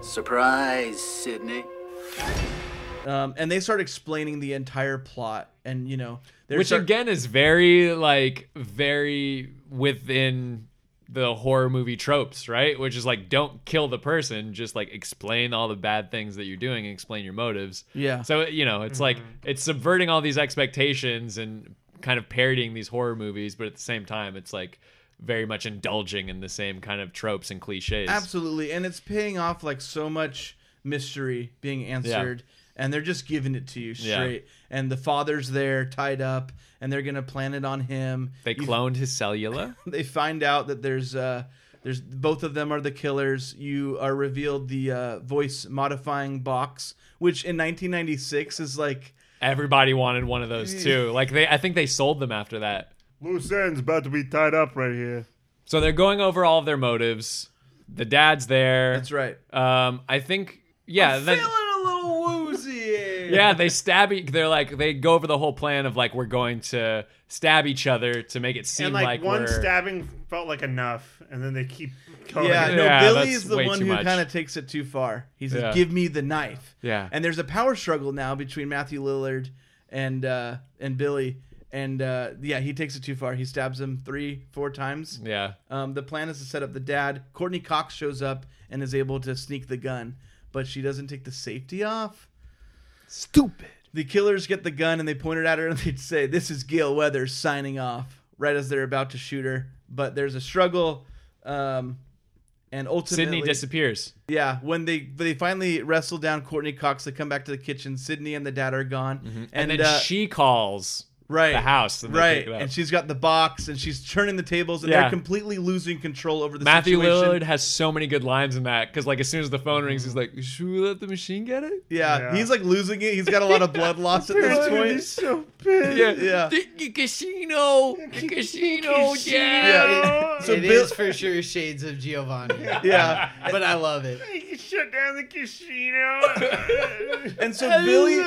[SPEAKER 18] Surprise, Sydney.
[SPEAKER 13] Um, and they start explaining the entire plot. And, you know, they're
[SPEAKER 16] which
[SPEAKER 13] start-
[SPEAKER 16] again is very like very within the horror movie tropes right which is like don't kill the person just like explain all the bad things that you're doing and explain your motives
[SPEAKER 13] Yeah.
[SPEAKER 16] so you know it's like it's subverting all these expectations and kind of parodying these horror movies but at the same time it's like very much indulging in the same kind of tropes and cliches
[SPEAKER 13] Absolutely, and it's paying off like so much mystery being answered, and they're just giving it to you
[SPEAKER 16] Yeah.
[SPEAKER 13] straight. And the father's there, tied up, and they're gonna plan it on him.
[SPEAKER 16] they
[SPEAKER 13] You-
[SPEAKER 16] cloned his cellula
[SPEAKER 13] they find out that there's uh, there's both of them are the killers. You are revealed the uh, voice modifying box, which in 1996 is like
[SPEAKER 16] everybody wanted one of those too like they i think they sold them after that
[SPEAKER 1] Loose ends about to be tied up right here.
[SPEAKER 16] So they're going over all of their motives. The dad's there.
[SPEAKER 13] That's right.
[SPEAKER 16] Um, I think yeah.
[SPEAKER 13] I'm
[SPEAKER 16] then
[SPEAKER 13] feeling a little woozy.
[SPEAKER 16] yeah, they stab. E- they're like they go over the whole plan of like we're going to stab each other to make it seem
[SPEAKER 1] and like, one
[SPEAKER 16] we're-
[SPEAKER 1] stabbing felt like enough, and then they keep going.
[SPEAKER 13] Yeah, no,
[SPEAKER 16] Yeah,
[SPEAKER 13] Billy
[SPEAKER 16] that's
[SPEAKER 13] is the
[SPEAKER 16] way
[SPEAKER 13] one
[SPEAKER 16] too
[SPEAKER 13] who
[SPEAKER 16] much.
[SPEAKER 13] kind of takes it too far. He says,
[SPEAKER 16] Yeah.
[SPEAKER 13] "Give me the knife."
[SPEAKER 16] Yeah.
[SPEAKER 13] And there's a power struggle now between Matthew Lillard and uh, and Billy, and uh, yeah, he takes it too far. He stabs him three, four times.
[SPEAKER 16] Yeah.
[SPEAKER 13] Um, the plan is to set up the dad. Courtney Cox shows up and is able to sneak the gun, but she doesn't take the safety off.
[SPEAKER 16] Stupid.
[SPEAKER 13] The killers get the gun and they point it at her and they say, This is Gail Weathers signing off right as they're about to shoot her. But there's a struggle. Um, and ultimately,
[SPEAKER 16] Sydney disappears.
[SPEAKER 13] Yeah, when they they finally wrestle down Courtney Cox, they come back to the kitchen. Sydney and the dad are gone,
[SPEAKER 16] Mm-hmm. And, then
[SPEAKER 13] uh,
[SPEAKER 16] she calls
[SPEAKER 13] right
[SPEAKER 16] the house. And they
[SPEAKER 13] right,
[SPEAKER 16] pick it up.
[SPEAKER 13] and she's got the box and she's turning the tables, and
[SPEAKER 16] Yeah.
[SPEAKER 13] they're completely losing control over the
[SPEAKER 16] Matthew
[SPEAKER 13] situation.
[SPEAKER 16] Lillard has so many good lines in that because like as soon as the phone rings, he's like, "Should we let the machine get it?"
[SPEAKER 13] Yeah, he's like losing it. He's got a lot of blood loss at this point.
[SPEAKER 1] He's so pissed.
[SPEAKER 16] Yeah.
[SPEAKER 13] Yeah.
[SPEAKER 16] The casino, the casino,
[SPEAKER 13] Yeah.
[SPEAKER 12] So
[SPEAKER 13] So
[SPEAKER 12] it
[SPEAKER 13] Bill-
[SPEAKER 12] is for sure shades of Giovanni.
[SPEAKER 13] Yeah.
[SPEAKER 12] but I love it.
[SPEAKER 1] You shut down the casino.
[SPEAKER 13] And so
[SPEAKER 1] I
[SPEAKER 13] Billy,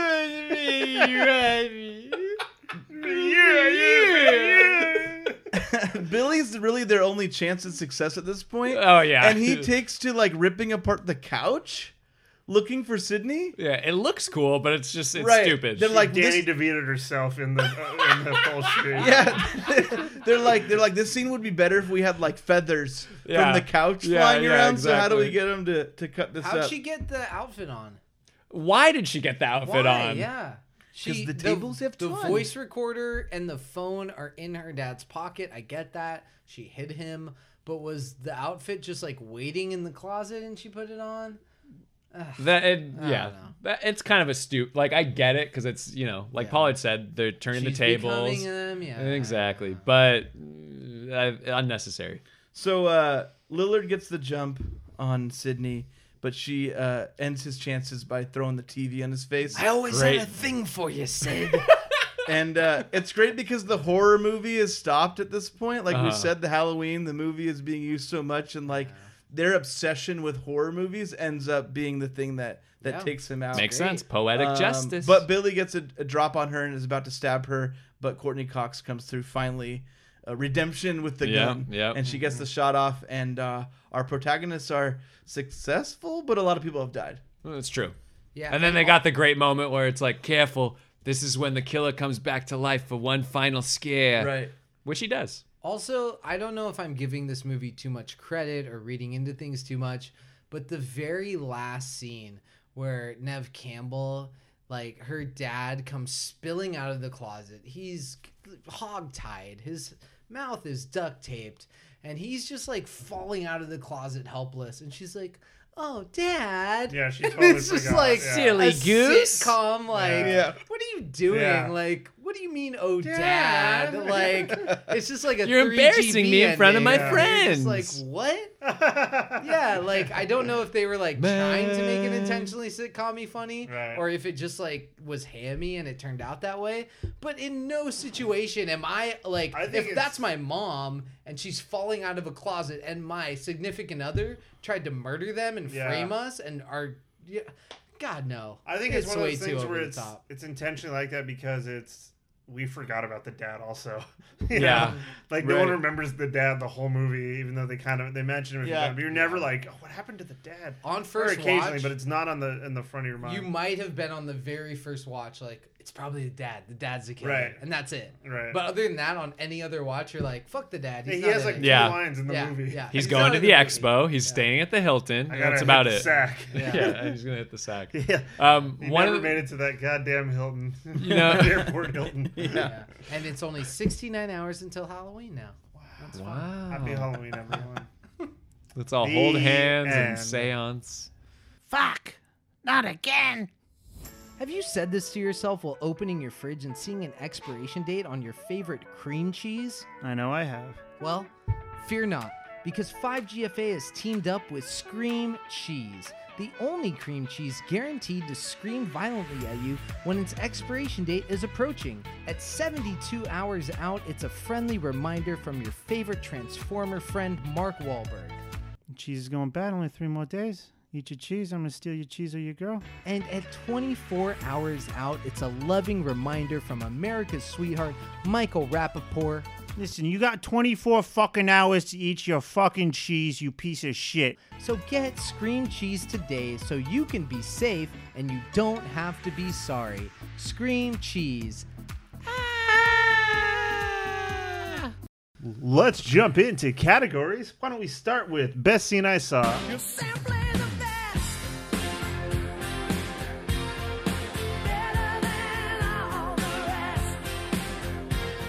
[SPEAKER 1] yeah, yeah, yeah.
[SPEAKER 13] Billy's really their only chance at success at this point.
[SPEAKER 16] Oh, yeah.
[SPEAKER 13] and he takes to like ripping apart the couch, looking for Sydney.
[SPEAKER 16] Yeah, it looks cool, but it's just it's
[SPEAKER 13] Right.
[SPEAKER 16] stupid.
[SPEAKER 13] They're like
[SPEAKER 1] Danny
[SPEAKER 13] this,
[SPEAKER 1] DeVito herself in the uh, in the whole shit.
[SPEAKER 13] yeah, they're like they're like this scene would be better if we had like feathers
[SPEAKER 16] Yeah.
[SPEAKER 13] from the couch
[SPEAKER 16] Yeah,
[SPEAKER 13] flying
[SPEAKER 16] yeah,
[SPEAKER 13] around. So how do we
[SPEAKER 16] exactly.
[SPEAKER 13] get him to to cut this
[SPEAKER 12] How'd
[SPEAKER 13] up?
[SPEAKER 12] she get the outfit on?
[SPEAKER 16] Why did she get the outfit
[SPEAKER 12] Why?
[SPEAKER 16] on?
[SPEAKER 12] Yeah. She,
[SPEAKER 13] the tables have
[SPEAKER 12] the
[SPEAKER 13] tons.
[SPEAKER 12] voice recorder and the phone are in her dad's pocket. I get that. She hid him, but was the outfit just like waiting in the closet and she put it on?
[SPEAKER 16] That it,
[SPEAKER 12] I
[SPEAKER 16] yeah,
[SPEAKER 12] don't know.
[SPEAKER 16] that, it's kind of a stoop. Like I get it because it's you know like Pollard said they're turning
[SPEAKER 12] She's
[SPEAKER 16] the tables
[SPEAKER 12] becoming him, yeah.
[SPEAKER 16] exactly, but uh, unnecessary.
[SPEAKER 13] So uh, Lillard gets the jump on Sydney, but she uh, ends his chances by throwing the TV in his face.
[SPEAKER 12] I always
[SPEAKER 16] Great.
[SPEAKER 12] had Oh, a thing for you, Sid.
[SPEAKER 13] and uh, it's great because the horror movie is stopped at this point. Like
[SPEAKER 16] Uh-huh.
[SPEAKER 13] we said, the Halloween, the movie is being used so much, and like their obsession with horror movies ends up being the thing that that
[SPEAKER 12] Yeah.
[SPEAKER 13] takes him out.
[SPEAKER 16] Makes sense. Poetic
[SPEAKER 13] Um,
[SPEAKER 16] justice.
[SPEAKER 13] But Billy gets a, a drop on her and is about to stab her, but Courtney Cox comes through finally. Uh, redemption with the
[SPEAKER 16] Yeah,
[SPEAKER 13] gun,
[SPEAKER 16] yeah.
[SPEAKER 13] and she gets the shot off. And uh, our protagonists are successful, but a lot of people have died.
[SPEAKER 16] Well, that's true.
[SPEAKER 12] Yeah,
[SPEAKER 16] and then
[SPEAKER 12] and
[SPEAKER 16] they got the great moment where it's like, careful. This is when the killer comes back to life for one final scare.
[SPEAKER 13] Right.
[SPEAKER 16] Which he does.
[SPEAKER 12] Also, I don't know if I'm giving this movie too much credit or reading into things too much, but the very last scene where Nev Campbell, like her dad, comes spilling out of the closet. He's hogtied, his mouth is duct taped, and he's just like falling out of the closet helpless. And she's like, "Oh, dad."
[SPEAKER 1] Yeah, she totally
[SPEAKER 12] it's just
[SPEAKER 1] forgot,
[SPEAKER 12] like
[SPEAKER 1] yeah.
[SPEAKER 16] Silly
[SPEAKER 12] a
[SPEAKER 16] goose.
[SPEAKER 12] sitcom. Like,
[SPEAKER 13] Yeah.
[SPEAKER 12] what are you doing?
[SPEAKER 1] Yeah.
[SPEAKER 12] Like, what do you mean, oh,
[SPEAKER 1] Dad.
[SPEAKER 12] dad? Like, it's just like a
[SPEAKER 16] You're
[SPEAKER 12] 3GB
[SPEAKER 16] embarrassing me in front of my
[SPEAKER 12] ending. You're just
[SPEAKER 16] friends.
[SPEAKER 12] like what? yeah, like I don't know if they were like trying to make it intentionally sitcom funny,
[SPEAKER 1] Right.
[SPEAKER 12] or if it just like was hammy and it turned out that way. But in no situation am I like
[SPEAKER 1] I think
[SPEAKER 12] if
[SPEAKER 1] it's-
[SPEAKER 12] that's my mom and she's falling out of a closet and my significant other tried to murder them and
[SPEAKER 1] Yeah.
[SPEAKER 12] frame us and are yeah, God no.
[SPEAKER 1] I think it's, one of
[SPEAKER 12] way
[SPEAKER 1] those
[SPEAKER 12] too
[SPEAKER 1] things
[SPEAKER 12] over
[SPEAKER 1] where
[SPEAKER 12] the
[SPEAKER 1] it's
[SPEAKER 12] top.
[SPEAKER 1] it's intentionally like that because it's we forgot about the dad also.
[SPEAKER 16] Yeah.
[SPEAKER 1] You know? Like no one
[SPEAKER 13] Right.
[SPEAKER 1] remembers the dad the whole movie, even though they kind of they mention him. a few
[SPEAKER 13] Yeah.
[SPEAKER 1] times, But you're never like, oh, what happened to the dad?
[SPEAKER 12] On
[SPEAKER 1] Or
[SPEAKER 12] first
[SPEAKER 1] occasionally,
[SPEAKER 12] watch-
[SPEAKER 1] but it's not on the in the front of your mind.
[SPEAKER 12] You might have been on the very first watch, like it's probably the dad. The dad's the killer,
[SPEAKER 1] Right.
[SPEAKER 12] and that's it.
[SPEAKER 1] Right.
[SPEAKER 12] But other than that, on any other watch, you're like, fuck the dad.
[SPEAKER 1] Yeah,
[SPEAKER 12] He's
[SPEAKER 1] he
[SPEAKER 12] not
[SPEAKER 1] has
[SPEAKER 12] in
[SPEAKER 1] like
[SPEAKER 12] it.
[SPEAKER 1] two
[SPEAKER 16] Yeah.
[SPEAKER 1] lines in the
[SPEAKER 12] Yeah,
[SPEAKER 1] movie.
[SPEAKER 12] yeah.
[SPEAKER 16] He's
[SPEAKER 12] He's
[SPEAKER 16] going
[SPEAKER 12] not
[SPEAKER 16] to
[SPEAKER 12] in
[SPEAKER 16] the
[SPEAKER 12] the movie.
[SPEAKER 16] expo. He's staying at the Hilton.
[SPEAKER 1] I gotta
[SPEAKER 16] That's
[SPEAKER 1] hit
[SPEAKER 16] about
[SPEAKER 1] the
[SPEAKER 16] it.
[SPEAKER 1] Sack.
[SPEAKER 16] Yeah. he's gonna hit the sack.
[SPEAKER 1] Yeah.
[SPEAKER 16] Um,
[SPEAKER 1] He
[SPEAKER 16] one
[SPEAKER 1] never
[SPEAKER 16] of the,
[SPEAKER 1] made it to that goddamn Hilton.
[SPEAKER 16] You know-
[SPEAKER 1] airport Hilton.
[SPEAKER 12] Yeah. And it's only 69 hours until Halloween now. That's fun.
[SPEAKER 1] Happy
[SPEAKER 6] Oh.
[SPEAKER 16] wow.
[SPEAKER 1] Halloween, everyone.
[SPEAKER 16] Let's all
[SPEAKER 1] The
[SPEAKER 16] hold hands and
[SPEAKER 1] end.
[SPEAKER 16] seance.
[SPEAKER 4] Fuck! Not again!
[SPEAKER 12] Have you said this to yourself while opening your fridge and seeing an expiration date on your favorite cream cheese?
[SPEAKER 6] I know I have.
[SPEAKER 12] Well, fear not, because 5GFA has teamed up with Scream Cheese, the only cream cheese guaranteed to scream violently at you when its expiration date is approaching. At 72 hours out, it's a friendly reminder from your favorite Transformer friend, Mark Wahlberg.
[SPEAKER 6] Cheese is going bad. Only three more days. Eat your cheese. I'm gonna steal your cheese or your girl.
[SPEAKER 12] And at 24 hours out, it's a loving reminder from America's sweetheart, Michael Rappaport.
[SPEAKER 6] Listen, you got 24 fucking hours to eat your fucking cheese, you piece of shit.
[SPEAKER 12] So get Scream Cheese today so you can be safe and you don't have to be sorry. Scream Cheese. Ah!
[SPEAKER 1] Let's jump into categories. Why don't we start with best scene I saw?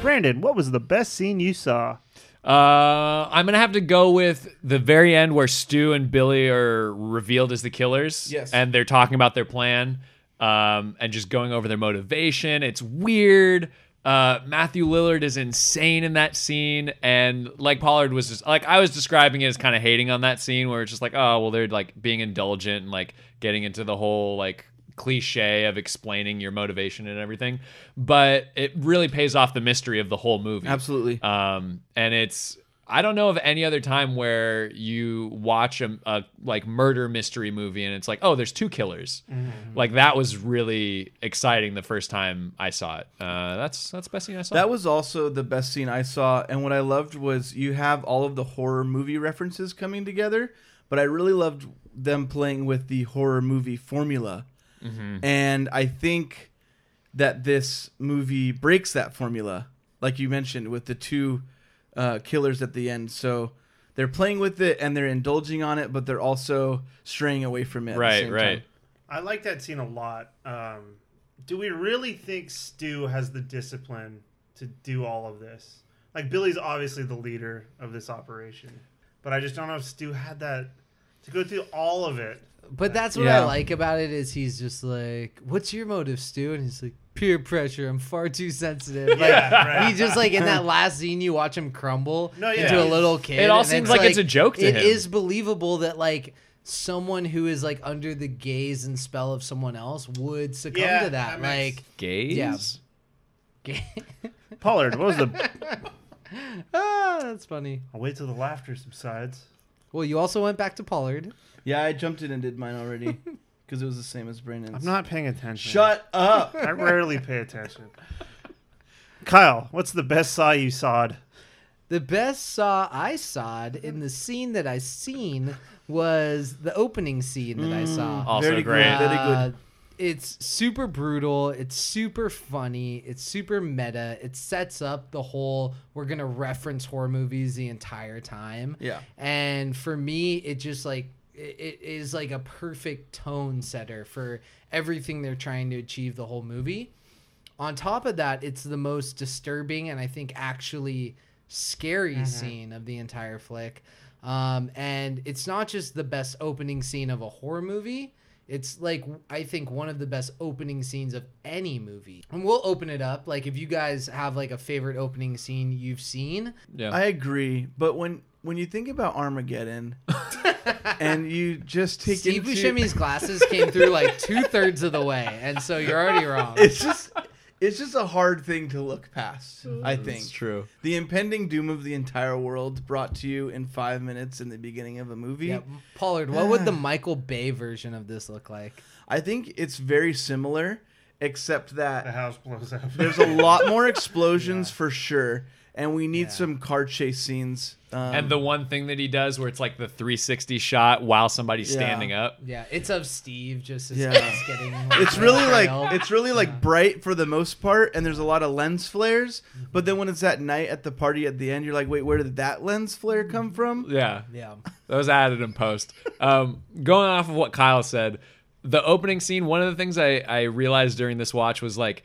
[SPEAKER 1] Brandon, what was the best scene you saw?
[SPEAKER 16] Uh, I'm gonna have to go with the very end where Stu and Billy are revealed as the killers.
[SPEAKER 13] Yes.
[SPEAKER 16] and they're talking about their plan, um, and just going over their motivation. It's weird. Uh, Matthew Lillard is insane in that scene, and like Pollard was just like I was describing it as kind of hating on that scene where it's just like oh well they're like being indulgent and like getting into the whole like cliche of explaining your motivation and everything, but it really pays off the mystery of the whole movie.
[SPEAKER 13] Absolutely.
[SPEAKER 16] Um, and it's I don't know of any other time where you watch a, a like murder mystery movie and it's like, oh, there's two killers. Like that was really exciting the first time I saw it. Uh, that's that's the best thing I saw.
[SPEAKER 13] That was also the best scene I saw, and what I loved was you have all of the horror movie references coming together, but I really loved them playing with the horror movie formula.
[SPEAKER 16] Mhm.
[SPEAKER 13] And I think that this movie breaks that formula, like you mentioned, with the two uh, killers at the end. So they're playing with it and they're indulging on it, but they're also straying away from it. at the same time.
[SPEAKER 1] I like that scene a lot. Um, do we really think Stu has the discipline to do all of this? Like Billy's obviously the leader of this operation, but I just don't know if Stu had that to go through all of it.
[SPEAKER 12] But that's what
[SPEAKER 13] Yeah.
[SPEAKER 12] I like about it is he's just like, "What's your motive, Stu?" And he's like, "Peer pressure. I'm far too sensitive." Like,
[SPEAKER 1] Yeah, right.
[SPEAKER 12] He just like in that last scene, you watch him crumble
[SPEAKER 1] No, yeah.
[SPEAKER 12] into a little
[SPEAKER 1] It
[SPEAKER 12] kid.
[SPEAKER 16] all
[SPEAKER 12] and
[SPEAKER 16] seems like it's a joke to him.
[SPEAKER 12] It is believable that like someone who is like under the gaze and spell of someone else would succumb
[SPEAKER 1] Yeah,
[SPEAKER 12] to
[SPEAKER 1] that
[SPEAKER 12] that.
[SPEAKER 1] makes-
[SPEAKER 12] like
[SPEAKER 16] Gaze.
[SPEAKER 12] Yeah.
[SPEAKER 1] Pollard, what was the?
[SPEAKER 12] ah, that's funny.
[SPEAKER 1] I'll wait till the laughter subsides.
[SPEAKER 12] Well, you also went back to Pollard.
[SPEAKER 13] Yeah, I jumped in and did mine already because it was the same as Brandon's.
[SPEAKER 1] I'm not paying attention.
[SPEAKER 13] Shut up.
[SPEAKER 1] I rarely pay attention. Kyle, what's the best saw you sawed?
[SPEAKER 12] The best saw I sawed in the scene that I seen was the opening scene that I saw.
[SPEAKER 16] Also Very good, great. very
[SPEAKER 12] Uh, it's super brutal. It's super funny. It's super meta. It sets up the whole we're gonna reference horror movies the entire time.
[SPEAKER 13] Yeah.
[SPEAKER 12] And for me, it just like it it is like a perfect tone setter for everything they're trying to achieve the whole movie. On top of that, it's the most disturbing and I think actually scary scene of the entire flick. Um, and it's not just the best opening scene of a horror movie. It's like I think one of the best opening scenes of any movie. And we'll open it up. Like if you guys have like a favorite opening scene you've seen,
[SPEAKER 16] Yeah.
[SPEAKER 13] I agree, but when when you think about Armageddon, and you just take
[SPEAKER 12] Steve
[SPEAKER 13] into-
[SPEAKER 12] Buscemi's glasses came through like two thirds of the way, and so you're already wrong.
[SPEAKER 13] it's just it's just a hard thing to look past. I
[SPEAKER 12] Mm.
[SPEAKER 13] think
[SPEAKER 16] It's true.
[SPEAKER 13] the impending doom of the entire world brought to you in five minutes in the beginning of a movie.
[SPEAKER 12] Yeah, Pollard, what would the Michael Bay version of this look like?
[SPEAKER 13] I think it's very similar, except
[SPEAKER 1] The
[SPEAKER 13] that
[SPEAKER 1] house blows up.
[SPEAKER 13] there's a lot more explosions for sure, and we need some car chase scenes. Um,
[SPEAKER 16] and the one thing that he does where it's like the 360 shot while somebody's
[SPEAKER 13] Yeah.
[SPEAKER 16] standing up.
[SPEAKER 12] Yeah, it's of Steve just as
[SPEAKER 13] Yeah.
[SPEAKER 12] he's getting. like,
[SPEAKER 13] it's really
[SPEAKER 12] trailed.
[SPEAKER 13] like it's really like bright for the most part and there's a lot of lens flares but then when it's at night at the party at the end you're like wait where did that lens flare come from
[SPEAKER 16] Yeah.
[SPEAKER 12] yeah.
[SPEAKER 16] Those added in post. Um, going off of what Kyle said, the opening scene, one of the things I, I realized during this watch was like,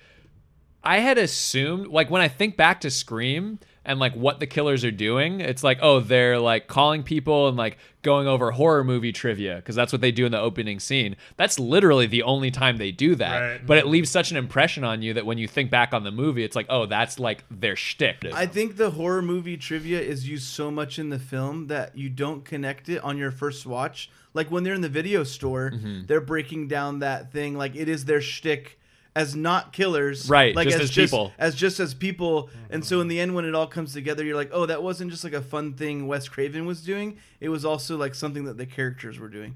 [SPEAKER 16] I had assumed, like, when I think back to Scream, and like what the killers are doing. It's like, oh, they're like calling people and like going over horror movie trivia because that's what they do in the opening scene. That's literally the only time they do that.
[SPEAKER 13] Right.
[SPEAKER 16] But it leaves such an impression on you that when you think back on the movie, it's like, oh, that's like their shtick.
[SPEAKER 13] I think the horror movie trivia is used so much in the film that you don't connect it on your first watch. Like when they're in the video store,
[SPEAKER 16] Mhm.
[SPEAKER 13] they're breaking down that thing. Like it is their shtick as not killers,
[SPEAKER 16] Right,
[SPEAKER 13] Like
[SPEAKER 16] just as people. Mm-hmm.
[SPEAKER 13] as just as people. And so in the end, when it all comes together, you're like, oh, that wasn't just like a fun thing Wes Craven was doing. It was also like something that the characters were doing.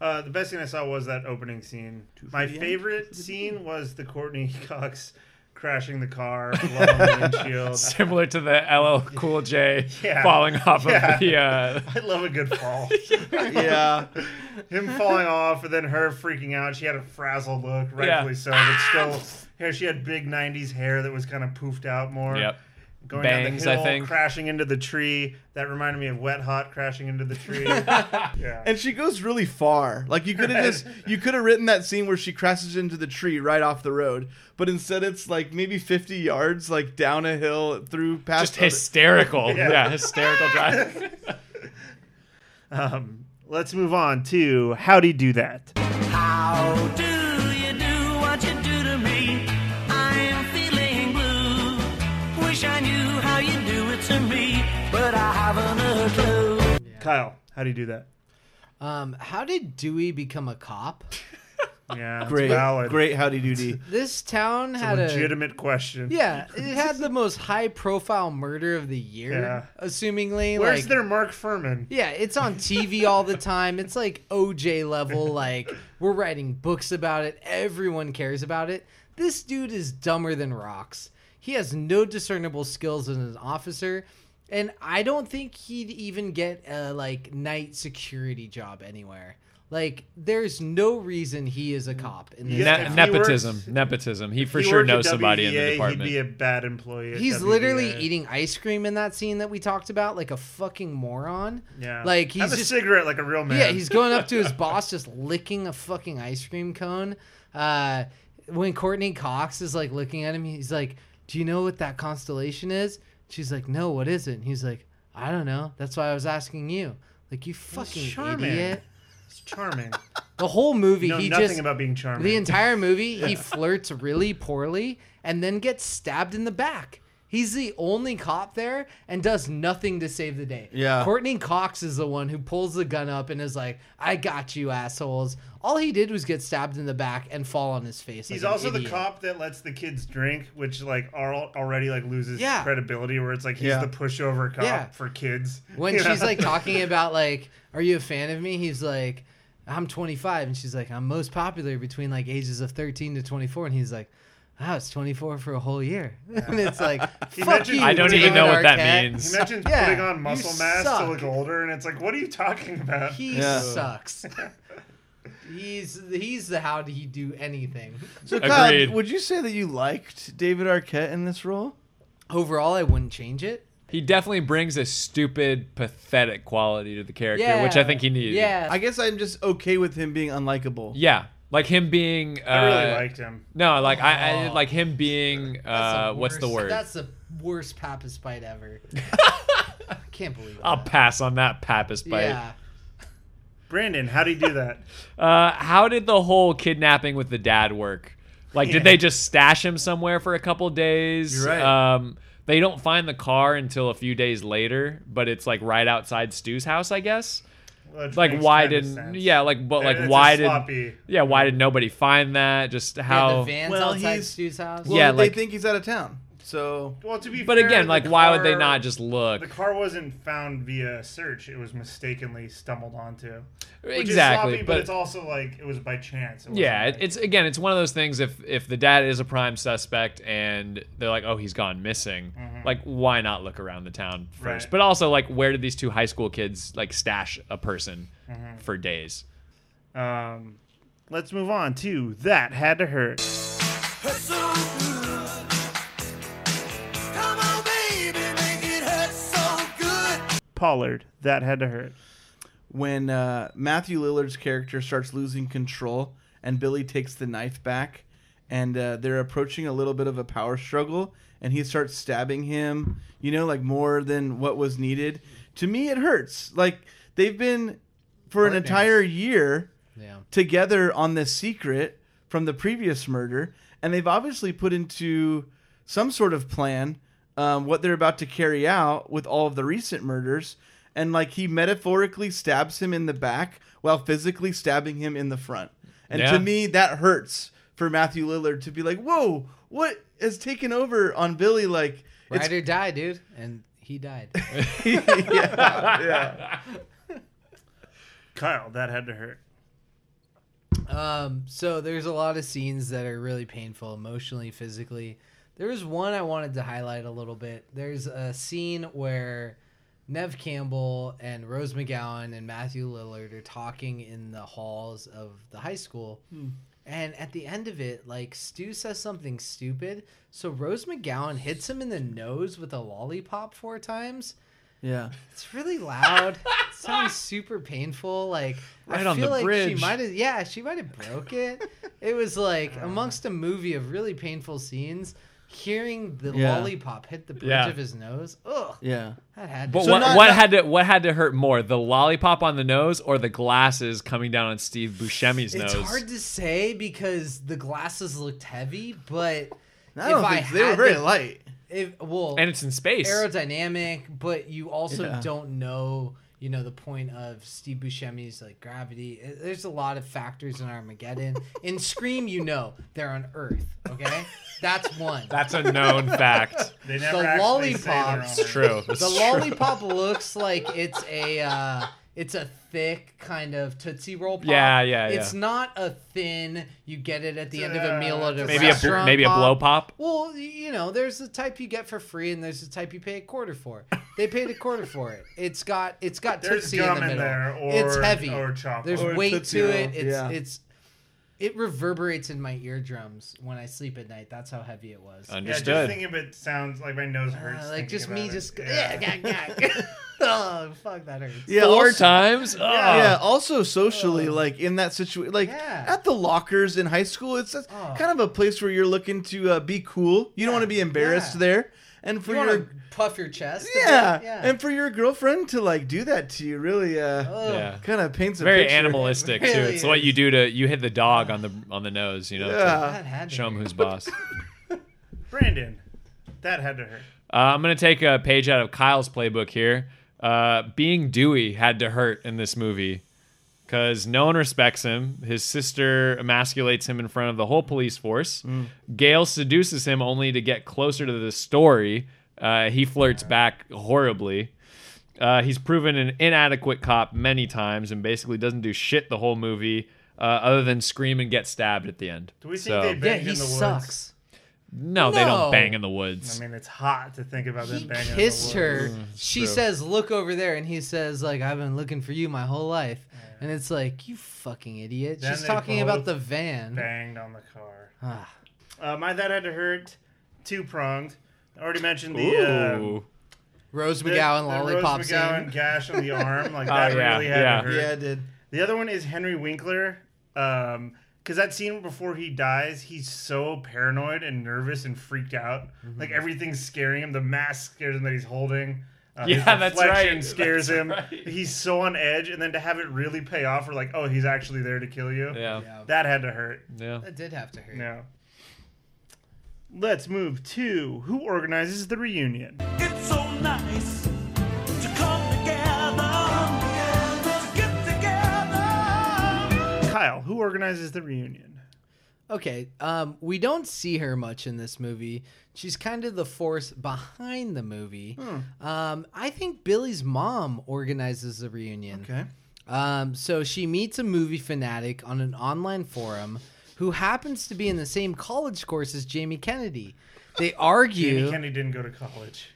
[SPEAKER 1] Uh, the best thing I saw was that opening scene.
[SPEAKER 13] for
[SPEAKER 1] My
[SPEAKER 13] the end,
[SPEAKER 1] favorite scene was the Courtney Cox crashing the car, blowing the windshield.
[SPEAKER 16] Similar to the LL Cool J
[SPEAKER 1] Yeah.
[SPEAKER 16] falling off
[SPEAKER 1] Yeah.
[SPEAKER 16] of the. Uh,
[SPEAKER 1] I love a good fall.
[SPEAKER 13] yeah.
[SPEAKER 1] Him falling off and then her freaking out. She had a frazzled look, rightfully
[SPEAKER 16] Yeah.
[SPEAKER 1] so, but still here she had big nineties hair that was kind of poofed out more.
[SPEAKER 16] Yep.
[SPEAKER 1] Going
[SPEAKER 16] Bangs,
[SPEAKER 1] down the
[SPEAKER 16] I
[SPEAKER 1] hill,
[SPEAKER 16] think.
[SPEAKER 1] crashing into the tree. That reminded me of Wet Hot crashing into the tree. yeah.
[SPEAKER 13] And she goes really far. Like you could have
[SPEAKER 1] Right.
[SPEAKER 13] just you could have written that scene where she crashes into the tree right off the road, but instead it's like maybe 50 yards like down a hill through past
[SPEAKER 16] Just hysterical. Yeah, hysterical drive.
[SPEAKER 1] Um, let's move on to how do you do that?
[SPEAKER 19] How Oh, do you do what you do to me? I'm feeling blue. Wish I knew how you do it to me, but I haven't a clue.
[SPEAKER 1] Kyle, how do you do that?
[SPEAKER 12] Um, how did Dewey become a cop?
[SPEAKER 1] Yeah, it's
[SPEAKER 13] Great.
[SPEAKER 1] valid.
[SPEAKER 13] Great howdy doody.
[SPEAKER 12] This town
[SPEAKER 1] It's a
[SPEAKER 12] had
[SPEAKER 1] legitimate question.
[SPEAKER 12] Yeah, it had the most high-profile murder of the year,
[SPEAKER 1] Yeah.
[SPEAKER 12] assumingly.
[SPEAKER 1] Where's
[SPEAKER 12] like,
[SPEAKER 1] their Mark Furman?
[SPEAKER 12] Yeah, it's on TV all the time. It's like OJ level. Like we're writing books about it. Everyone cares about it. This dude is dumber than rocks. He has no discernible skills as an officer, and I don't think he'd even get a like night security job anywhere. Like there's no reason he is a cop in this
[SPEAKER 16] Ne-
[SPEAKER 12] town.
[SPEAKER 16] nepotism. nepotism. He for
[SPEAKER 1] If he
[SPEAKER 16] sure
[SPEAKER 1] worked at
[SPEAKER 16] knows somebody in the
[SPEAKER 1] WBA,
[SPEAKER 16] department.
[SPEAKER 1] He'd be a bad employee. at E
[SPEAKER 12] He's
[SPEAKER 1] WBA.
[SPEAKER 12] literally eating ice cream in that scene that we talked about, like a fucking moron.
[SPEAKER 1] Yeah.
[SPEAKER 12] Like he's
[SPEAKER 1] Have a
[SPEAKER 12] just
[SPEAKER 1] cigarette like a real man.
[SPEAKER 12] Yeah, he's going up to his boss, just licking a fucking ice cream cone. Uh, when Courtney Cox is like looking at him, he's like, "Do you know what that constellation is?" She's like, "No, what is it?" And he's like, "I don't know. That's why I was asking you." Like you fucking
[SPEAKER 1] charming.
[SPEAKER 12] idiot.
[SPEAKER 1] It's charming.
[SPEAKER 12] The whole movie,
[SPEAKER 1] You know
[SPEAKER 12] he
[SPEAKER 1] nothing
[SPEAKER 12] just
[SPEAKER 1] about being charming.
[SPEAKER 12] The entire movie, he
[SPEAKER 1] Yeah.
[SPEAKER 12] flirts really poorly and then gets stabbed in the back. He's the only cop there and does nothing to save the day.
[SPEAKER 13] Yeah.
[SPEAKER 12] Courtney Cox is the one who pulls the gun up and is like, "I got you, assholes." All he did was get stabbed in the back and fall on his face.
[SPEAKER 1] He's
[SPEAKER 12] like an
[SPEAKER 1] also the
[SPEAKER 12] idiot.
[SPEAKER 1] cop that lets the kids drink, which like are already like loses
[SPEAKER 12] Yeah.
[SPEAKER 1] credibility. Where it's like he's
[SPEAKER 12] Yeah.
[SPEAKER 1] the pushover cop
[SPEAKER 12] Yeah.
[SPEAKER 1] for kids.
[SPEAKER 12] When
[SPEAKER 1] You
[SPEAKER 12] she's
[SPEAKER 1] know?
[SPEAKER 12] like talking about like, "Are you a fan of me?" He's like, "I'm 25," and she's like, "I'm most popular between like ages of 13 to 24," and he's like. Wow, it's 24 for a whole year. and it's like,
[SPEAKER 1] He
[SPEAKER 12] fuck
[SPEAKER 1] mentions
[SPEAKER 12] you,
[SPEAKER 16] I don't even know
[SPEAKER 12] David
[SPEAKER 16] what that
[SPEAKER 12] Arquette.
[SPEAKER 16] means.
[SPEAKER 1] He mentions
[SPEAKER 12] Yeah,
[SPEAKER 1] putting on
[SPEAKER 12] you
[SPEAKER 1] muscle mass
[SPEAKER 12] suck.
[SPEAKER 1] to look older, and it's like, what are you talking about?
[SPEAKER 12] He
[SPEAKER 13] Yeah.
[SPEAKER 12] sucks. he's he's the how do he do anything.
[SPEAKER 13] So Kyle, would you say that you liked David Arquette in this role?
[SPEAKER 12] Overall, I wouldn't change it.
[SPEAKER 16] He definitely brings a stupid, pathetic quality to the character, which I think he needed.
[SPEAKER 13] I guess I'm just okay with him being unlikable.
[SPEAKER 16] Yeah, like him being. Uh,
[SPEAKER 13] I really liked him.
[SPEAKER 16] No, like I, I
[SPEAKER 12] Oh.
[SPEAKER 16] like him being. Uh, what's the
[SPEAKER 12] Worst-
[SPEAKER 16] word?
[SPEAKER 12] That's the worst Pappas bite ever. I can't believe it.
[SPEAKER 16] I'll pass on that Pappas bite.
[SPEAKER 12] Yeah.
[SPEAKER 1] Brandon, how do you do that?
[SPEAKER 16] Uh, how did the whole kidnapping with the dad work? Like,
[SPEAKER 1] Yeah.
[SPEAKER 16] did they just stash him somewhere for a couple days?
[SPEAKER 13] You're right.
[SPEAKER 16] Um, they don't find the car until a few days later, but it's like right outside Stu's house, I guess.
[SPEAKER 1] Which
[SPEAKER 16] like
[SPEAKER 1] makes
[SPEAKER 16] why
[SPEAKER 1] kinda
[SPEAKER 16] didn't
[SPEAKER 1] sense.
[SPEAKER 16] yeah like but
[SPEAKER 1] And
[SPEAKER 16] like
[SPEAKER 1] it's a
[SPEAKER 16] why did
[SPEAKER 1] sloppy-
[SPEAKER 16] yeah why did nobody find that just how
[SPEAKER 12] the van's
[SPEAKER 13] Well,
[SPEAKER 12] outside
[SPEAKER 13] he's-
[SPEAKER 12] Stu's house.
[SPEAKER 16] Well, Yeah,
[SPEAKER 13] They
[SPEAKER 16] like-
[SPEAKER 13] think he's out of town. So
[SPEAKER 1] Well, to be
[SPEAKER 16] but
[SPEAKER 1] fair,
[SPEAKER 16] again
[SPEAKER 1] the
[SPEAKER 16] like why would they
[SPEAKER 1] car-
[SPEAKER 16] not just look
[SPEAKER 1] The car wasn't found via search; it was mistakenly stumbled onto. Which
[SPEAKER 16] Exactly,
[SPEAKER 1] is sloppy, but,
[SPEAKER 16] but-
[SPEAKER 1] it's also like it was by chance. It
[SPEAKER 16] yeah
[SPEAKER 1] wasn't
[SPEAKER 16] it- it's again it's one of those things if if the dad is a prime suspect and they're like oh he's gone missing like why not look around the town first
[SPEAKER 1] Mm-hmm. Right.
[SPEAKER 16] but also like where did these two high school kids like stash a person
[SPEAKER 1] Mhm.
[SPEAKER 16] for days
[SPEAKER 1] like- um, let's move on to that had to hurt.
[SPEAKER 19] Hurts so good. Come on, baby, make it hurt so good.
[SPEAKER 1] Pollard, that had to hurt.
[SPEAKER 13] when uh, Matthew Lillard's character starts losing control and Billy takes the knife back and uh, they're approaching a little bit of a power struggle, and he starts stabbing him. You know, like more than what was needed. To me, it hurts. Like they've been for an
[SPEAKER 12] Partners.
[SPEAKER 13] entire year
[SPEAKER 12] Yeah.
[SPEAKER 13] together on this secret from the previous murder, and they've obviously put into some sort of plan um, what they're about to carry out with all of the recent murders. And like he metaphorically stabs him in the back while physically stabbing him in the front. And
[SPEAKER 16] Yeah.
[SPEAKER 13] to me, that hurts for Matthew Lillard to be like, "Whoa, what has taken over on Billy?" Like, it's-
[SPEAKER 12] Ride or die, dude. And he died.
[SPEAKER 13] Yeah,
[SPEAKER 1] Kyle, that had to hurt.
[SPEAKER 12] Um, so there's a lot of scenes that are really painful emotionally, physically. There's one I wanted to highlight a little bit. There's a scene where Nev Campbell and Rose McGowan and Matthew Lillard are talking in the halls of the high school. And at the end of it, like Stu says something stupid. So Rose McGowan hits him in the nose with a lollipop four times.
[SPEAKER 13] yeah.
[SPEAKER 12] It's really loud. it sounds super painful. Like
[SPEAKER 13] Right
[SPEAKER 12] I
[SPEAKER 13] on
[SPEAKER 12] feel
[SPEAKER 13] the
[SPEAKER 12] like
[SPEAKER 13] bridge.
[SPEAKER 12] She might have, yeah, she might have broke it. it was like amongst a movie of really painful scenes, hearing the
[SPEAKER 13] Yeah.
[SPEAKER 12] lollipop hit the bridge
[SPEAKER 16] Yeah.
[SPEAKER 12] of his nose. Ugh.
[SPEAKER 13] Yeah.
[SPEAKER 12] That had.
[SPEAKER 16] But
[SPEAKER 12] to
[SPEAKER 16] what,
[SPEAKER 12] hurt.
[SPEAKER 16] what had to what had to hurt more, the lollipop on the nose or the glasses coming down on Steve Buscemi's
[SPEAKER 12] It's
[SPEAKER 16] nose?
[SPEAKER 12] hard to say because the glasses looked heavy, but
[SPEAKER 13] I don't
[SPEAKER 12] if I
[SPEAKER 13] think- they were
[SPEAKER 12] had
[SPEAKER 13] very
[SPEAKER 12] to-
[SPEAKER 13] light.
[SPEAKER 12] If well,
[SPEAKER 16] And it's in space.
[SPEAKER 12] aerodynamic, but you also
[SPEAKER 13] Yeah.
[SPEAKER 12] don't know, you know, the point of Steve Buscemi's like gravity. Uh, There's a lot of factors in Armageddon. in Scream, you know, they're on Earth. Okay, that's one.
[SPEAKER 16] That's a known fact.
[SPEAKER 1] They
[SPEAKER 12] the
[SPEAKER 1] never actually say they're
[SPEAKER 12] lollipop.
[SPEAKER 1] on
[SPEAKER 16] It's true. It's
[SPEAKER 12] the
[SPEAKER 16] true.
[SPEAKER 12] lollipop looks like it's a uh, it's a thick kind of tootsie roll pop.
[SPEAKER 16] Yeah, yeah,
[SPEAKER 12] It's
[SPEAKER 16] yeah.
[SPEAKER 12] not a thin. You get it at the end of a meal at a
[SPEAKER 16] Maybe a bl-
[SPEAKER 12] restaurant.
[SPEAKER 16] maybe a blow pop.
[SPEAKER 12] Well, y- you know, there's the type you get for free, and there's the type you pay a quarter for. They paid a quarter for it. It's got it's got
[SPEAKER 1] There's
[SPEAKER 12] tootsie
[SPEAKER 1] gum
[SPEAKER 12] in the
[SPEAKER 1] in
[SPEAKER 12] middle.
[SPEAKER 1] there, or-
[SPEAKER 12] it's heavy.
[SPEAKER 1] or chocolate.
[SPEAKER 12] There's
[SPEAKER 1] Or
[SPEAKER 12] weight
[SPEAKER 1] Tootsie
[SPEAKER 12] to
[SPEAKER 1] Roll,
[SPEAKER 12] it. It's
[SPEAKER 1] yeah.
[SPEAKER 12] it's it reverberates in my eardrums when I sleep at night. That's how heavy it was.
[SPEAKER 1] Yeah, just thinking of it sounds like my nose hurts.
[SPEAKER 12] Uh, like
[SPEAKER 1] thinking
[SPEAKER 12] just me,
[SPEAKER 1] about it.
[SPEAKER 12] just
[SPEAKER 1] Yeah.
[SPEAKER 12] oh fuck that hurts.
[SPEAKER 16] Four times? Oh.
[SPEAKER 13] Yeah,
[SPEAKER 16] Ugh.
[SPEAKER 13] yeah, Also socially,
[SPEAKER 12] Oh.
[SPEAKER 13] like in that situation, like at the lockers in high school, it's that's
[SPEAKER 12] Oh.
[SPEAKER 13] kind of a place where you're looking to uh, be cool. You don't want to be embarrassed there, and for
[SPEAKER 12] You
[SPEAKER 13] your
[SPEAKER 12] want to puff your chest? a bit?
[SPEAKER 13] yeah,
[SPEAKER 12] yeah.
[SPEAKER 13] and for your girlfriend to like do that to you really uh,
[SPEAKER 12] Ugh.
[SPEAKER 16] Yeah.
[SPEAKER 13] kind of paints a
[SPEAKER 16] very
[SPEAKER 13] picture.
[SPEAKER 16] animalistic too. It's what you do to you hit the dog on the on the nose, you know,
[SPEAKER 13] Yeah.
[SPEAKER 1] That had
[SPEAKER 16] to
[SPEAKER 1] to
[SPEAKER 16] show him who's boss. Uh,
[SPEAKER 1] Brandon, that had to hurt.
[SPEAKER 16] Uh, I'm gonna take a page out of Kyle's playbook here. Uh, being Dewey had to hurt in this movie because no one respects him. His sister emasculates him in front of the whole police force. Gail seduces him only to get closer to the story. Uh, he flirts back horribly. Uh, he's proven an inadequate cop many times and basically doesn't do shit the whole movie uh, other than scream and get stabbed at the end.
[SPEAKER 1] Do we think
[SPEAKER 16] So-
[SPEAKER 1] they banged
[SPEAKER 12] he
[SPEAKER 1] in the woods?
[SPEAKER 12] sucks.
[SPEAKER 16] No, they
[SPEAKER 12] No.
[SPEAKER 16] don't bang in the woods.
[SPEAKER 1] I mean, it's hot to think about them banging. in the
[SPEAKER 12] Kissed her.
[SPEAKER 1] woods.
[SPEAKER 12] she
[SPEAKER 16] true.
[SPEAKER 12] says, "Look over there," and he says, "Like I've been looking for you my whole life." And it's like, "You fucking idiot!"
[SPEAKER 1] Then
[SPEAKER 12] She's
[SPEAKER 1] they
[SPEAKER 12] talking about
[SPEAKER 1] both
[SPEAKER 12] the van.
[SPEAKER 1] Banged on the car.
[SPEAKER 12] Ah.
[SPEAKER 1] Uh, my that had to hurt. Two pronged. I already mentioned the. um,
[SPEAKER 12] Rose
[SPEAKER 1] the-
[SPEAKER 12] McGowan
[SPEAKER 1] the
[SPEAKER 12] lollipop
[SPEAKER 1] Rose
[SPEAKER 12] scene.
[SPEAKER 1] McGowan gash on the arm. Like
[SPEAKER 16] Oh,
[SPEAKER 1] that
[SPEAKER 16] yeah,
[SPEAKER 1] really had
[SPEAKER 16] yeah.
[SPEAKER 1] to hurt.
[SPEAKER 13] Yeah, it did.
[SPEAKER 1] The other one is Henry Winkler. Um, because that scene before he dies, he's so paranoid and nervous and freaked out.
[SPEAKER 13] Mm-hmm.
[SPEAKER 1] Like everything's scaring him. The mask scares him that he's holding. Uh, his
[SPEAKER 16] Yeah, that's right.
[SPEAKER 1] reflection Scares
[SPEAKER 16] That's
[SPEAKER 1] him. He's so on edge, and then to have it really pay off, we're like, oh, he's actually there to kill you.
[SPEAKER 16] Yeah.
[SPEAKER 12] Yeah.
[SPEAKER 1] that had to hurt.
[SPEAKER 16] Yeah.
[SPEAKER 12] That did have to hurt.
[SPEAKER 1] No. Let's move to who organizes the reunion.
[SPEAKER 19] It's so nice to come together. To get together.
[SPEAKER 1] Kyle, who organizes the reunion?
[SPEAKER 12] Okay, um, we don't see her much in this movie. She's kind of the force behind the movie. Um, I think Billy's mom organizes the reunion.
[SPEAKER 13] Okay.
[SPEAKER 12] Um, so she meets a movie fanatic on an online forum who happens to be in the same college course as Jamie Kennedy. They
[SPEAKER 1] Jamie
[SPEAKER 12] argue.
[SPEAKER 1] Kennedy didn't go to college.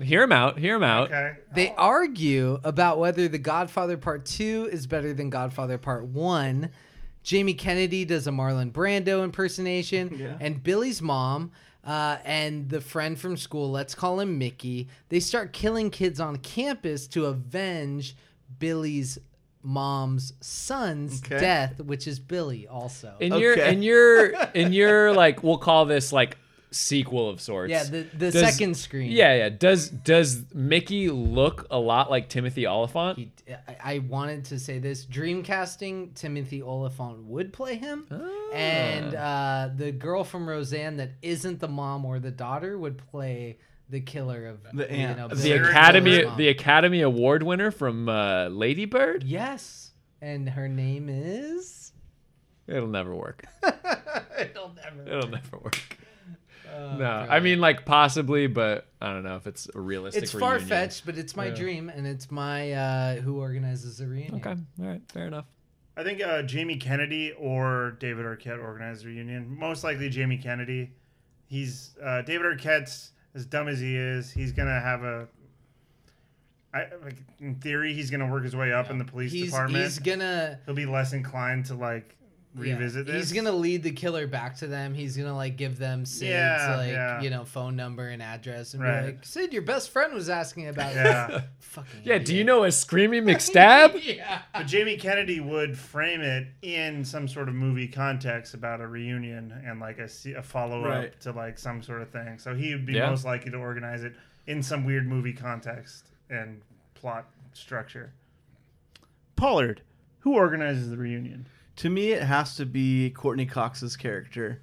[SPEAKER 16] Hear him out. Hear him out.
[SPEAKER 1] Okay.
[SPEAKER 12] They argue about whether The Godfather Part 2 is better than Godfather Part 1. Jamie Kennedy does a Marlon Brando impersonation, and Billy's mom uh, and the friend from school, let's call him Mickey, they start killing kids on campus to avenge Billy's mom's son's death, which is Billy also.
[SPEAKER 16] In your in your in your like we'll call this like sequel of sorts.
[SPEAKER 12] Yeah, the- the
[SPEAKER 16] Does-
[SPEAKER 12] second screen.
[SPEAKER 16] Yeah, yeah. Does does Mickey look a lot like Timothy Oliphant?
[SPEAKER 12] I, I wanted to say this. Dreamcasting, Timothy Oliphant would play him,
[SPEAKER 16] Ah.
[SPEAKER 12] and uh, the girl from Roseanne that isn't the mom or the daughter would play the killer of
[SPEAKER 13] The
[SPEAKER 12] you
[SPEAKER 13] aunt.
[SPEAKER 12] know,
[SPEAKER 16] the
[SPEAKER 12] Billy
[SPEAKER 16] Academy
[SPEAKER 12] Billy's mom.
[SPEAKER 16] the Academy Award winner from uh, Lady Bird?
[SPEAKER 12] Yes, and her name is.
[SPEAKER 16] It'll never work.
[SPEAKER 12] It'll never.
[SPEAKER 16] It'll never work.
[SPEAKER 12] Oh,
[SPEAKER 16] no,
[SPEAKER 12] God.
[SPEAKER 16] I mean like possibly, but I don't know if it's a realistic.
[SPEAKER 12] It's far
[SPEAKER 16] reunion.
[SPEAKER 12] fetched, but it's my
[SPEAKER 16] Yeah.
[SPEAKER 12] dream, and it's my uh, who organizes the reunion.
[SPEAKER 16] Okay, all right, fair enough.
[SPEAKER 1] I think uh, Jamie Kennedy or David Arquette organized the reunion. Most likely Jamie Kennedy. He's uh, David Arquette's as dumb as he is. He's gonna have a. I, like, in theory, he's gonna work his way up in the police
[SPEAKER 12] He's-
[SPEAKER 1] department.
[SPEAKER 12] he's gonna-
[SPEAKER 1] He'll be less inclined to like
[SPEAKER 12] Yeah.
[SPEAKER 1] revisit this.
[SPEAKER 12] He's gonna lead the killer back to them. He's gonna like give them Sid's
[SPEAKER 1] Yeah,
[SPEAKER 12] like
[SPEAKER 1] yeah.
[SPEAKER 12] you know phone number and address and
[SPEAKER 16] Right.
[SPEAKER 12] be like, Sid, your best friend was asking about
[SPEAKER 1] Yeah.
[SPEAKER 12] it. Fucking
[SPEAKER 16] Yeah, do you know a screaming McStab?
[SPEAKER 12] yeah.
[SPEAKER 1] But Jamie Kennedy would frame it in some sort of movie context about a reunion and like a, se- a follow up
[SPEAKER 13] Right.
[SPEAKER 1] to like some sort of thing. So he would be
[SPEAKER 13] Yeah.
[SPEAKER 1] most likely to organize it in some weird movie context and plot structure.
[SPEAKER 6] Pollard, who organizes the reunion?
[SPEAKER 13] To me, it has to be Courtney Cox's character.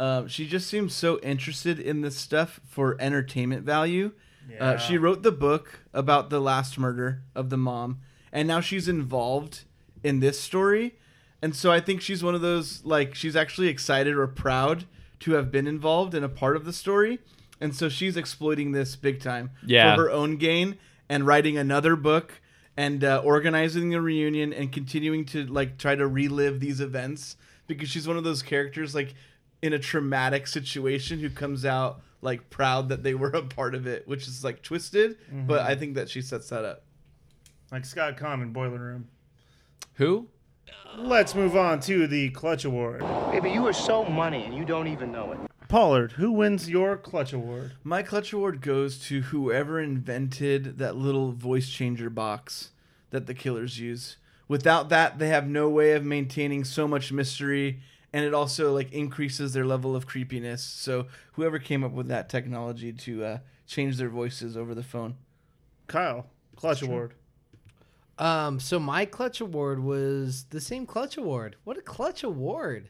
[SPEAKER 13] Um, she just seems so interested in this stuff for entertainment value.
[SPEAKER 1] Yeah.
[SPEAKER 13] Uh, she wrote the book about the last murder of the mom, and now she's involved in this story. And so I think she's one of those, like, she's actually excited or proud to have been involved in a part of the story. And so she's exploiting this big time
[SPEAKER 16] Yeah.
[SPEAKER 13] for her own gain and writing another book and uh, organizing a reunion and continuing to like try to relive these events because she's one of those characters like in a traumatic situation who comes out like proud that they were a part of it which is like twisted but
[SPEAKER 1] Mhm.
[SPEAKER 13] i think that she sets that up
[SPEAKER 1] Like Scott Kahn in Boiler Room.
[SPEAKER 16] Who?
[SPEAKER 1] Let's move on to the Clutch Award.
[SPEAKER 9] Baby, you are so money and you don't even know it.
[SPEAKER 1] Pollard, who wins your Clutch Award?
[SPEAKER 13] my clutch award goes to whoever invented that little voice changer box that the killers use without that they have no way of maintaining so much mystery and it also like increases their level of creepiness so whoever came up with that technology to uh, change their voices over the phone
[SPEAKER 1] kyle clutch award
[SPEAKER 12] Um, so my clutch award was the same clutch award. What a clutch award!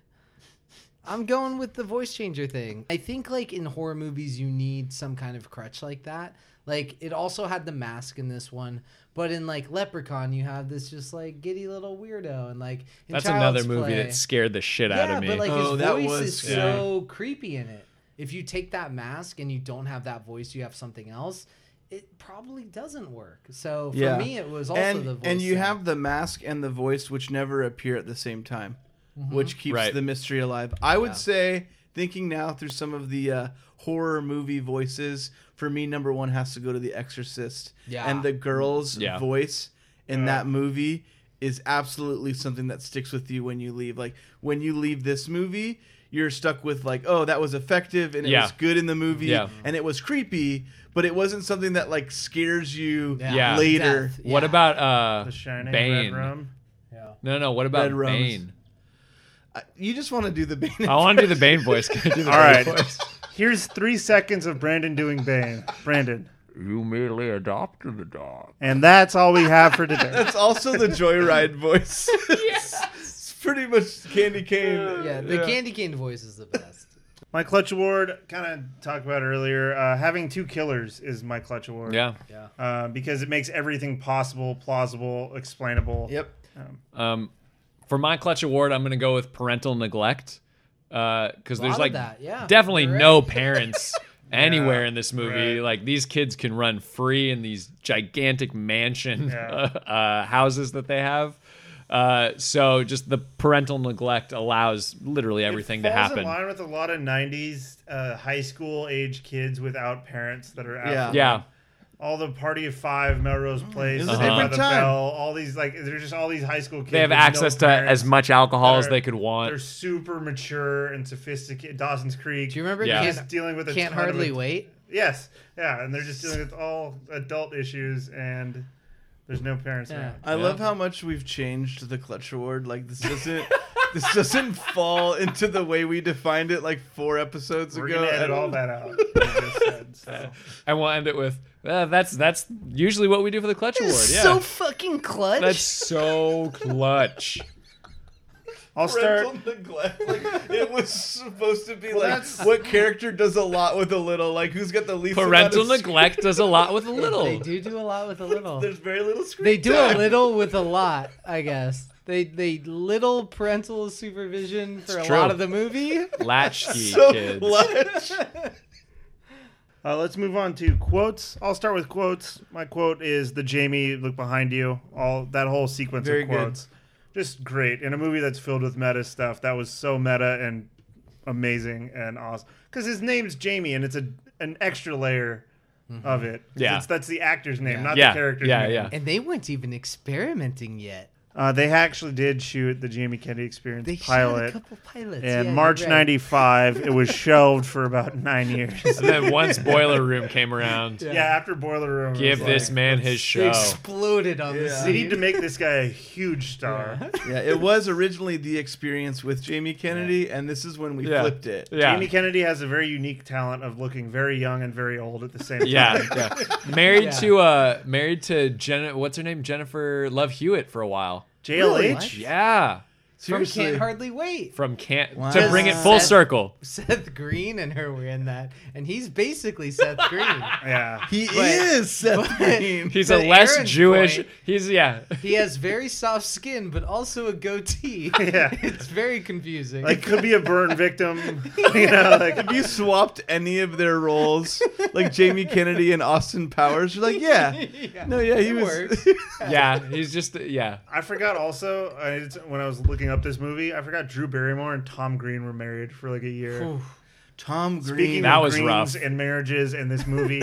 [SPEAKER 12] I'm going with the voice changer thing. I think like in horror movies, you need some kind of crutch like that. Like it also had the mask in this one, but in like Leprechaun, you have this just like giddy little weirdo, and like in
[SPEAKER 16] That's
[SPEAKER 12] Child's
[SPEAKER 16] another movie
[SPEAKER 12] Play-
[SPEAKER 16] that scared the shit out
[SPEAKER 12] Yeah,
[SPEAKER 16] of me.
[SPEAKER 12] But like his voice is so creepy in it. If you take that mask and you don't have that voice, you have something else. It probably doesn't work. So for me, it was also
[SPEAKER 13] and,
[SPEAKER 12] the voice.
[SPEAKER 13] and you
[SPEAKER 12] thing.
[SPEAKER 13] have the mask and the voice which never appear at the same time
[SPEAKER 12] Mhm.
[SPEAKER 13] which keeps
[SPEAKER 16] Right.
[SPEAKER 13] the mystery alive i would
[SPEAKER 16] Yeah.
[SPEAKER 13] say thinking now through some of the uh, horror movie voices for me number one has to go to the exorcist
[SPEAKER 12] Yeah.
[SPEAKER 13] and the girl's
[SPEAKER 16] Yeah.
[SPEAKER 13] voice in that movie is absolutely something that sticks with you when you leave like when you leave this movie you're stuck with like oh that was effective and it
[SPEAKER 16] Yeah.
[SPEAKER 13] was good in the movie
[SPEAKER 16] Yeah.
[SPEAKER 13] and it was creepy but it wasn't something that like scares you
[SPEAKER 16] yeah.
[SPEAKER 13] later
[SPEAKER 16] What about uh
[SPEAKER 13] The Shining,
[SPEAKER 16] Bane?
[SPEAKER 13] Red Room?
[SPEAKER 16] No, no. What about
[SPEAKER 13] Red Room is-
[SPEAKER 16] Bane?
[SPEAKER 13] You just want to do the Bane.
[SPEAKER 16] I want to do the Bane voice. Can I do the
[SPEAKER 1] All right.
[SPEAKER 16] Bane voice?
[SPEAKER 1] Here's three seconds of Brandon doing Bane. Brandon.
[SPEAKER 20] You merely adopted the dog.
[SPEAKER 1] And that's all we have for today.
[SPEAKER 13] That's also the Joyride voice. it's pretty much Candy Cane.
[SPEAKER 12] Yeah, the candy cane voice is the best.
[SPEAKER 1] My clutch award, kind of talked about earlier, uh, having two killers is my clutch award.
[SPEAKER 16] Yeah.
[SPEAKER 12] Yeah.
[SPEAKER 1] Uh, because it makes everything possible, plausible, explainable.
[SPEAKER 13] Yep.
[SPEAKER 1] Um,
[SPEAKER 16] Um, for my clutch award, I'm gonna go with parental neglect. Because
[SPEAKER 12] lot
[SPEAKER 16] there's
[SPEAKER 12] of
[SPEAKER 16] like
[SPEAKER 12] that, yeah.
[SPEAKER 16] definitely
[SPEAKER 12] You're right.
[SPEAKER 16] no parents anywhere in this movie. Like these kids can run free in these gigantic mansion uh, houses that they have. Uh, so just the parental neglect allows literally everything to
[SPEAKER 1] falls
[SPEAKER 16] happen.
[SPEAKER 1] in line with a lot of 90s uh, high school age kids without parents that are out.
[SPEAKER 16] Yeah.
[SPEAKER 1] for
[SPEAKER 16] Yeah.
[SPEAKER 1] them. All the Party of Five, Melrose Place,
[SPEAKER 16] It was a
[SPEAKER 1] Saved by
[SPEAKER 16] different
[SPEAKER 1] the
[SPEAKER 16] time.
[SPEAKER 1] Bell, all these like there's just all these high school kids.
[SPEAKER 16] They have
[SPEAKER 1] with no
[SPEAKER 16] access to
[SPEAKER 1] parents
[SPEAKER 16] as much alcohol
[SPEAKER 1] that
[SPEAKER 16] as
[SPEAKER 1] are-
[SPEAKER 16] they could want.
[SPEAKER 1] They're super mature and sophisticated. Dawson's Creek. Do you
[SPEAKER 12] remember?
[SPEAKER 16] Yeah.
[SPEAKER 1] Just
[SPEAKER 12] Can't-
[SPEAKER 1] dealing with a
[SPEAKER 12] Can't
[SPEAKER 1] ton of
[SPEAKER 12] Hardly
[SPEAKER 1] ad-
[SPEAKER 12] Wait?
[SPEAKER 1] Yes, yeah, and they're just dealing with all adult issues and There's no parents around.
[SPEAKER 13] I love how much we've changed the clutch award. Like this doesn't this doesn't fall into the way we defined it like four episodes
[SPEAKER 1] We're
[SPEAKER 13] ago.
[SPEAKER 1] gonna
[SPEAKER 13] at
[SPEAKER 1] edit all
[SPEAKER 13] all.
[SPEAKER 1] that out. that I just said, so.
[SPEAKER 16] And we'll end it with uh, that's that's usually what we do for the clutch award. Yeah.
[SPEAKER 12] So fucking clutch.
[SPEAKER 16] that's so clutch.
[SPEAKER 1] I'll start.
[SPEAKER 13] Parental neglect. Like, it was supposed to be like
[SPEAKER 1] that's-
[SPEAKER 13] what character does a lot with a little. Like who's got the least amount
[SPEAKER 16] Parental
[SPEAKER 13] of screen-
[SPEAKER 16] neglect does a lot with a
[SPEAKER 12] They
[SPEAKER 16] little.
[SPEAKER 12] do do a lot with a little.
[SPEAKER 13] There's very little screen.
[SPEAKER 12] they do a
[SPEAKER 13] time.
[SPEAKER 12] little with a lot, I guess. They they little parental supervision for a
[SPEAKER 16] true.
[SPEAKER 12] lot of the movie.
[SPEAKER 16] Latchkey
[SPEAKER 1] So
[SPEAKER 16] kids.
[SPEAKER 13] Clutch.
[SPEAKER 1] Uh, let's move on to quotes. I'll start with quotes. My quote is the Jamie look behind you. All that whole sequence
[SPEAKER 13] Very
[SPEAKER 1] of
[SPEAKER 13] good.
[SPEAKER 1] quotes, just great in a movie that's filled with meta stuff. That was so meta and amazing and awesome because his name's Jamie and it's a an extra layer of it. 'Cause
[SPEAKER 16] Mm-hmm. Yeah.
[SPEAKER 1] it's, that's the actor's name, not
[SPEAKER 16] Yeah,
[SPEAKER 1] the character's
[SPEAKER 16] yeah,
[SPEAKER 1] name.
[SPEAKER 16] yeah.
[SPEAKER 12] And they weren't even experimenting yet.
[SPEAKER 1] Uh, they actually did shoot the Jamie Kennedy Experience
[SPEAKER 12] They shot a
[SPEAKER 1] pilot.
[SPEAKER 12] couple pilots, yeah,
[SPEAKER 1] In
[SPEAKER 12] you're
[SPEAKER 1] March
[SPEAKER 12] right.
[SPEAKER 1] '95, it was shelved for about nine years.
[SPEAKER 16] And then once Boiler Room came around,
[SPEAKER 1] Yeah, after Boiler Room. it
[SPEAKER 16] give
[SPEAKER 1] was
[SPEAKER 16] this
[SPEAKER 1] like,
[SPEAKER 16] man his
[SPEAKER 12] They
[SPEAKER 1] Oh.
[SPEAKER 16] show.
[SPEAKER 12] exploded on the
[SPEAKER 13] Yeah.
[SPEAKER 1] We need to
[SPEAKER 12] scene.
[SPEAKER 1] make this guy a huge star.
[SPEAKER 13] yeah, it was originally the experience with Jamie Kennedy, and this is when we
[SPEAKER 16] Yeah.
[SPEAKER 13] flipped it.
[SPEAKER 16] Yeah.
[SPEAKER 1] Jamie Kennedy has a very unique talent of looking very young and very old at the same time.
[SPEAKER 16] Yeah, yeah. Married
[SPEAKER 12] Yeah.
[SPEAKER 16] to uh married to Jen what's her name? Jennifer Love Hewitt for a while.
[SPEAKER 1] JLH.
[SPEAKER 12] Really? What?
[SPEAKER 16] Yeah.
[SPEAKER 12] From
[SPEAKER 13] Seriously.
[SPEAKER 12] Can't Hardly Wait.
[SPEAKER 16] From can't
[SPEAKER 13] Wow.
[SPEAKER 16] to bring it full
[SPEAKER 12] Seth-
[SPEAKER 16] circle.
[SPEAKER 12] Seth Green and her were in that, and he's basically Seth Green.
[SPEAKER 1] Yeah.
[SPEAKER 13] He
[SPEAKER 12] But-
[SPEAKER 13] is Seth
[SPEAKER 12] but-
[SPEAKER 13] Green.
[SPEAKER 16] He's
[SPEAKER 12] To
[SPEAKER 16] a less
[SPEAKER 12] Aaron's
[SPEAKER 16] Jewish
[SPEAKER 12] point-
[SPEAKER 16] he's yeah.
[SPEAKER 12] He has very soft skin, but also a goatee.
[SPEAKER 1] Yeah.
[SPEAKER 12] it's very confusing.
[SPEAKER 1] Like could be a burn victim. You know, like
[SPEAKER 13] If you swapped any of their roles, like Jamie Kennedy and Austin Powers, you're like, yeah, no, yeah, he
[SPEAKER 12] it
[SPEAKER 13] was.
[SPEAKER 12] works.
[SPEAKER 16] Yeah. He's just yeah.
[SPEAKER 1] I forgot also I, it's- when I was looking up this movie, I forgot Drew Barrymore and Tom Green were married for like a year.
[SPEAKER 13] Tom
[SPEAKER 1] Speaking
[SPEAKER 13] Green.
[SPEAKER 16] That
[SPEAKER 1] of
[SPEAKER 16] was
[SPEAKER 1] greens
[SPEAKER 16] rough.
[SPEAKER 1] and marriages in this movie,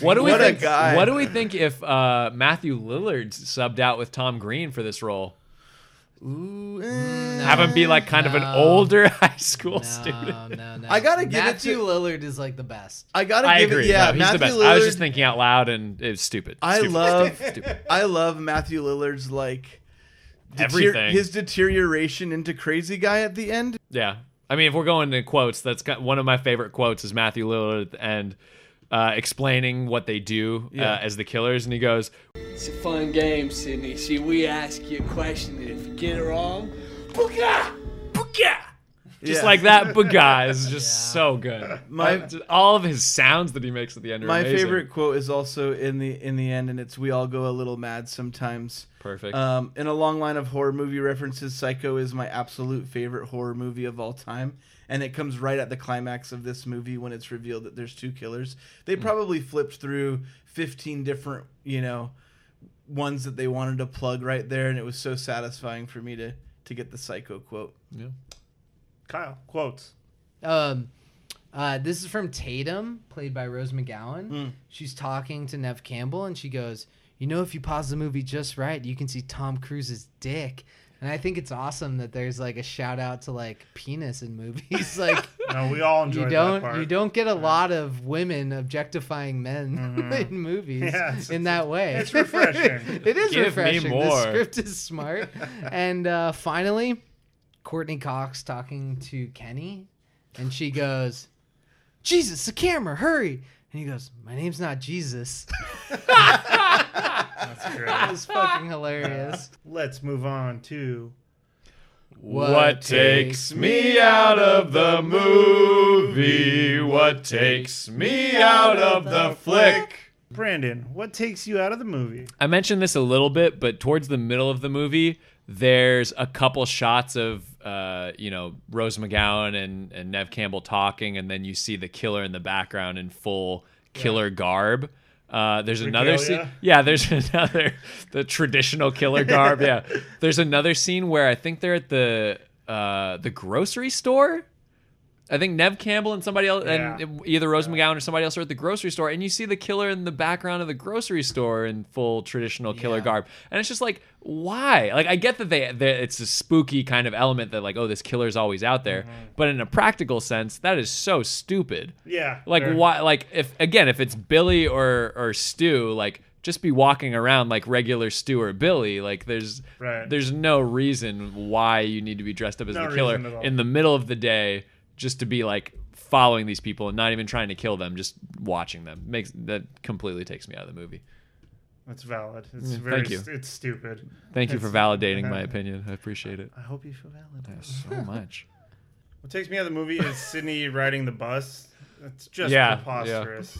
[SPEAKER 16] What do we
[SPEAKER 13] What a
[SPEAKER 16] think?
[SPEAKER 13] guy.
[SPEAKER 16] What do we think if uh, Matthew Lillard subbed out with Tom Green for this role?
[SPEAKER 13] Ooh, eh.
[SPEAKER 16] Have him be like kind of an
[SPEAKER 12] No.
[SPEAKER 16] older high school student.
[SPEAKER 12] No, Oh, no, no.
[SPEAKER 13] I gotta give it
[SPEAKER 12] Matthew
[SPEAKER 13] to-
[SPEAKER 12] Lillard is like the best.
[SPEAKER 13] I gotta
[SPEAKER 16] I
[SPEAKER 13] give
[SPEAKER 16] agree.
[SPEAKER 13] it. Yeah,
[SPEAKER 16] no, he's
[SPEAKER 13] Matthew
[SPEAKER 16] the best.
[SPEAKER 13] Lillard.
[SPEAKER 16] I was just thinking out loud and it was stupid.
[SPEAKER 13] I
[SPEAKER 16] Stupid.
[SPEAKER 13] love.
[SPEAKER 16] Stupid.
[SPEAKER 13] I love Matthew Lillard's like. deter-
[SPEAKER 16] Everything.
[SPEAKER 13] his deterioration into crazy guy at the end.
[SPEAKER 16] Yeah. I mean, if we're going to quotes, that's got, one of my favorite quotes is Matthew Lillard at the end uh, explaining what they do
[SPEAKER 13] Yeah.
[SPEAKER 16] uh, as the killers, and he goes,
[SPEAKER 2] It's a fun game, Sydney. See, we ask you a question, and if you get it wrong, booga, booga.
[SPEAKER 16] just
[SPEAKER 13] Yeah.
[SPEAKER 16] like that. But guys, just so good.
[SPEAKER 13] My-
[SPEAKER 16] Uh, all of his sounds that he makes at the end are
[SPEAKER 13] My
[SPEAKER 16] amazing.
[SPEAKER 13] favorite quote is also in the in the end, and it's "We all go a little mad sometimes."
[SPEAKER 16] Perfect.
[SPEAKER 13] Um, in a long line of horror movie references, Psycho is my absolute favorite horror movie of all time, and it comes right at the climax of this movie when it's revealed that there's two killers. They
[SPEAKER 16] Hmm.
[SPEAKER 13] probably flipped through 15 different, you know, ones that they wanted to plug right there, and it was so satisfying for me to to get the Psycho quote.
[SPEAKER 1] Kyle quotes.
[SPEAKER 12] Um, uh, this is from Tatum, played by Rose McGowan.
[SPEAKER 1] Hmm.
[SPEAKER 12] She's talking to Nev Campbell, and she goes, "You know, if you pause the movie just right, you can see Tom Cruise's dick." And I think it's awesome that there's like a shout out to like penis in movies. Like
[SPEAKER 1] No, we all enjoyed
[SPEAKER 12] you
[SPEAKER 1] that
[SPEAKER 12] don't
[SPEAKER 1] part.
[SPEAKER 12] you don't get a lot of women objectifying men in movies
[SPEAKER 1] Mm-hmm. Yeah, it's-
[SPEAKER 12] in that way.
[SPEAKER 1] it's refreshing.
[SPEAKER 12] it is
[SPEAKER 16] Give me
[SPEAKER 12] refreshing.
[SPEAKER 16] more.
[SPEAKER 12] The script is smart. and uh, finally, Courtney Cox talking to Kenny, and she goes, "Jesus, the camera, hurry!" And he goes, "My name's not Jesus."
[SPEAKER 1] That's great.
[SPEAKER 12] It's fucking hilarious.
[SPEAKER 1] Let's move on to
[SPEAKER 16] What takes me out of the movie? What takes me out of the flick?
[SPEAKER 1] Brandon. What takes you out of the movie?
[SPEAKER 16] I mentioned this a little bit, but towards the middle of the movie, there's a couple shots of uh, you know Rose McGowan and, and Nev Campbell talking, and then you see the killer in the background in full killer garb. Uh, there's another
[SPEAKER 1] Regalia?
[SPEAKER 16] scene. Yeah, there's another the traditional killer garb. yeah, there's another scene where I think they're at the uh, the grocery store. I think Nev Campbell and somebody else,
[SPEAKER 1] Yeah.
[SPEAKER 16] and either Rose McGowan or somebody else are at the grocery store, and you see the killer in the background of the grocery store in full traditional killer
[SPEAKER 12] Yeah.
[SPEAKER 16] garb, and it's just like, why? Like, I get that they, they it's a spooky kind of element that like, oh, this killer's always out there, but in a practical sense, that is so stupid.
[SPEAKER 1] Yeah,
[SPEAKER 16] Like
[SPEAKER 1] fair.
[SPEAKER 16] why? Like if again, if it's Billy or or Stu, like. just be walking around like regular Stu or Billy. Like there's
[SPEAKER 1] Right.
[SPEAKER 16] there's no reason why you need to be dressed up as
[SPEAKER 1] No
[SPEAKER 16] the killer
[SPEAKER 1] reason at all.
[SPEAKER 16] in the middle of the day just to be like following these people and not even trying to kill them, just watching them. Makes that completely takes me out of the movie.
[SPEAKER 1] That's valid. It's
[SPEAKER 16] Yeah,
[SPEAKER 1] very.
[SPEAKER 16] Mm, thank you.
[SPEAKER 1] st- It's stupid.
[SPEAKER 16] Thank you for
[SPEAKER 1] It's-
[SPEAKER 16] validating
[SPEAKER 1] yeah.
[SPEAKER 16] my opinion. I appreciate it.
[SPEAKER 1] I hope you feel validated.
[SPEAKER 16] so much.
[SPEAKER 1] What takes me out of the movie is Sydney riding the bus. That's just
[SPEAKER 16] Yeah, yeah.
[SPEAKER 1] preposterous.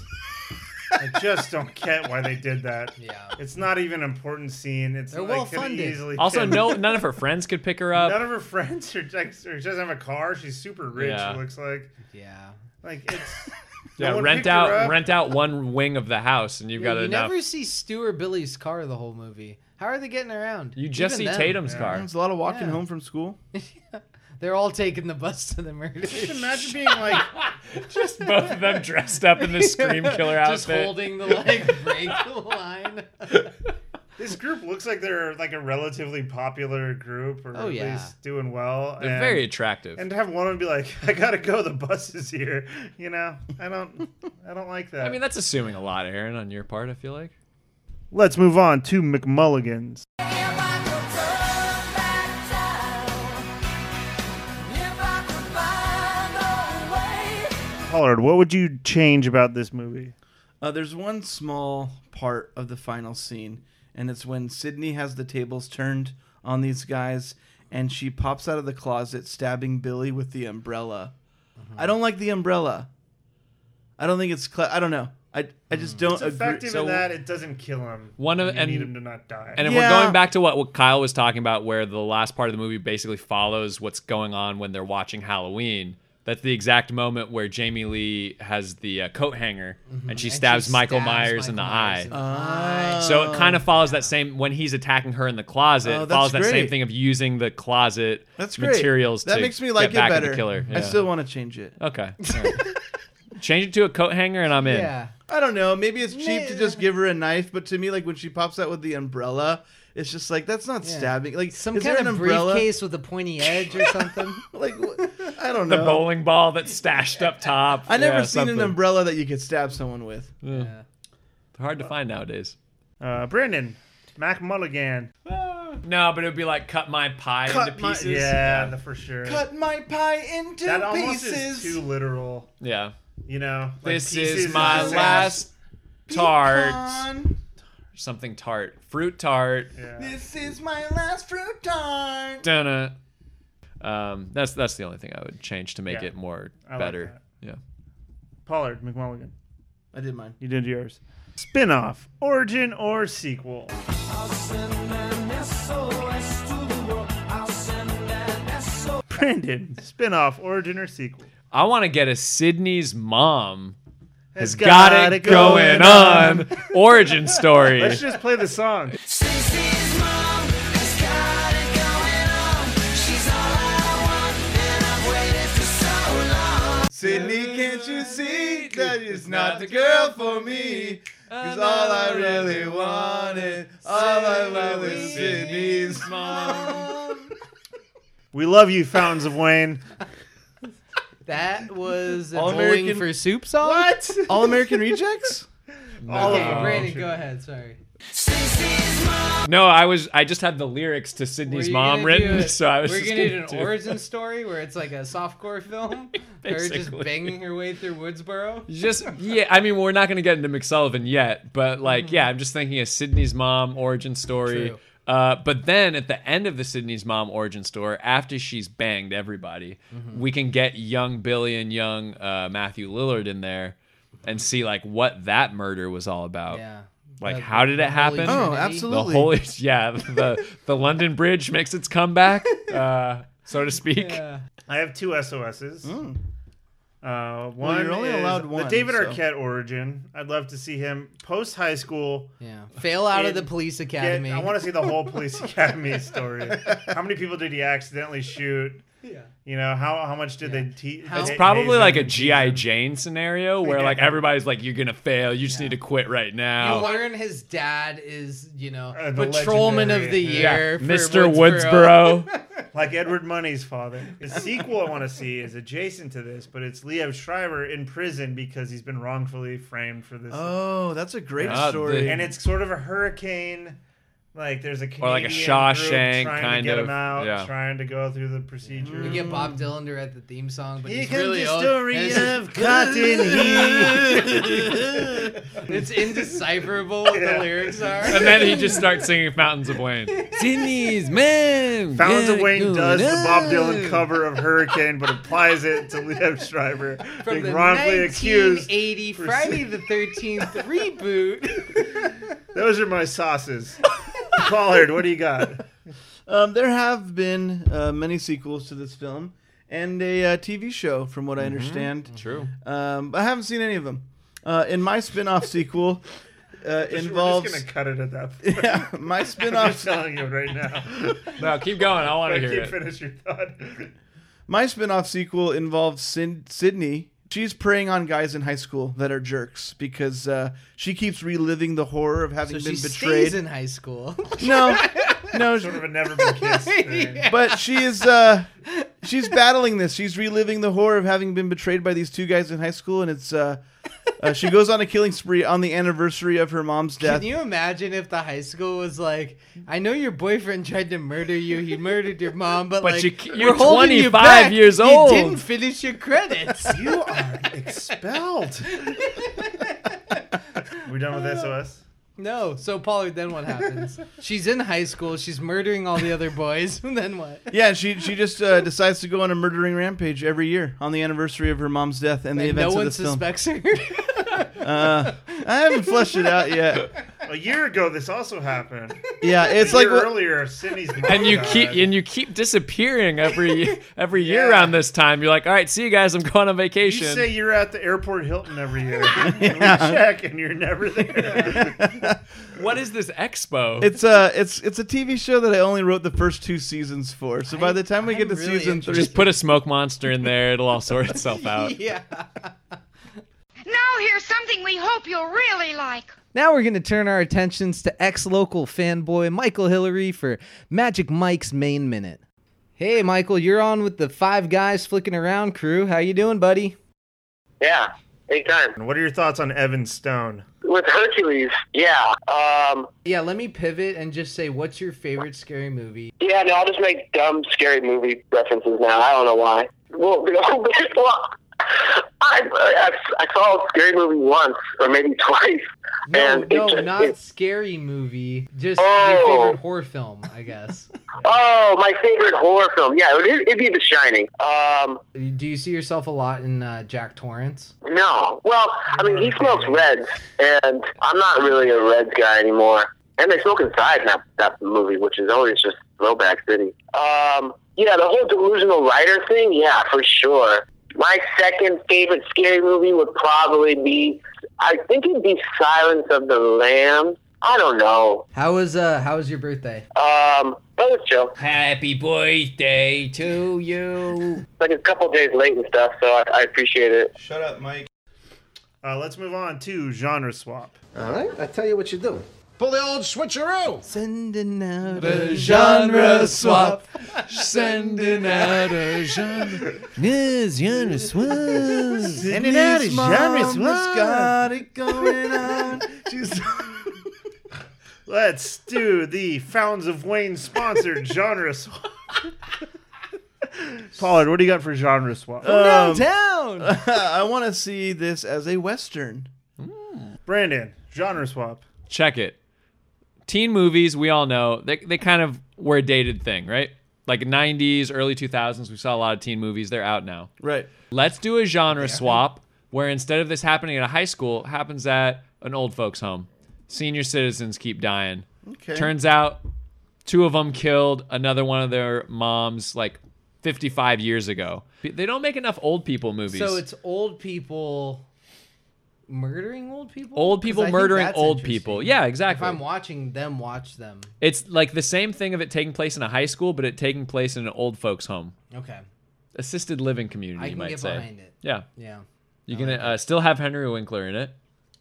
[SPEAKER 1] I just don't get why they did that. Yeah, it's not even an important scene. It's
[SPEAKER 12] They're
[SPEAKER 1] like,
[SPEAKER 12] well
[SPEAKER 1] could've
[SPEAKER 12] funded.
[SPEAKER 1] Easily
[SPEAKER 16] Also,
[SPEAKER 1] been-
[SPEAKER 16] no, none of her friends could pick her up.
[SPEAKER 1] None of her friends are like, she doesn't have a car. She's super rich.
[SPEAKER 16] Yeah.
[SPEAKER 1] It looks like.
[SPEAKER 12] Yeah.
[SPEAKER 1] Like it's.
[SPEAKER 16] Yeah,
[SPEAKER 1] no one
[SPEAKER 16] rent
[SPEAKER 1] picked her
[SPEAKER 16] out
[SPEAKER 1] up.
[SPEAKER 16] rent out one wing of the house, and you've
[SPEAKER 12] Yeah,
[SPEAKER 16] got
[SPEAKER 12] you
[SPEAKER 16] enough.
[SPEAKER 12] never see Stu or Billy's car the whole movie. How are they getting around?
[SPEAKER 16] You just
[SPEAKER 12] Even
[SPEAKER 16] see Tatum's Yeah. car.
[SPEAKER 13] It's a lot of walking
[SPEAKER 12] Yeah.
[SPEAKER 13] home from school.
[SPEAKER 12] They're all taking the bus to the murder.
[SPEAKER 1] Just imagine being like
[SPEAKER 16] just both of them dressed up in this scream killer outfit.
[SPEAKER 12] Just holding the like break the line.
[SPEAKER 1] this group looks like they're like a relatively popular group, or
[SPEAKER 12] Oh,
[SPEAKER 1] at
[SPEAKER 12] yeah.
[SPEAKER 1] least doing well.
[SPEAKER 16] They're
[SPEAKER 1] and-
[SPEAKER 16] very attractive.
[SPEAKER 13] uh,
[SPEAKER 1] And to have one of them be like, "I gotta go, the bus is here," you know, I don't, I don't like that.
[SPEAKER 16] I mean, that's assuming a lot, Aaron, on your part. I feel like.
[SPEAKER 6] Let's move on to McMulligan's. Pollard, what would you change about this movie?
[SPEAKER 13] Uh, there's one small part of the final scene, and it's when Sydney has the tables turned on these guys, and she pops out of the closet, stabbing Billy with the umbrella. I don't like the umbrella. I don't think it's. Cl- I don't know. I I just don't
[SPEAKER 1] it's effective
[SPEAKER 13] agree.
[SPEAKER 1] in that it doesn't kill him.
[SPEAKER 16] One of
[SPEAKER 1] you
[SPEAKER 16] and
[SPEAKER 1] need him to not die.
[SPEAKER 16] and if we're
[SPEAKER 13] Yeah.
[SPEAKER 16] going back to what, what Kyle was talking about, where the last part of the movie basically follows what's going on when they're watching Halloween. That's the exact moment where Jamie Lee has the uh, coat hanger
[SPEAKER 13] Mm-hmm.
[SPEAKER 16] and she
[SPEAKER 12] And she
[SPEAKER 16] stabs Michael
[SPEAKER 12] stabs
[SPEAKER 16] Myers in the
[SPEAKER 12] Michael
[SPEAKER 16] eye.
[SPEAKER 12] Myers in the
[SPEAKER 13] Uh,
[SPEAKER 12] eye.
[SPEAKER 16] So it kind of follows that same when he's attacking her in the closet.
[SPEAKER 13] Oh,
[SPEAKER 16] it
[SPEAKER 13] that's
[SPEAKER 16] follows that same
[SPEAKER 13] great.
[SPEAKER 16] thing of using the closet
[SPEAKER 13] Oh, That's great.
[SPEAKER 16] materials.
[SPEAKER 13] That
[SPEAKER 16] to
[SPEAKER 13] makes me
[SPEAKER 16] get
[SPEAKER 13] like it
[SPEAKER 16] back at
[SPEAKER 13] better.
[SPEAKER 16] The killer.
[SPEAKER 13] I
[SPEAKER 16] Yeah.
[SPEAKER 13] still want to change it.
[SPEAKER 16] okay. All right. Change it to a coat hanger and I'm in.
[SPEAKER 12] Yeah.
[SPEAKER 13] I don't know. Maybe it's cheap to just give her a knife, but to me, like when she pops out with the umbrella, it's just like that's not stabbing. Like
[SPEAKER 12] Some
[SPEAKER 13] is
[SPEAKER 12] kind
[SPEAKER 13] there an
[SPEAKER 12] of
[SPEAKER 13] umbrella?
[SPEAKER 12] briefcase with a pointy edge or something.
[SPEAKER 13] like wh- I don't
[SPEAKER 16] The
[SPEAKER 13] know.
[SPEAKER 16] bowling ball that's stashed up top.
[SPEAKER 13] I never
[SPEAKER 16] Yeah,
[SPEAKER 13] seen
[SPEAKER 16] something.
[SPEAKER 13] an umbrella that you could stab someone with.
[SPEAKER 16] Yeah. Hard to find nowadays.
[SPEAKER 6] Uh, Brandon, Mac Mulligan.
[SPEAKER 16] No, but it would be like cut my pie
[SPEAKER 13] Cut
[SPEAKER 16] into
[SPEAKER 13] my-
[SPEAKER 16] pieces.
[SPEAKER 1] yeah, the- for sure.
[SPEAKER 13] Cut my pie into
[SPEAKER 1] that almost is
[SPEAKER 13] pieces.
[SPEAKER 1] too literal.
[SPEAKER 16] Yeah.
[SPEAKER 1] You know, like
[SPEAKER 16] This
[SPEAKER 1] pieces
[SPEAKER 16] is my
[SPEAKER 1] just-
[SPEAKER 16] last tart.
[SPEAKER 13] Pecan.
[SPEAKER 16] Something tart. Fruit tart.
[SPEAKER 13] This is my last fruit tart.
[SPEAKER 16] Dunna. Um, that's that's the only thing I would change to make
[SPEAKER 6] Yeah.
[SPEAKER 16] it more
[SPEAKER 6] I like
[SPEAKER 16] better. yeah.
[SPEAKER 6] Pollard, McMulligan.
[SPEAKER 13] I did mine.
[SPEAKER 6] You did yours. Spin off, origin or sequel? Brandon, spin off, origin or sequel?
[SPEAKER 16] I want to get a Sydney's mom has
[SPEAKER 6] Has
[SPEAKER 16] got,
[SPEAKER 6] got
[SPEAKER 16] it
[SPEAKER 6] it going
[SPEAKER 16] going on. Origin story.
[SPEAKER 6] Let's just play the song.
[SPEAKER 13] Sydney, can't you see that it's not the girl for me? Cause all I really wanted, all I love is Sydney's mom.
[SPEAKER 6] We love you, Fountains of Wayne.
[SPEAKER 12] That was a
[SPEAKER 13] All
[SPEAKER 12] bowling
[SPEAKER 13] American-
[SPEAKER 12] for soup song.
[SPEAKER 13] What? All American Rejects?
[SPEAKER 12] All okay,
[SPEAKER 16] No.
[SPEAKER 12] Brandon, go ahead. Sorry.
[SPEAKER 16] No, I was I just had the lyrics to
[SPEAKER 12] Were
[SPEAKER 16] Sydney's
[SPEAKER 12] you
[SPEAKER 16] mom
[SPEAKER 12] gonna
[SPEAKER 16] written,
[SPEAKER 12] do a-
[SPEAKER 16] so I was
[SPEAKER 12] We're
[SPEAKER 16] just
[SPEAKER 12] gonna do
[SPEAKER 16] gonna
[SPEAKER 12] an
[SPEAKER 16] do-
[SPEAKER 12] origin story where it's like a softcore film. They're just
[SPEAKER 16] Basically.
[SPEAKER 12] banging her way through Woodsboro.
[SPEAKER 16] Just yeah, I mean we're not gonna get into McSullivan yet, but like yeah, I'm just thinking of Sydney's mom origin story.
[SPEAKER 12] Mm-hmm. True.
[SPEAKER 16] Uh, but then at the end of the Sydney's mom origin story, after she's banged everybody,
[SPEAKER 12] Mm-hmm.
[SPEAKER 16] we can get young Billy and young uh, Matthew Lillard in there and see like what that murder was all about.
[SPEAKER 12] Yeah.
[SPEAKER 16] Like
[SPEAKER 12] The-
[SPEAKER 16] how did
[SPEAKER 12] the
[SPEAKER 16] it happen?
[SPEAKER 12] Holy
[SPEAKER 13] Oh,
[SPEAKER 12] Trinity.
[SPEAKER 13] absolutely.
[SPEAKER 16] The holy yeah, the the London Bridge makes its comeback, uh, so to speak.
[SPEAKER 6] I have two SOSs. Uh, one
[SPEAKER 13] Hmm. you're only
[SPEAKER 6] is
[SPEAKER 13] allowed
[SPEAKER 6] the
[SPEAKER 13] one,
[SPEAKER 6] David
[SPEAKER 13] so-
[SPEAKER 6] Arquette origin. I'd love to see him post high school.
[SPEAKER 12] Yeah. Fail out of
[SPEAKER 6] In-
[SPEAKER 12] the police
[SPEAKER 6] get-
[SPEAKER 12] academy.
[SPEAKER 6] I want to see the whole police academy story. How many people did he accidentally shoot?
[SPEAKER 12] Yeah.
[SPEAKER 6] You know how how much did they teach?
[SPEAKER 16] It's probably like a GI Jane scenario where like everybody's like, "You're gonna fail. You just need to quit right
[SPEAKER 12] You
[SPEAKER 16] now."
[SPEAKER 12] learn his dad is, you know,
[SPEAKER 6] Uh, the
[SPEAKER 12] patrolman of the
[SPEAKER 6] legendary-
[SPEAKER 12] year, for
[SPEAKER 16] Mr.
[SPEAKER 12] Woodsboro.
[SPEAKER 16] Woodsboro.
[SPEAKER 1] like Edward Money's father. The sequel I want to see is adjacent to this, but it's Leo Schreiber in prison because he's been wrongfully framed for this.
[SPEAKER 13] Oh, that's a great
[SPEAKER 16] Ah,
[SPEAKER 13] story.
[SPEAKER 16] the-
[SPEAKER 1] and it's sort of a hurricane. Like there's a Canadian
[SPEAKER 16] Or like a
[SPEAKER 1] group
[SPEAKER 16] Shawshank
[SPEAKER 1] trying
[SPEAKER 16] kind
[SPEAKER 1] to get
[SPEAKER 16] of-
[SPEAKER 1] him out,
[SPEAKER 16] yeah. Mm.
[SPEAKER 1] trying to go through the procedure.
[SPEAKER 12] You get Bob Dylan to write the theme song, but
[SPEAKER 1] Here
[SPEAKER 12] he's
[SPEAKER 1] comes
[SPEAKER 12] really
[SPEAKER 1] the
[SPEAKER 12] old.
[SPEAKER 1] story
[SPEAKER 12] and it's just-
[SPEAKER 1] of Cotton Heat.
[SPEAKER 12] it's indecipherable what the lyrics are.
[SPEAKER 16] And then he just starts singing Fountains of Wayne. Sydney's man.
[SPEAKER 1] Fountains of
[SPEAKER 16] gotta
[SPEAKER 1] Wayne
[SPEAKER 16] go
[SPEAKER 1] does the Bob Dylan
[SPEAKER 16] down.
[SPEAKER 1] cover of Hurricane, but applies it to Leo Schreiber
[SPEAKER 12] From the
[SPEAKER 1] being wrongfully accused.
[SPEAKER 12] 1980 Friday the 13th reboot.
[SPEAKER 1] Those are my sauces. Pollard, what do you got?
[SPEAKER 13] Um, there have been uh, many sequels to this film and a uh, TV show, from what I
[SPEAKER 1] Mm-hmm.
[SPEAKER 13] understand.
[SPEAKER 16] True.
[SPEAKER 13] Um, I haven't seen any of them. Uh, and my spin off sequel uh,
[SPEAKER 1] Just-
[SPEAKER 13] involves.
[SPEAKER 1] We're just gonna cut it at that. Point.
[SPEAKER 13] yeah, my spin
[SPEAKER 1] I'm
[SPEAKER 13] off
[SPEAKER 1] just telling you right now.
[SPEAKER 16] No, keep going. I want to
[SPEAKER 1] But
[SPEAKER 16] hear
[SPEAKER 1] keep
[SPEAKER 16] it.
[SPEAKER 1] Finish your thought.
[SPEAKER 13] My spin-off sequel involves Sin- Sydney. She's preying on guys in high school that are jerks because uh, she keeps reliving the horror of having
[SPEAKER 12] so she
[SPEAKER 13] been
[SPEAKER 12] stays
[SPEAKER 13] betrayed.
[SPEAKER 12] in high school.
[SPEAKER 13] no, no,
[SPEAKER 1] Sort of a never been kissed thing.
[SPEAKER 13] but she is uh, she's battling this. She's reliving the horror of having been betrayed by these two guys in high school, and it's uh, uh, she goes on a killing spree on the anniversary of her mom's death.
[SPEAKER 12] Can you imagine if the high school was like, I know your boyfriend tried to murder you. He murdered your mom, but,
[SPEAKER 16] But
[SPEAKER 12] like,
[SPEAKER 16] you c-
[SPEAKER 12] we're
[SPEAKER 16] you're
[SPEAKER 12] holding you
[SPEAKER 16] 25
[SPEAKER 12] back.
[SPEAKER 16] years
[SPEAKER 12] You
[SPEAKER 16] old."
[SPEAKER 12] didn't finish your credits.
[SPEAKER 1] You are expelled. we done with SOS?
[SPEAKER 12] no. So Pollard, then what happens? She's in high school. She's murdering all the other boys. And then what?
[SPEAKER 13] yeah, she she just uh, decides to go on a murdering rampage every year on the anniversary of her mom's death and, the
[SPEAKER 12] And no
[SPEAKER 13] events of
[SPEAKER 12] one
[SPEAKER 13] this film.
[SPEAKER 12] suspects her.
[SPEAKER 13] Uh, I haven't fleshed it out yet.
[SPEAKER 1] A year ago, this also happened.
[SPEAKER 13] Yeah, it's
[SPEAKER 1] a
[SPEAKER 13] like
[SPEAKER 1] year earlier. Sydney's mom
[SPEAKER 16] And you
[SPEAKER 1] died.
[SPEAKER 16] keep and you keep disappearing every every year around this time. You're like, all right, see you guys. I'm going on
[SPEAKER 1] You
[SPEAKER 16] vacation.
[SPEAKER 1] say you're at the airport Hilton every year. We check, and you're never there.
[SPEAKER 16] what is this expo?
[SPEAKER 13] it's a it's it's a TV show that I only wrote the first two seasons for. So by the time we get to
[SPEAKER 12] I'm really
[SPEAKER 13] season three,
[SPEAKER 16] just put a smoke monster in there. It'll all sort itself
[SPEAKER 13] Uh,
[SPEAKER 16] out.
[SPEAKER 12] yeah.
[SPEAKER 21] Now here's something we hope you'll really like.
[SPEAKER 12] Now we're going to turn our attentions to ex local fanboy Michael Hillary for Magic Mike's main minute. Hey, Michael, you're on with the Five Guys Flicking Around crew. How you doing, buddy?
[SPEAKER 22] Yeah, anytime.
[SPEAKER 1] And what are your thoughts on Evan Stone?
[SPEAKER 22] With Hercules, yeah. Um,
[SPEAKER 12] Yeah, let me pivot and just say, what's your favorite scary movie?
[SPEAKER 22] yeah, no, I'll just make dumb, scary movie references now. I don't know why. Well, well I, I, I saw a scary movie once, or maybe twice.
[SPEAKER 12] No,
[SPEAKER 22] and it
[SPEAKER 12] no,
[SPEAKER 22] just-
[SPEAKER 12] not
[SPEAKER 22] it-
[SPEAKER 12] scary movie. Just
[SPEAKER 22] Oh.
[SPEAKER 12] your favorite horror film, I guess.
[SPEAKER 22] oh, my favorite horror film. Yeah, it'd, it'd be The Shining. Um,
[SPEAKER 12] Do you see yourself a lot in uh, Jack Torrance?
[SPEAKER 22] no. Well, I mean, he smokes Reds, and I'm not really a Reds guy anymore. And they smoke inside in that, that movie, which is always just throwback city. Um, yeah, the whole delusional writer thing, yeah, for sure. My second favorite scary movie would probably be, I think it'd be Silence of the Lambs. I don't know.
[SPEAKER 12] How was uh how was your birthday?
[SPEAKER 22] Um, but it's chill.
[SPEAKER 16] Happy birthday to you.
[SPEAKER 22] Like a couple days late and stuff, so I, I appreciate it.
[SPEAKER 13] shut up, Mike.
[SPEAKER 1] Uh, let's move on to genre swap.
[SPEAKER 23] All right, I tell you what you do. Pull the old switcheroo.
[SPEAKER 12] Sending out
[SPEAKER 23] a genre
[SPEAKER 13] swap.
[SPEAKER 16] Sending out a genre. Miss genre swap.
[SPEAKER 13] Sydney's mom has got it going on. She's-
[SPEAKER 1] Let's do the Fountains of Wayne sponsored genre swap. Pollard, what do you got for genre swap?
[SPEAKER 13] Um,
[SPEAKER 16] Oh,
[SPEAKER 12] downtown.
[SPEAKER 13] I want to see this as a western.
[SPEAKER 1] Brandon, genre swap.
[SPEAKER 16] check it. Teen movies, we all know, they, they kind of were a dated thing, right? Like 90s, early 2000s, we saw a lot of teen movies. They're out now.
[SPEAKER 13] Right.
[SPEAKER 16] Let's do a genre swap where instead of this happening at a high school, it happens at an old folks' home. Senior citizens keep dying.
[SPEAKER 13] Okay.
[SPEAKER 16] Turns out two of them killed another one of their moms like 55 years ago. They don't make enough old people movies.
[SPEAKER 12] So it's old people murdering old people?
[SPEAKER 16] Old
[SPEAKER 12] 'Cause
[SPEAKER 16] people
[SPEAKER 12] I think
[SPEAKER 16] murdering
[SPEAKER 12] that's
[SPEAKER 16] old
[SPEAKER 12] interesting.
[SPEAKER 16] people. Yeah, exactly.
[SPEAKER 12] If I'm watching them watch them.
[SPEAKER 16] It's like the same thing of it taking place in a high school, but it taking place in an old folks' home,
[SPEAKER 12] Okay.
[SPEAKER 16] assisted living community.
[SPEAKER 12] I
[SPEAKER 16] you
[SPEAKER 12] can
[SPEAKER 16] might
[SPEAKER 12] get
[SPEAKER 16] say.
[SPEAKER 12] behind it.
[SPEAKER 16] Yeah,
[SPEAKER 12] Yeah.
[SPEAKER 16] you can uh, still have Henry Winkler in it.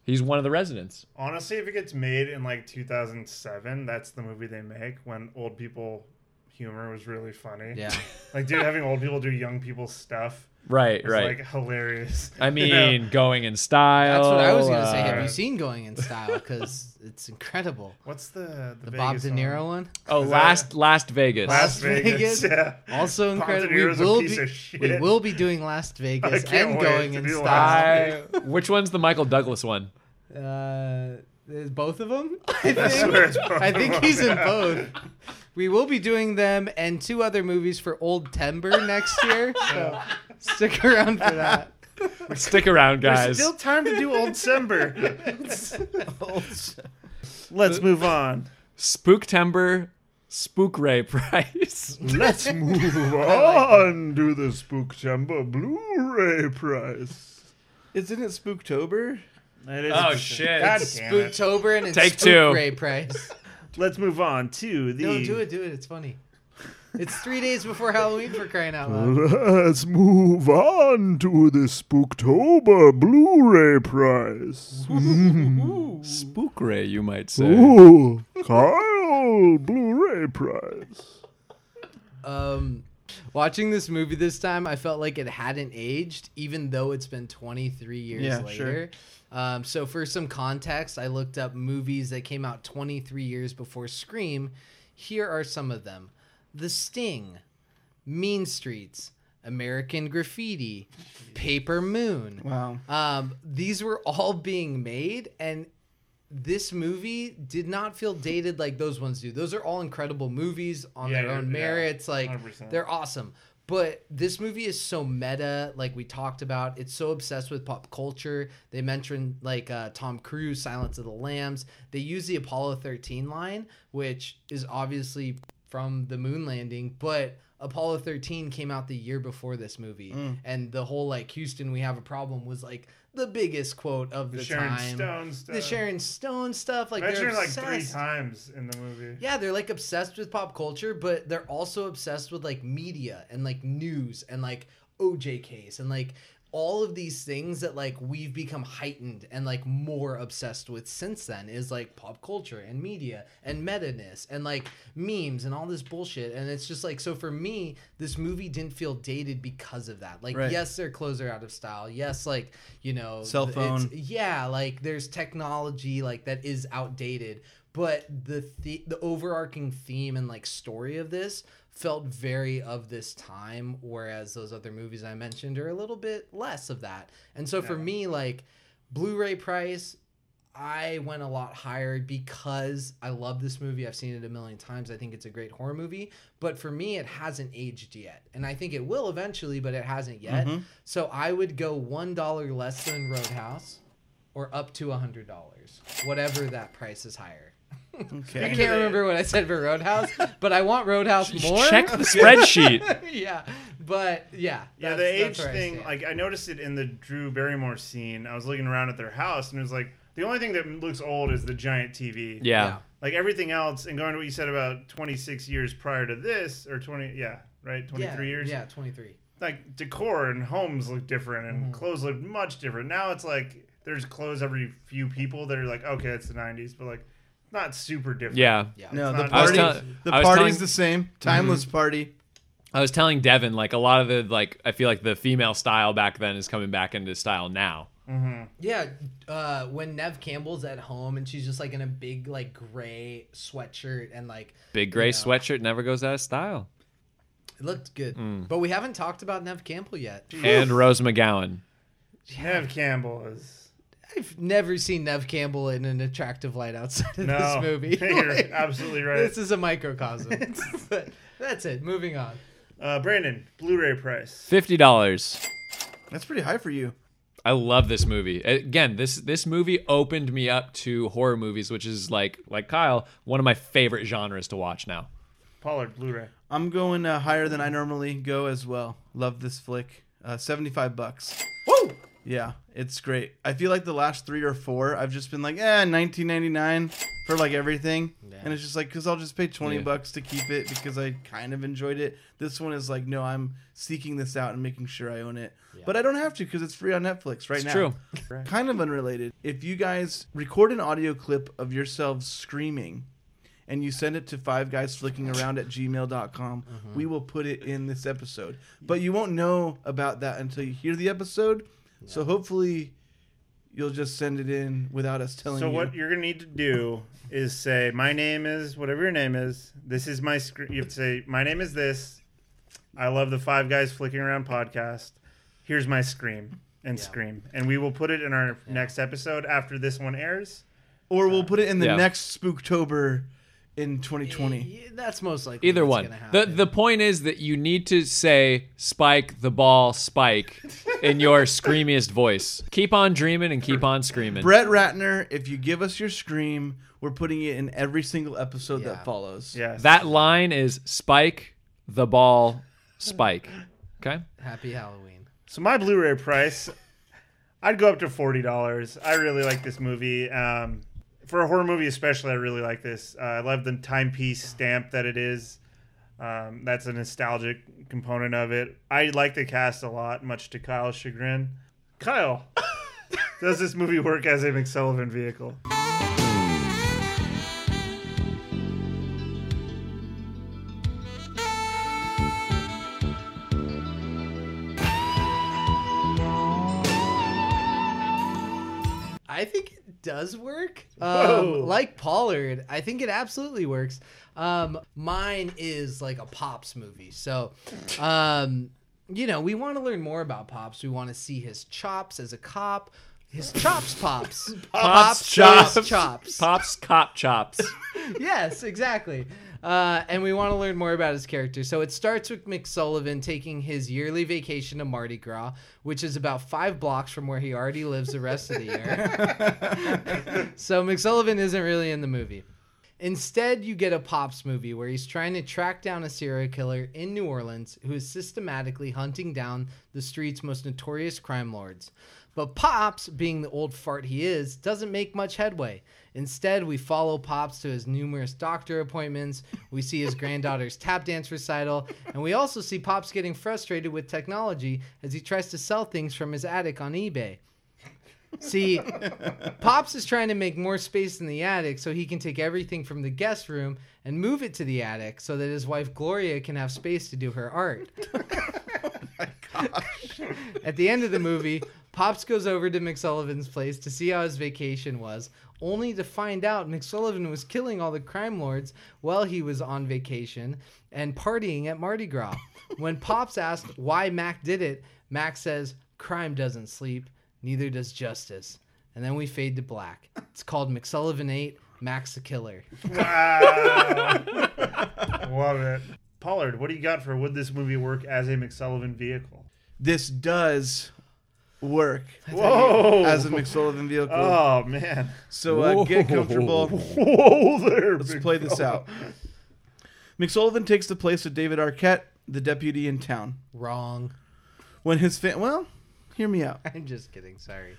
[SPEAKER 16] He's one of the residents.
[SPEAKER 1] Honestly, if it gets made in like 2007, that's the movie they make when old people humor was really funny.
[SPEAKER 16] Yeah.
[SPEAKER 1] like dude, having old people do young people stuff.
[SPEAKER 16] Right,
[SPEAKER 1] was,
[SPEAKER 16] right.
[SPEAKER 1] Like hilarious.
[SPEAKER 16] I
[SPEAKER 1] You
[SPEAKER 16] mean,
[SPEAKER 1] know?
[SPEAKER 16] going in style.
[SPEAKER 12] That's what I was gonna say.
[SPEAKER 16] uh,
[SPEAKER 12] Have you seen Going in Style? Because it's incredible.
[SPEAKER 1] What's the
[SPEAKER 12] the, Bob
[SPEAKER 1] Vegas
[SPEAKER 12] De Niro one?
[SPEAKER 16] Oh, last Last Vegas.
[SPEAKER 12] Last Vegas,
[SPEAKER 1] yeah.
[SPEAKER 12] also
[SPEAKER 1] Bob De
[SPEAKER 12] incredible. We
[SPEAKER 1] Niro's a
[SPEAKER 12] will
[SPEAKER 1] piece
[SPEAKER 12] be
[SPEAKER 1] of
[SPEAKER 12] we
[SPEAKER 1] shit.
[SPEAKER 12] will be doing Last Vegas
[SPEAKER 1] I can't
[SPEAKER 12] and
[SPEAKER 1] wait
[SPEAKER 12] going
[SPEAKER 1] to
[SPEAKER 12] in
[SPEAKER 1] do
[SPEAKER 12] style.
[SPEAKER 16] I, which one's the Michael Douglas one?
[SPEAKER 12] Uh, is both of them? I think,
[SPEAKER 16] I swear it's both
[SPEAKER 12] I
[SPEAKER 16] of
[SPEAKER 12] think
[SPEAKER 16] them.
[SPEAKER 12] he's in both. We will be doing them and two other movies for Old Timber next year. So stick around for that.
[SPEAKER 16] Stick around,
[SPEAKER 1] There's
[SPEAKER 16] guys.
[SPEAKER 1] still time to do old Sember.
[SPEAKER 6] Let's move on.
[SPEAKER 16] Spooktember, Spook Ray Price.
[SPEAKER 1] Mm.
[SPEAKER 6] Let's move on to the Spooktember Blu-ray price.
[SPEAKER 13] Isn't it Spooktober?
[SPEAKER 1] It is
[SPEAKER 16] Oh, shit.
[SPEAKER 12] It's Spooktober and it's
[SPEAKER 16] Take
[SPEAKER 12] Spook
[SPEAKER 16] two.
[SPEAKER 12] Ray Price.
[SPEAKER 6] Let's move on to the.
[SPEAKER 12] No, do it, do it. It's funny. It's three days before Halloween for crying out loud.
[SPEAKER 6] Let's move on to the Spooktober Blu-ray price.
[SPEAKER 16] Spook Ray, you might say.
[SPEAKER 6] Ooh, Kyle Blu-ray price.
[SPEAKER 12] Um, watching this movie this time, I felt like it hadn't aged, even though it's been 23 years
[SPEAKER 13] Yeah,
[SPEAKER 12] later. Um, so for some context, I looked up movies that came out 23 years before Scream. Here are some of them: The Sting, Mean Streets, American Graffiti, Paper Moon.
[SPEAKER 13] Wow.
[SPEAKER 12] Um, these were all being made, and this movie did not feel dated like those ones do. Those are all incredible movies on
[SPEAKER 1] Yeah,
[SPEAKER 12] their
[SPEAKER 1] yeah,
[SPEAKER 12] own merits. Like
[SPEAKER 1] 100%.
[SPEAKER 12] they're awesome. But this movie is so meta, like we talked about. It's so obsessed with pop culture. They mentioned like uh, Tom Cruise, Silence of the Lambs. They use the Apollo 13 line, which is obviously from the moon landing, but Apollo 13 came out the year before this movie.
[SPEAKER 13] Mm.
[SPEAKER 12] And the whole like Houston, we have a problem was like the biggest quote of the,
[SPEAKER 1] The Sharon
[SPEAKER 12] time.
[SPEAKER 1] Stone
[SPEAKER 12] The
[SPEAKER 1] stuff.
[SPEAKER 12] Sharon Stone stuff. Like they're
[SPEAKER 1] Mentioned like
[SPEAKER 12] obsessed.
[SPEAKER 1] three times in the movie.
[SPEAKER 12] Yeah, they're like obsessed with pop culture, but they're also obsessed with like media and like news and like OJ case and like all of these things that like we've become heightened and like more obsessed with since then is like pop culture and media and meta-ness and like memes and all this bullshit and it's just like so for me this movie didn't feel dated because of that like
[SPEAKER 13] Right.
[SPEAKER 12] yes their clothes are out of style yes like you know
[SPEAKER 13] Cell
[SPEAKER 12] it's-
[SPEAKER 13] phone.
[SPEAKER 12] yeah like there's technology like that is outdated but the, the the overarching theme and like story of this felt very of this time whereas those other movies i mentioned are a little bit less of that and so for me like blu-ray price I went a lot higher because I love this movie. I've seen it a million times. I think it's a great horror movie. But for me, it hasn't aged yet. And I think it will eventually, but it hasn't yet.
[SPEAKER 13] Mhm.
[SPEAKER 12] So I would go $1 less than Roadhouse or up to $100, whatever that price is higher. I can't remember what I said for Roadhouse, but I want Roadhouse more.
[SPEAKER 16] check the spreadsheet.
[SPEAKER 12] yeah. But yeah.
[SPEAKER 1] Yeah,
[SPEAKER 12] that's-
[SPEAKER 1] the age
[SPEAKER 12] that's where I
[SPEAKER 1] thing,
[SPEAKER 12] stand.
[SPEAKER 1] like I noticed it in the Drew Barrymore scene. I was looking around at their house and it was like the only thing that looks old is the giant TV.
[SPEAKER 16] Yeah. Yeah.
[SPEAKER 1] Like everything else, and going to what you said about 26 years prior to this, or 20, yeah, right? 23
[SPEAKER 12] Yeah,
[SPEAKER 1] years?
[SPEAKER 12] Yeah, 23.
[SPEAKER 1] Like decor and homes look different
[SPEAKER 12] Mm-hmm.
[SPEAKER 1] and clothes look much different. Now it's like there's clothes every few people that are like, okay, it's the 90s, but like not super different.
[SPEAKER 16] Yeah.
[SPEAKER 1] It's
[SPEAKER 13] No, the
[SPEAKER 1] not
[SPEAKER 16] I was
[SPEAKER 13] party,
[SPEAKER 16] tell-
[SPEAKER 13] the
[SPEAKER 16] I was
[SPEAKER 13] party's
[SPEAKER 16] telling- Mm-hmm.
[SPEAKER 13] the same. Timeless party.
[SPEAKER 16] I was telling Devin, like a lot of the like, I feel like the female style back then is coming back into style now.
[SPEAKER 12] Yeah, uh, when Nev Campbell's at home and she's just like in a big like gray sweatshirt and like
[SPEAKER 16] Big gray sweatshirt never goes out of style.
[SPEAKER 12] it looked good.
[SPEAKER 16] Mm.
[SPEAKER 12] But we haven't talked about Nev Campbell yet.
[SPEAKER 16] And Rose McGowan.
[SPEAKER 1] Nev Campbell is.
[SPEAKER 12] I've never seen Nev Campbell in an attractive light outside of
[SPEAKER 1] No,
[SPEAKER 12] this movie.
[SPEAKER 1] you're absolutely right.
[SPEAKER 12] This is a microcosm. But that's it. Moving on.
[SPEAKER 1] Uh, Brandon, Blu ray price.
[SPEAKER 16] Fifty dollars.
[SPEAKER 13] That's pretty high for you.
[SPEAKER 16] I love this movie. Again, this this movie opened me up to horror movies, which is like like Kyle, one of my favorite genres to watch now.
[SPEAKER 1] Pollard, Blu ray.
[SPEAKER 13] I'm going uh, higher than I normally go as well. Love this flick. Uh, 75 bucks.
[SPEAKER 12] Woo!
[SPEAKER 13] Yeah, it's great. I feel like the last three or four, I've just been like, eh, 19.99 for like everything, and it's just like, cause I'll just pay 20
[SPEAKER 16] Yeah.
[SPEAKER 13] bucks to keep it because I kind of enjoyed it. This one is like, no, I'm seeking this out and making sure I own it, but I don't have to because it's free on Netflix right
[SPEAKER 16] It's
[SPEAKER 13] now.
[SPEAKER 16] true.
[SPEAKER 13] kind of unrelated. If you guys record an audio clip of yourselves screaming and you send it to five guys flicking around at gmail.com, we will put it in this episode. But you won't know about that until you hear the episode. So hopefully you'll just send it in without us telling
[SPEAKER 1] So
[SPEAKER 13] you.
[SPEAKER 1] what you're gonna need to do is say, "My name is whatever your name is. This is my script." You have to say, "My name is this. I love the Five Guys Flicking Around podcast. Here's my scream and scream, and we will put it in our next episode after this one airs,
[SPEAKER 13] or we'll put it in the
[SPEAKER 16] Yeah.
[SPEAKER 13] next Spooktober in 2020.
[SPEAKER 12] That's most likely.
[SPEAKER 16] Either one. The the point is that you need to say spike the ball spike in your screamiest voice. Keep on dreaming and keep on screaming.
[SPEAKER 13] Brett Ratner, if you give us your scream, we're putting it in every single episode that follows.
[SPEAKER 1] Yes.
[SPEAKER 16] That line is spike the ball spike. Okay?
[SPEAKER 12] Happy Halloween.
[SPEAKER 1] So my Blu-ray price, I'd go up to forty dollars. I really like this movie. Um, for a horror movie, especially, I really like this. Uh, I love the timepiece stamp that it is. Um, that's a nostalgic component of it. I like the cast a lot, much to Kyle's chagrin. Kyle, does this movie work as a McSullivan vehicle?
[SPEAKER 12] I think it does work.
[SPEAKER 13] Whoa.
[SPEAKER 12] Um, like Pollard, I think it absolutely works. Um, mine is like a Pops movie. So, um, you know, we want to learn more about Pops. We want to see his chops as a cop. His chops pops.
[SPEAKER 16] Pops,
[SPEAKER 12] chops
[SPEAKER 16] chops.
[SPEAKER 12] chops.
[SPEAKER 16] Pops cop chops.
[SPEAKER 12] yes, exactly. Uh, and we want to learn more about his character. So it starts with McSullivan taking his yearly vacation to Mardi Gras, which is about five blocks from where he already lives the rest of the year. so McSullivan isn't really in the movie. Instead, you get a Pops movie where he's trying to track down a serial killer in New Orleans who is systematically hunting down the street's most notorious crime lords. But Pops, being the old fart he is, doesn't make much headway. Instead, we follow Pops to his numerous doctor appointments, we see his granddaughter's tap dance recital, and we also see Pops getting frustrated with technology as he tries to sell things from his attic on eBay. See, Pops is trying to make more space in the attic so he can take everything from the guest room and move it to the attic so that his wife Gloria can have space to do her art. At the end of the movie, Pops goes over to McSullivan's place to see how his vacation was, only to find out McSullivan was killing all the crime lords while he was on vacation and partying at Mardi Gras. When Pops asked why Mac did it, Mac says, Crime doesn't sleep, neither does justice. And then we fade to black. It's called McSullivan 8, Max the Killer.
[SPEAKER 1] Love it. Pollard, what do you got for would this movie work as a McSullivan vehicle?
[SPEAKER 13] This does work.
[SPEAKER 1] Whoa.
[SPEAKER 13] As a McSullivan vehicle.
[SPEAKER 1] Oh, man.
[SPEAKER 13] So uh, get
[SPEAKER 1] Whoa.
[SPEAKER 13] comfortable.
[SPEAKER 1] Whoa there,
[SPEAKER 13] Let's
[SPEAKER 1] big
[SPEAKER 13] play this
[SPEAKER 1] fella.
[SPEAKER 13] out. McSullivan takes the place of David Arquette, the deputy in town.
[SPEAKER 12] Wrong.
[SPEAKER 13] When his fan, well, hear me out.
[SPEAKER 12] I'm just kidding, sorry.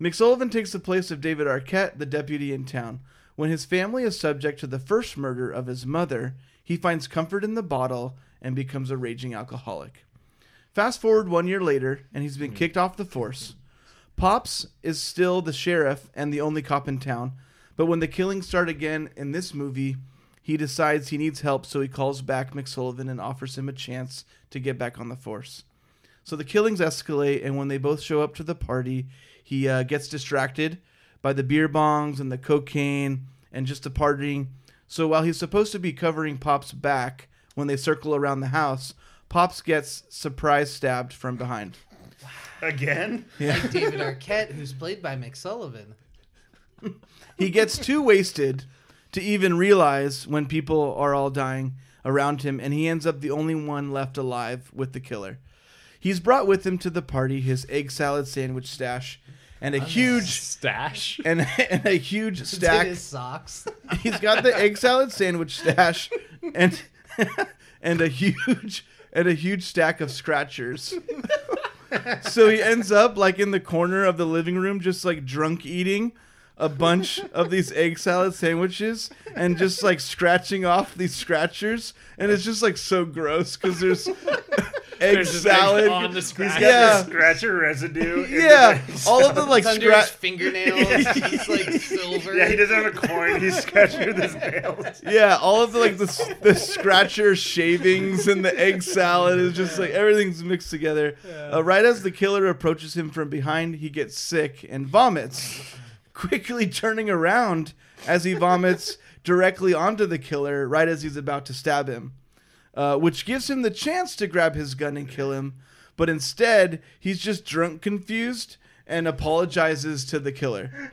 [SPEAKER 13] McSullivan takes the place of David Arquette, the deputy in town. When his family is subject to the first murder of his mother, he finds comfort in the bottle and becomes a raging alcoholic. Fast forward one year later, and he's been kicked off the force. Pops is still the sheriff and the only cop in town, but when the killings start again in this movie, he decides he needs help, so he calls back McSullivan and offers him a chance to get back on the force. So the killings escalate, and when they both show up to the party, he uh, gets distracted by the beer bongs and the cocaine and just the partying. So while he's supposed to be covering Pop's back when they circle around the house, Pops gets surprise stabbed from behind.
[SPEAKER 1] Again?
[SPEAKER 13] Yeah.
[SPEAKER 12] Like David Arquette, who's played by McSullivan.
[SPEAKER 13] he gets too wasted to even realize when people are all dying around him, and he ends up the only one left alive with the killer. He's brought with him to the party his egg salad sandwich stash and a huge
[SPEAKER 16] stash
[SPEAKER 13] and, and a huge stack.
[SPEAKER 12] his socks.
[SPEAKER 13] He's got the egg salad sandwich stash and and a huge and a huge stack of scratchers. so he ends up like in the corner of the living room, just like drunk eating a bunch of these egg salad sandwiches and just like scratching off these scratchers. And it's just like so gross because there's egg
[SPEAKER 1] There's just
[SPEAKER 13] salad.
[SPEAKER 1] eggs on the scratch. He's got the scratcher residue in the
[SPEAKER 13] Yeah,
[SPEAKER 1] egg
[SPEAKER 13] all of the like
[SPEAKER 1] salad. It's under his
[SPEAKER 13] scratch
[SPEAKER 1] fingernails. He's, like, silver. Yeah, he doesn't have a coin. He's scratching with his nails.
[SPEAKER 13] Yeah, all of the like the, the scratcher shavings and the egg salad is just like everything's mixed together. Uh, right as the killer approaches him from behind, he gets sick and vomits, quickly turning around as he vomits directly onto the killer right as he's about to stab him, uh, which gives him the chance to grab his gun and kill him. But instead, he's just drunk, confused, and apologizes to the killer.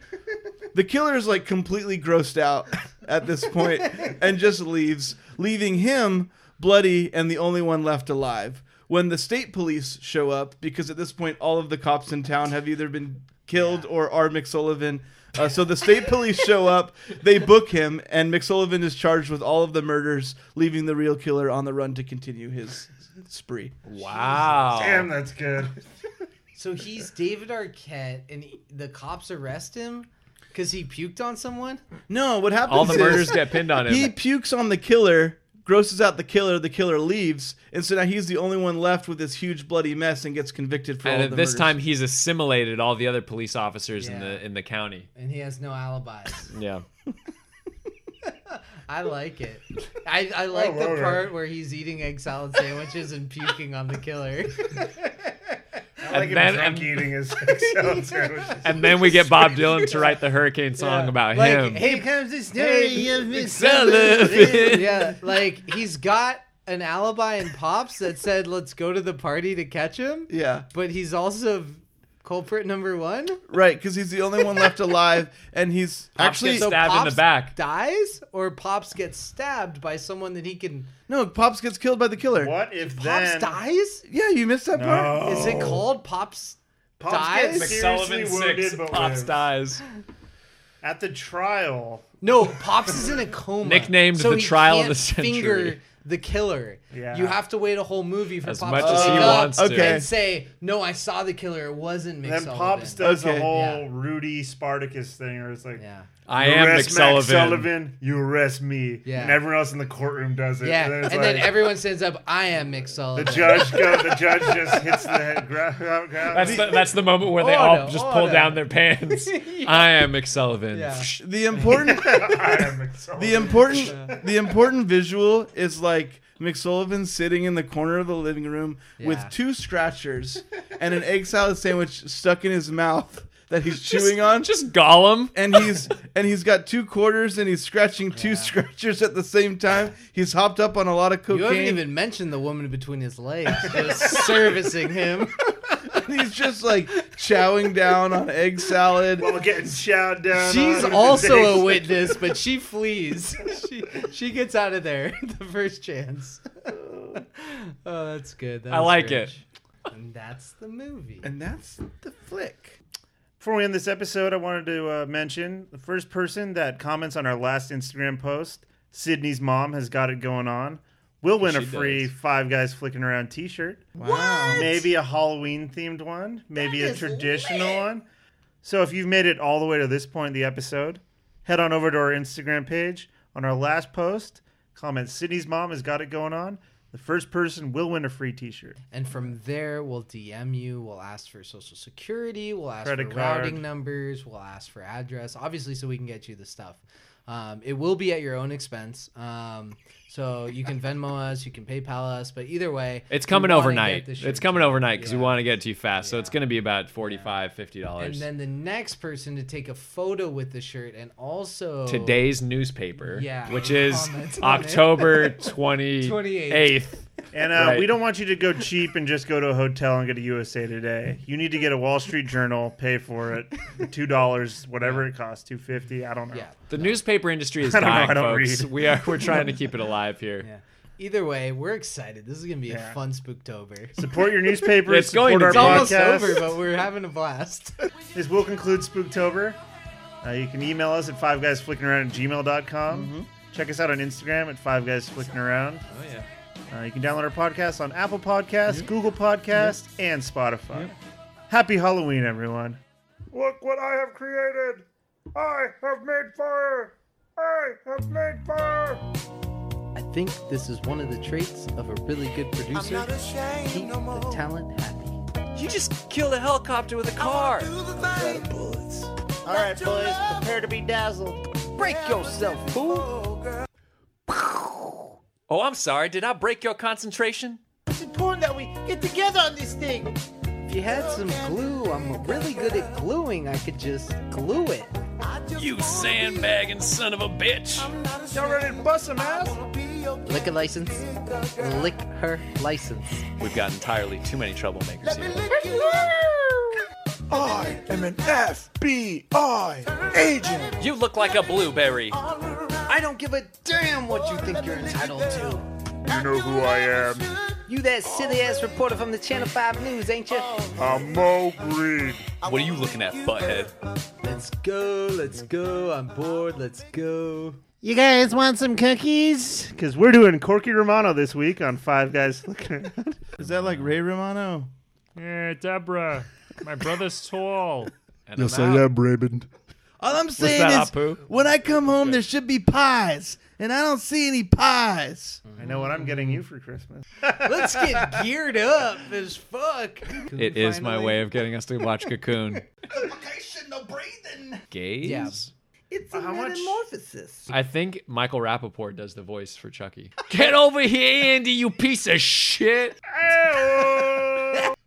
[SPEAKER 13] The killer is like completely grossed out at this point and just leaves, leaving him bloody and the only one left alive. When the state police show up, because at this point all of the cops in town have either been killed or are McSullivan. Uh, so the state police show up, they book him, and McSullivan is charged with all of the murders, leaving the real killer on the run to continue his spree.
[SPEAKER 16] Wow.
[SPEAKER 1] Damn, that's good.
[SPEAKER 12] So he's David Arquette, and he- the cops arrest him because he puked on someone.
[SPEAKER 13] No, what happens?
[SPEAKER 16] All the
[SPEAKER 13] is
[SPEAKER 16] murders get pinned on him.
[SPEAKER 13] He pukes on the killer, grosses out the killer. The killer leaves, and so now he's the only one left with this huge bloody mess, and gets convicted for all
[SPEAKER 16] and
[SPEAKER 13] of
[SPEAKER 16] at
[SPEAKER 13] the
[SPEAKER 16] this
[SPEAKER 13] murders.
[SPEAKER 16] time, he's assimilated all the other police officers in the in the county.
[SPEAKER 12] and he has no alibis.
[SPEAKER 16] Yeah.
[SPEAKER 12] I like it. I, I like
[SPEAKER 1] well,
[SPEAKER 12] the
[SPEAKER 1] right.
[SPEAKER 12] part where he's eating egg salad sandwiches and puking on the killer.
[SPEAKER 1] I like him
[SPEAKER 16] then-
[SPEAKER 1] drunk
[SPEAKER 16] and-
[SPEAKER 1] eating his egg salad sandwiches.
[SPEAKER 16] And then we get Bob Dylan to write the hurricane song about
[SPEAKER 12] like,
[SPEAKER 16] him.
[SPEAKER 12] Hey, comes this story of
[SPEAKER 16] McSullivan.
[SPEAKER 12] Yeah, like he's got an alibi in Pops that said, "Let's go to the party to catch him."
[SPEAKER 13] Yeah.
[SPEAKER 12] but he's also culprit number one.
[SPEAKER 13] right? Because he's the only one left alive, and he's actually
[SPEAKER 16] gets stabbed in the back.
[SPEAKER 12] dies, or Pops gets stabbed by someone that he can.
[SPEAKER 13] No, Pops gets killed by the killer.
[SPEAKER 1] What if
[SPEAKER 12] Pops
[SPEAKER 1] then Oh.
[SPEAKER 12] dies?
[SPEAKER 13] Yeah, you missed that part.
[SPEAKER 12] Is it called Pops?
[SPEAKER 1] Pops
[SPEAKER 12] dies?
[SPEAKER 1] gets seriously
[SPEAKER 16] McSullivan
[SPEAKER 1] wounded,
[SPEAKER 16] six,
[SPEAKER 1] but
[SPEAKER 16] Pops
[SPEAKER 1] lives.
[SPEAKER 16] dies.
[SPEAKER 1] At the trial,
[SPEAKER 12] No, Pops is in a coma.
[SPEAKER 16] Nicknamed
[SPEAKER 12] so
[SPEAKER 16] the
[SPEAKER 12] he
[SPEAKER 16] trial of the
[SPEAKER 12] can't
[SPEAKER 16] century.
[SPEAKER 12] Finger the killer.
[SPEAKER 1] Yeah.
[SPEAKER 12] You have to wait a whole movie for
[SPEAKER 16] As
[SPEAKER 12] Pops
[SPEAKER 16] much
[SPEAKER 12] to
[SPEAKER 16] as he
[SPEAKER 12] speak
[SPEAKER 16] wants
[SPEAKER 12] up
[SPEAKER 16] to. Okay.
[SPEAKER 12] and say, "No, I saw the killer. It wasn't
[SPEAKER 1] then
[SPEAKER 12] McSullivan."
[SPEAKER 1] Pops does
[SPEAKER 13] Okay.
[SPEAKER 1] a whole
[SPEAKER 12] Yeah.
[SPEAKER 1] Rudy Spartacus thing, or it's like,
[SPEAKER 16] I
[SPEAKER 1] "You
[SPEAKER 16] am
[SPEAKER 1] arrest Max
[SPEAKER 16] McSullivan."
[SPEAKER 1] Sullivan, you arrest me,
[SPEAKER 12] Yeah.
[SPEAKER 1] and everyone else in the courtroom does it. and
[SPEAKER 12] Yeah, and
[SPEAKER 1] then, it's
[SPEAKER 12] then
[SPEAKER 1] like,
[SPEAKER 12] everyone stands up. I am McSullivan.
[SPEAKER 1] the judge go, the judge just hits the head. Gra- gra- gra-
[SPEAKER 16] That's the, that's the moment where they all
[SPEAKER 12] Order,
[SPEAKER 16] just pull
[SPEAKER 12] order.
[SPEAKER 16] down their pants. I am McSullivan.
[SPEAKER 12] oh, Yeah.
[SPEAKER 13] The important,
[SPEAKER 1] I am McSullivan.
[SPEAKER 13] the important, the important visual is like McSullivan sitting in the corner of the living room with
[SPEAKER 12] Yeah.
[SPEAKER 13] two scratchers and an egg salad sandwich stuck in his mouth that he's chewing on.
[SPEAKER 16] Just Gollum.
[SPEAKER 13] and he's and he's got two quarters and he's scratching two scratchers at the same time. He's hopped up on a lot of
[SPEAKER 12] You haven't
[SPEAKER 13] cocaine.
[SPEAKER 12] even mentioned the woman between his legs just servicing him.
[SPEAKER 13] and he's just like chowing down on egg salad.
[SPEAKER 1] While getting showered down.
[SPEAKER 12] She's
[SPEAKER 1] on with
[SPEAKER 12] also
[SPEAKER 1] the
[SPEAKER 12] a witness, but she flees. She she gets out of there the first chance. oh, that's good. That
[SPEAKER 16] I
[SPEAKER 12] was
[SPEAKER 16] like
[SPEAKER 12] rich.
[SPEAKER 16] it.
[SPEAKER 12] And that's the movie.
[SPEAKER 13] And that's the flick.
[SPEAKER 1] Before we end this episode, I wanted to uh, mention the first person that comments on our last Instagram post, Sydney's mom has got it going on. We'll win a
[SPEAKER 16] She
[SPEAKER 1] free
[SPEAKER 16] does.
[SPEAKER 1] Five Guys Flicking Around t shirt.
[SPEAKER 13] Wow.
[SPEAKER 1] Maybe a Halloween themed one, maybe
[SPEAKER 12] That
[SPEAKER 1] a
[SPEAKER 12] is
[SPEAKER 1] traditional
[SPEAKER 12] lit.
[SPEAKER 1] one. So if you've made it all the way to this point in the episode, head on over to our Instagram page. On our last post, comment Sydney's mom has got it going on. The first person will win a free t shirt.
[SPEAKER 12] And from there, we'll DM you. We'll ask for social security. We'll ask
[SPEAKER 1] Credit
[SPEAKER 12] for
[SPEAKER 1] card.
[SPEAKER 12] routing numbers. We'll ask for address, obviously, so we can get you the stuff. Um, it will be at your own expense. Um, so you can Venmo us, you can PayPal us, but either way,
[SPEAKER 16] It's
[SPEAKER 12] we
[SPEAKER 16] coming
[SPEAKER 12] wanna
[SPEAKER 16] overnight.
[SPEAKER 12] get this shirt
[SPEAKER 16] It's coming
[SPEAKER 12] to you.
[SPEAKER 16] overnight because
[SPEAKER 12] Yeah.
[SPEAKER 16] we want to get it to you fast. So it's going to be about $45, $50.
[SPEAKER 12] And then the next person to take a photo with the shirt and also
[SPEAKER 16] Today's newspaper,
[SPEAKER 12] Yeah.
[SPEAKER 16] which is
[SPEAKER 12] Comment on it.
[SPEAKER 16] October 28th.
[SPEAKER 1] And uh,
[SPEAKER 16] Right.
[SPEAKER 1] we don't want you to go cheap and just go to a hotel and get a USA Today. You need to get a Wall Street Journal, pay for it, two dollars, whatever it costs, two fifty. I don't know.
[SPEAKER 12] Yeah.
[SPEAKER 16] The newspaper industry is
[SPEAKER 1] I don't know,
[SPEAKER 16] dying,
[SPEAKER 1] I don't
[SPEAKER 16] folks.
[SPEAKER 1] read.
[SPEAKER 16] We are we're trying to keep it alive here.
[SPEAKER 12] Yeah. Either way, we're excited. This is gonna be
[SPEAKER 1] Yeah.
[SPEAKER 12] a fun spooktober.
[SPEAKER 1] Support your newspaper.
[SPEAKER 16] It's
[SPEAKER 1] support
[SPEAKER 16] going to
[SPEAKER 1] our
[SPEAKER 16] be.
[SPEAKER 12] It's almost
[SPEAKER 1] podcast.
[SPEAKER 12] over, but we're having a blast.
[SPEAKER 1] This will conclude Spooktober. Uh, you can email us at five guys flicking around at gmail.com.
[SPEAKER 12] Mm-hmm.
[SPEAKER 1] Check us out on Instagram at five guys flicking around.
[SPEAKER 16] Oh, yeah.
[SPEAKER 1] Uh, you can download our podcast on Apple Podcasts, Google Podcasts, and Spotify. Happy Halloween, everyone. Look what I have created! I have made fire! I have made fire!
[SPEAKER 19] I
[SPEAKER 12] think this is one of the traits of a really good producer. Keep the talent happy.
[SPEAKER 7] You just killed a helicopter with a car.
[SPEAKER 12] bullets.
[SPEAKER 7] All right, boys, prepare to be dazzled. Break yourself, fool.
[SPEAKER 16] Oh, I'm sorry. Did I break your concentration?
[SPEAKER 7] It's important that we get together on this thing.
[SPEAKER 12] If you had some glue, I'm really good at gluing. I could just glue it.
[SPEAKER 16] You sandbagging son of a bitch.
[SPEAKER 7] Y'all ready to bust some ass?
[SPEAKER 12] Lick a license. Lick her license.
[SPEAKER 16] We've got entirely too many troublemakers here.
[SPEAKER 7] I am an FBI agent.
[SPEAKER 16] You look like a blueberry.
[SPEAKER 7] I don't give a damn what you think you're entitled to.
[SPEAKER 8] You know who I am.
[SPEAKER 7] You that silly ass reporter from the Channel 5 News, ain't you?
[SPEAKER 8] I'm Mo Green.
[SPEAKER 16] What are you looking at, butthead?
[SPEAKER 12] Let's go, let's go. I'm bored, let's go.
[SPEAKER 6] You guys want some cookies? Because we're doing Corky Romano this week on Five Guys Flicking Around.
[SPEAKER 13] Is that like Ray Romano?
[SPEAKER 24] Yeah, Deborah. My brother's tall.
[SPEAKER 8] yes, I am, Raymond.
[SPEAKER 13] All I'm saying
[SPEAKER 8] that,
[SPEAKER 13] is,
[SPEAKER 8] Apu?
[SPEAKER 13] when I come home, there should be pies, and I don't see any pies.
[SPEAKER 1] I know what I'm getting you for Christmas.
[SPEAKER 12] Let's get geared up as fuck.
[SPEAKER 16] It is my way of getting us to watch Cocoon.
[SPEAKER 7] Location, no breathing.
[SPEAKER 16] Gaze?
[SPEAKER 7] Yeah. It's a metamorphosis.
[SPEAKER 16] I think Michael Rappaport does the voice for Chucky. Get over here, Andy, you piece of shit.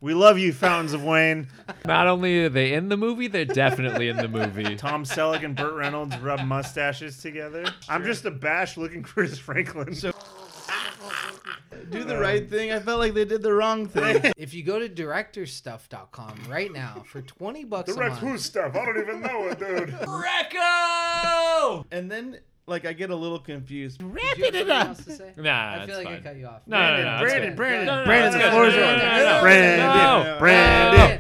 [SPEAKER 1] We love you, Fountains of Wayne.
[SPEAKER 16] Not only are they in the movie, they're definitely in the movie.
[SPEAKER 1] Tom Selleck and Burt Reynolds rub mustaches together. I'm just a bash looking Chris Franklin.
[SPEAKER 13] Do the right thing. I felt like they did the wrong thing.
[SPEAKER 12] if you go to directorstuff.com right now for 20 bucks
[SPEAKER 1] Direct
[SPEAKER 12] a month,
[SPEAKER 1] who stuff? I don't even know it, dude.
[SPEAKER 16] Recco!
[SPEAKER 13] And then, like, I get a little confused.
[SPEAKER 12] Did you have something else to say?
[SPEAKER 16] Nah,
[SPEAKER 12] I feel
[SPEAKER 16] it's
[SPEAKER 12] like I
[SPEAKER 16] fine.
[SPEAKER 12] cut you off.
[SPEAKER 16] No, no, no, it's
[SPEAKER 12] Brandon,
[SPEAKER 16] good.
[SPEAKER 12] Brandon,
[SPEAKER 16] No, no, no,
[SPEAKER 12] Brandon,
[SPEAKER 16] it's
[SPEAKER 12] the
[SPEAKER 16] good.
[SPEAKER 12] floor is
[SPEAKER 16] No, no,
[SPEAKER 12] yours.
[SPEAKER 16] no, no, no.
[SPEAKER 1] Brandon,
[SPEAKER 16] No.
[SPEAKER 1] Brandon,
[SPEAKER 16] No.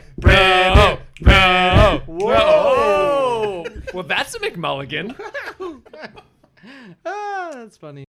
[SPEAKER 1] Brandon, Brandon.
[SPEAKER 16] Whoa.
[SPEAKER 1] Whoa.
[SPEAKER 16] Well, that's a McMulligan.
[SPEAKER 12] Ah, that's funny.